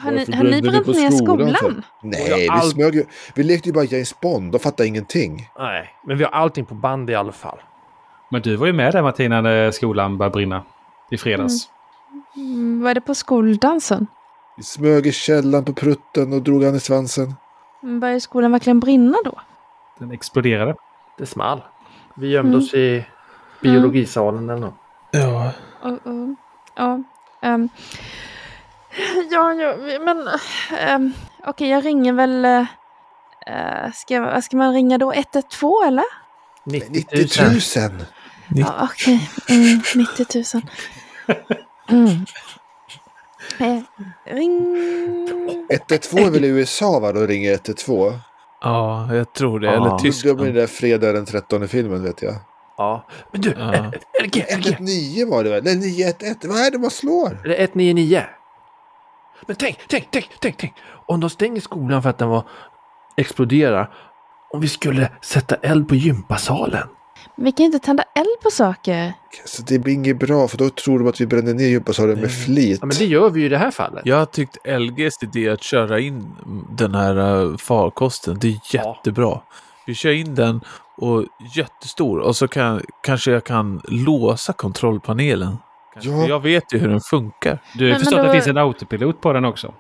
[SPEAKER 7] har ni,
[SPEAKER 2] Varför
[SPEAKER 7] har ni
[SPEAKER 2] brände
[SPEAKER 7] bränt
[SPEAKER 2] på alltså.
[SPEAKER 7] ner skolan?
[SPEAKER 2] för?
[SPEAKER 4] Och
[SPEAKER 2] Nej,
[SPEAKER 4] jag all-
[SPEAKER 2] vi smög ju. Vi lekte ju bara James Bond. De fattade ingenting.
[SPEAKER 4] Nej, men vi har allting på band i alla fall.
[SPEAKER 3] Men du var ju med där Martina när skolan började brinna. I fredags.
[SPEAKER 7] Mm, Var det på skoldansen?
[SPEAKER 2] Vi smög i källan på prutten och drog han i svansen.
[SPEAKER 7] Men Började Mm, skolan verkligen brinna då?
[SPEAKER 3] Den exploderade.
[SPEAKER 4] Det small. Vi gömde oss i biologisalen eller något.
[SPEAKER 8] Ja.
[SPEAKER 7] Ja, ja, ehm. [LAUGHS] ja, ja, men um, okej, jag ringer väl... eh, eh, ska, vad ska man ringa då? 112 eller?
[SPEAKER 4] 90 000.
[SPEAKER 2] 90 000!
[SPEAKER 7] Ja, okej. Mm, 90
[SPEAKER 4] [LAUGHS]
[SPEAKER 7] 000. Mm. Eh, ring...
[SPEAKER 2] 112 är väl i USA va? Då ringer 112.
[SPEAKER 8] ja, jag tror det.
[SPEAKER 4] Ja.
[SPEAKER 2] Tyskland.
[SPEAKER 8] Eller
[SPEAKER 2] Det var
[SPEAKER 8] Tyskland.
[SPEAKER 2] den där fredag den 13 filmen vet jag.
[SPEAKER 4] Ja. Men du,
[SPEAKER 8] Ja.
[SPEAKER 4] eh, LG, LG.
[SPEAKER 2] 119 var det väl? Nej, 911. Vad är det man slår?
[SPEAKER 4] Eller 199. Men tänk, tänk, tänk, tänk, tänk. Om de stänger skolan för att den var exploderar. Om vi skulle sätta eld på gympasalen.
[SPEAKER 7] Vi kan ju inte tända eld på saker.
[SPEAKER 2] Så det blir inget bra för då tror de att vi brände ner gympasalen med flit.
[SPEAKER 4] Ja, men det gör vi ju i det här fallet.
[SPEAKER 8] Jag har tyckt LGs idé att köra in den här äh, farkosten, det är
[SPEAKER 4] Ja.
[SPEAKER 8] jättebra. Vi kör in den och jättestor och så kan, kanske jag kan låsa kontrollpanelen. Kanske.
[SPEAKER 2] Ja.
[SPEAKER 8] Jag vet ju hur den funkar.
[SPEAKER 3] Du
[SPEAKER 7] Men-
[SPEAKER 3] förstår
[SPEAKER 7] men
[SPEAKER 3] att
[SPEAKER 7] då-
[SPEAKER 3] det finns en autopilot på den också.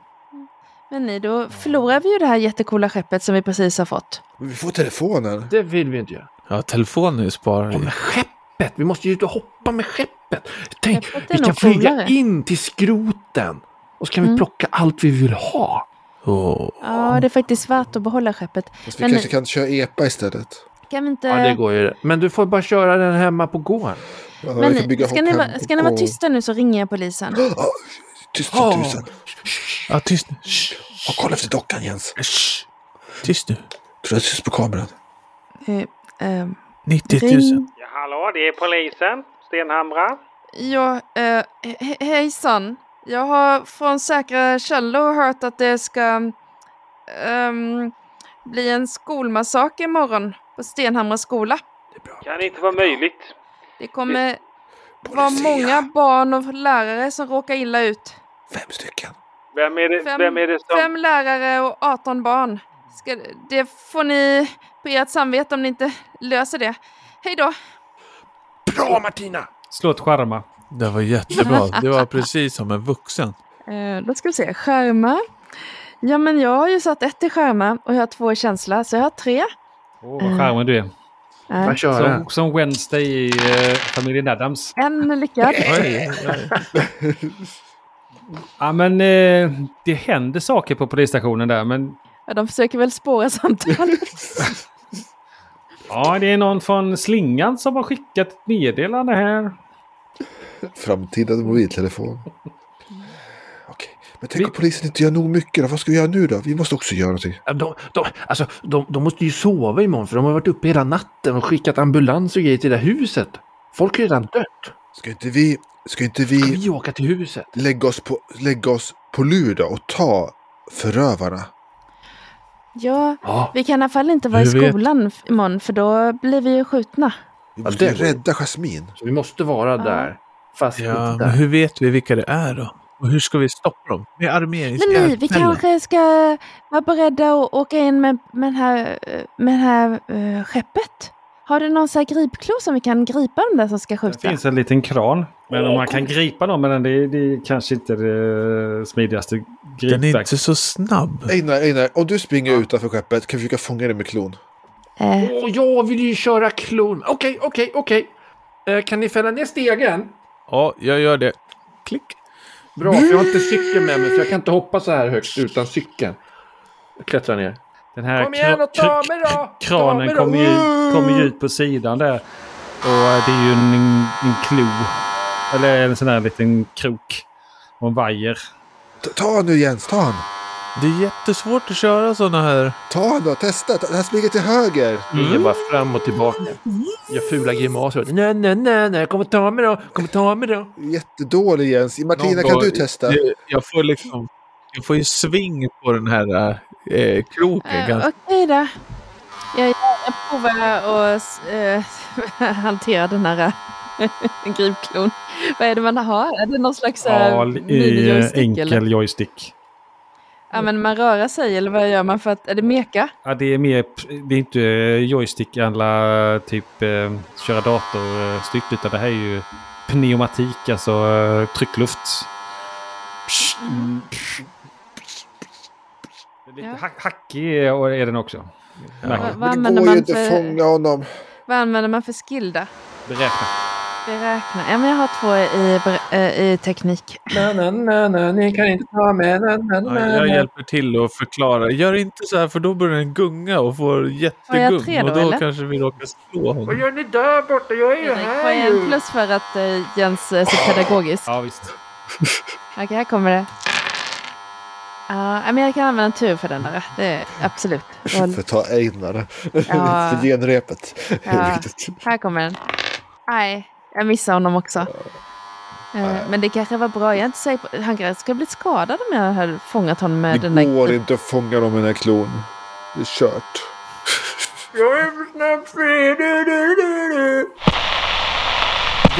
[SPEAKER 7] Men nej, då förlorar vi ju det här jättecoola skeppet som vi precis har fått.
[SPEAKER 2] Men Vi får telefonen.
[SPEAKER 4] Det vill vi inte göra.
[SPEAKER 8] Ja, telefonen är sparad.
[SPEAKER 4] Ja,
[SPEAKER 8] i.
[SPEAKER 4] men skeppet skeppet! Vi måste ju ut och hoppa med skeppet! Tänk,
[SPEAKER 7] Skeppet är
[SPEAKER 4] vi kan
[SPEAKER 7] nog
[SPEAKER 4] flyga
[SPEAKER 7] coolare.
[SPEAKER 4] in till skroten! Och så kan vi
[SPEAKER 7] Mm.
[SPEAKER 4] plocka allt vi vill ha! Åh.
[SPEAKER 7] Ja, det är faktiskt värt att behålla skeppet.
[SPEAKER 9] Fast vi
[SPEAKER 7] Men
[SPEAKER 9] kanske kan köra
[SPEAKER 2] E
[SPEAKER 9] epa istället.
[SPEAKER 7] kan vi inte...
[SPEAKER 4] Ja, det går ju. Men du får bara köra den hemma på gården.
[SPEAKER 9] Ja, vi får bygga
[SPEAKER 7] Men ska ni,
[SPEAKER 9] hopp
[SPEAKER 7] vara-
[SPEAKER 9] hem
[SPEAKER 7] ska ni vara
[SPEAKER 9] och-
[SPEAKER 7] tysta nu så ringer
[SPEAKER 9] [GASPS]
[SPEAKER 7] jag polisen.
[SPEAKER 9] Ah, Tyst som
[SPEAKER 4] Ah.
[SPEAKER 9] tusan.
[SPEAKER 8] Ja, tyst nu. Shh,
[SPEAKER 9] Ah, kolla efter dockan Jens.
[SPEAKER 8] shh. Tyst nu.
[SPEAKER 9] Tror jag syns på kameran.
[SPEAKER 7] Eh, ehm,
[SPEAKER 8] 90 000.
[SPEAKER 7] ring.
[SPEAKER 10] Ja, hallå, det är polisen. Stenhamra.
[SPEAKER 7] Ja, eh, he- hejsan. Jag har från säkra källor hört att det ska ehm, bli en skolmassaker imorgon på Stenhamra skola.
[SPEAKER 10] Kan det inte vara möjligt?
[SPEAKER 7] Det kommer vara många barn och lärare som råkar illa ut.
[SPEAKER 9] Fem stycken.
[SPEAKER 10] Vem är det,
[SPEAKER 7] Fem-
[SPEAKER 10] vem är det som...
[SPEAKER 7] Fem lärare och 18 barn. Ska, det får ni på ert samvete om ni inte löser det. Hej då!
[SPEAKER 4] Bra Martina!
[SPEAKER 3] Slå ett skärma.
[SPEAKER 8] Det
[SPEAKER 7] [LAUGHS]
[SPEAKER 8] var jättebra. Det var precis som en vuxen.
[SPEAKER 7] Eh, då ska vi se, skärma. Ja men jag har ju satt ett i skärma och jag har två i känsla så jag har tre.
[SPEAKER 3] Åh, vad
[SPEAKER 7] Mm.
[SPEAKER 3] charmig du är.
[SPEAKER 7] Eh,
[SPEAKER 4] Bara köra.
[SPEAKER 3] Som, som Wednesday i eh, familjen Addams. [LAUGHS]
[SPEAKER 7] en lyckad.
[SPEAKER 8] Oj, oj.
[SPEAKER 3] Ja, men eh, det händer saker på polisstationen där, men
[SPEAKER 7] Ja, de försöker väl spåra samtalet.
[SPEAKER 3] ja, det är någon från Slingan som har skickat ett meddelande här.
[SPEAKER 9] Framtida mobiltelefon. Mm. Okej, men tänk
[SPEAKER 3] Vi-
[SPEAKER 9] om polisen inte gör nog mycket då? Vad ska vi göra nu då? Vi måste också göra någonting.
[SPEAKER 4] Ja, De, de, alltså, de, de måste ju sova imorgon för de har varit uppe hela natten och skickat ambulans och grejer till det här huset. Folk har ju redan dött.
[SPEAKER 9] Ska inte vi, ska inte
[SPEAKER 4] Ska
[SPEAKER 9] vi
[SPEAKER 4] vi åka till huset?
[SPEAKER 9] lägga, oss på, lägga oss på lur då och ta förövarna?
[SPEAKER 7] ja,
[SPEAKER 4] Ja,
[SPEAKER 7] vi kan i alla fall inte vara i
[SPEAKER 8] Du vet.
[SPEAKER 7] skolan f- imorgon för då blir vi ju skjutna.
[SPEAKER 9] Vi
[SPEAKER 4] Ja,
[SPEAKER 9] måste
[SPEAKER 4] det
[SPEAKER 9] ju
[SPEAKER 4] går.
[SPEAKER 9] rädda Jasmin.
[SPEAKER 4] så vi måste vara
[SPEAKER 7] Ja.
[SPEAKER 4] där. Fast
[SPEAKER 8] Ja,
[SPEAKER 4] inte
[SPEAKER 8] men
[SPEAKER 4] där.
[SPEAKER 8] hur vet vi vilka det är då? Och hur ska vi stoppa dem? Med
[SPEAKER 7] Nej, nej, vi
[SPEAKER 8] armeringsjärnfällor?
[SPEAKER 7] kanske ska vara beredda och åka in med, med det här, eh, med det här eh, skeppet. Har du någon sån här gripklo som vi kan gripa de där som ska
[SPEAKER 3] Det
[SPEAKER 7] skjuta?
[SPEAKER 3] finns en liten kran. Men om man kan gripa någon med den, det, det är kanske inte det smidigaste
[SPEAKER 8] Den är
[SPEAKER 3] gripverket.
[SPEAKER 8] inte så snabb.
[SPEAKER 9] Einar, Einar, om du springer utanför skeppet kan vi försöka fånga dig med klon.
[SPEAKER 7] Eh,
[SPEAKER 4] Åh, jag vill ju köra klon. Okej, okej, okej. Eh, kan ni fälla ner stegen?
[SPEAKER 8] Ja, jag gör det. Klick.
[SPEAKER 4] Bra, för jag har inte cykeln med mig för jag kan inte hoppa så här högt utan cykeln. Jag klättrar ner.
[SPEAKER 3] Den här
[SPEAKER 4] Kom igen och ta mig då! Ta
[SPEAKER 3] kranen
[SPEAKER 4] mig då!
[SPEAKER 3] kommer ju, kommer ju ut på sidan där. Och eh, det är ju en, en klo. Eller en sån här liten krok. Och en vajer.
[SPEAKER 9] Ta, ta nu Jens, ta han.
[SPEAKER 8] Det är jättesvårt att köra sådana här.
[SPEAKER 9] Ta han då, testa. Ta, han springer till höger.
[SPEAKER 4] Jag bara fram och tillbaka. Jag fula grimaser. Nej, nej, nej, nej, kom och ta mig då! Kom och ta mig då!
[SPEAKER 9] Jättedålig Jens. Martina, kan
[SPEAKER 8] Någon-
[SPEAKER 9] du testa?
[SPEAKER 8] Jag- Jag får liksom... Jag får ju sving på den här eh, kroken.
[SPEAKER 7] Eh,
[SPEAKER 8] ganska-
[SPEAKER 7] Okej då. Jag, jag provar att eh, [LAUGHS] hantera den här eh, [LAUGHS] gripklon. Vad är det man har? Är det någon slags ja,
[SPEAKER 3] Ja, i eh,
[SPEAKER 7] mini-joystick? Eller?
[SPEAKER 3] enkel joystick.
[SPEAKER 7] Använder man röra sig eller vad gör man för att... Är det meka?
[SPEAKER 3] Ja, det är mer... Det är inte eh, joystick alla typ eh, köra datorstyrt. Utan det här är ju pneumatik, alltså eh, tryckluft.
[SPEAKER 4] Mm.
[SPEAKER 3] Lite
[SPEAKER 7] Ja.
[SPEAKER 3] hack- hackig och är den också.
[SPEAKER 7] Vad,
[SPEAKER 3] Märkligt.
[SPEAKER 7] vad,
[SPEAKER 9] Men det
[SPEAKER 7] använder
[SPEAKER 9] går ju
[SPEAKER 7] man
[SPEAKER 9] inte att
[SPEAKER 7] för,
[SPEAKER 9] fånga honom.
[SPEAKER 7] vad använder man för skill då?
[SPEAKER 3] Beräkna.
[SPEAKER 7] Beräkna. Ja, men jag har två i, ber- eh, i teknik.
[SPEAKER 4] Nej, nej, nej, nej, ni kan inte ta mig! Nej, nej,
[SPEAKER 8] Ja,
[SPEAKER 4] nej,
[SPEAKER 8] jag
[SPEAKER 4] nej.
[SPEAKER 8] hjälper till och förklarar. Gör inte så här för då börjar den gunga och får jättegung.
[SPEAKER 7] tre då,
[SPEAKER 8] och då
[SPEAKER 7] eller?
[SPEAKER 8] kanske vi råkar slå
[SPEAKER 10] Vad
[SPEAKER 8] honom.
[SPEAKER 10] gör ni där borta? Jag är ju
[SPEAKER 7] Erik, Vad
[SPEAKER 10] här
[SPEAKER 7] är en
[SPEAKER 10] ju!
[SPEAKER 7] plus för att eh, Jens är så pedagogisk?
[SPEAKER 3] Ja, visst.
[SPEAKER 7] Okej, här kommer det. Ja, men jag kan använda en tur för den där. Det är
[SPEAKER 9] [LAUGHS]
[SPEAKER 7] absolut. Roll.
[SPEAKER 9] För att ta Einar.
[SPEAKER 2] [LAUGHS]
[SPEAKER 7] Ja.
[SPEAKER 9] För genrepet.
[SPEAKER 7] Ja.
[SPEAKER 9] Viktigt.
[SPEAKER 7] Här kommer den. Nej, jag missade honom också. Eh, Men det kanske var bra. Jag är inte säker på... Han kanske skulle blivit skadad om jag hade fångat honom med den
[SPEAKER 9] Det går
[SPEAKER 7] där...
[SPEAKER 9] inte att fånga dem med den här klon. Det är kört.
[SPEAKER 10] Jag är för snabb för er! Du, du, du, du.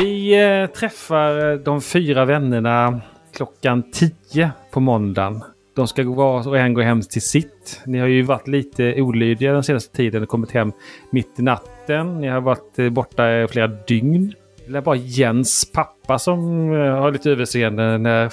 [SPEAKER 3] Vi eh, träffar eh, de fyra vännerna klockan 10 på måndagen. De ska gå var och en går hem till sitt. Ni har ju varit lite olydiga den senaste tiden och kommit hem mitt i natten. Ni har varit eh, borta i flera dygn. Det är bara Jens pappa som eh, har lite överseende när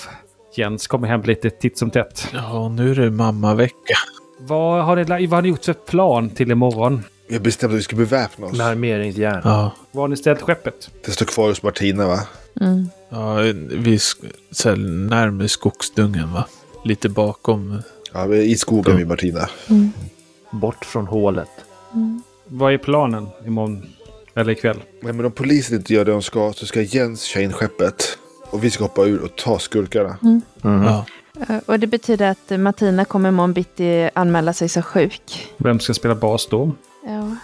[SPEAKER 3] Jens kommer hem lite titt som tätt.
[SPEAKER 8] Ja, nu är det mammavecka.
[SPEAKER 3] Vad har ni, vad har ni gjort för plan till imorgon?
[SPEAKER 2] Jag bestämde att vi skulle beväpna oss.
[SPEAKER 4] Med armeringsjärn.
[SPEAKER 8] Ja.
[SPEAKER 3] Var har ni ställt skeppet?
[SPEAKER 2] Det står kvar hos Martina va?
[SPEAKER 7] Mm.
[SPEAKER 8] ja vi sk- så här, närmare skogsdungen va? Lite bakom.
[SPEAKER 2] Ja, vi är i skogen vid Martina.
[SPEAKER 4] Bort från hålet.
[SPEAKER 3] Vad är planen imorgon? Eller ikväll?
[SPEAKER 2] Nej, men om polisen inte gör det de ska så ska Jens köra in skeppet. Och vi ska hoppa ur och ta skurkarna.
[SPEAKER 9] Mm.
[SPEAKER 8] Ja.
[SPEAKER 7] Eh, Och det betyder att eh, Martina kommer imorgon bitti anmäla sig som sjuk.
[SPEAKER 3] Vem ska spela bas då?
[SPEAKER 7] Ja.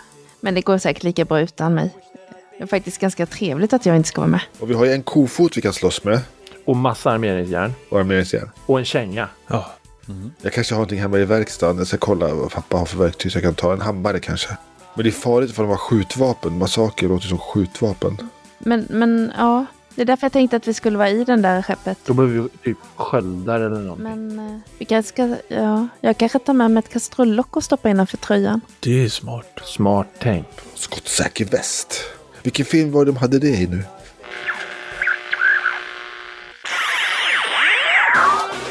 [SPEAKER 7] Men det går säkert lika bra utan mig. Det är faktiskt ganska trevligt att jag inte ska vara med.
[SPEAKER 2] Och vi har ju en kofot vi kan slåss med.
[SPEAKER 4] Och massa armeringsjärn.
[SPEAKER 2] Och armeringsjärn.
[SPEAKER 4] Och en känga.
[SPEAKER 8] ja.
[SPEAKER 2] Jag kanske har någonting hemma i verkstaden. Jag ska kolla vad pappa har för verktyg så jag kan ta en hammare kanske. Men det är farligt för de har skjutvapen. Massaker låter som skjutvapen.
[SPEAKER 7] Men, men ja, det är därför jag tänkte att vi skulle vara i den där skeppet.
[SPEAKER 4] Då behöver vi typ sköldar eller någonting.
[SPEAKER 7] Men eh, vi kanske ska, ja, jag kanske tar med mig ett kastrullock och stoppar innanför tröjan.
[SPEAKER 8] Det är smart.
[SPEAKER 4] Smart tänk.
[SPEAKER 2] Skottsäker väst. Vilken film var det de hade det i nu?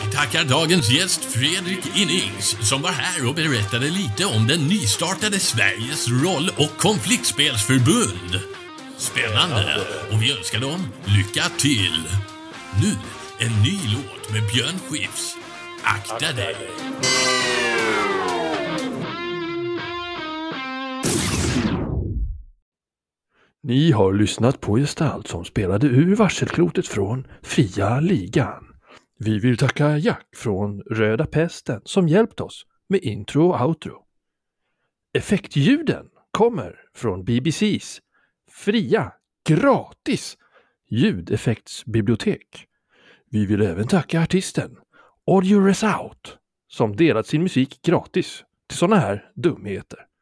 [SPEAKER 1] Vi tackar dagens gäst Fredrik Innings som var här och berättade lite om den nystartade Sveriges roll och konfliktspelsförbund. Spännande! Och vi önskar dem lycka till! Nu en ny låt med Björn Skifs. Akta dig!
[SPEAKER 4] Ni har lyssnat på Gestalt som spelade ur Varselklotet från Fria Ligan. Vi vill tacka Jack från Röda Pesten som hjälpt oss med intro och outro. Effektljuden kommer från BBCs fria, gratis ljudeffektsbibliotek. Vi vill även tacka artisten Audio Resout som delat sin musik gratis till sådana här dumheter.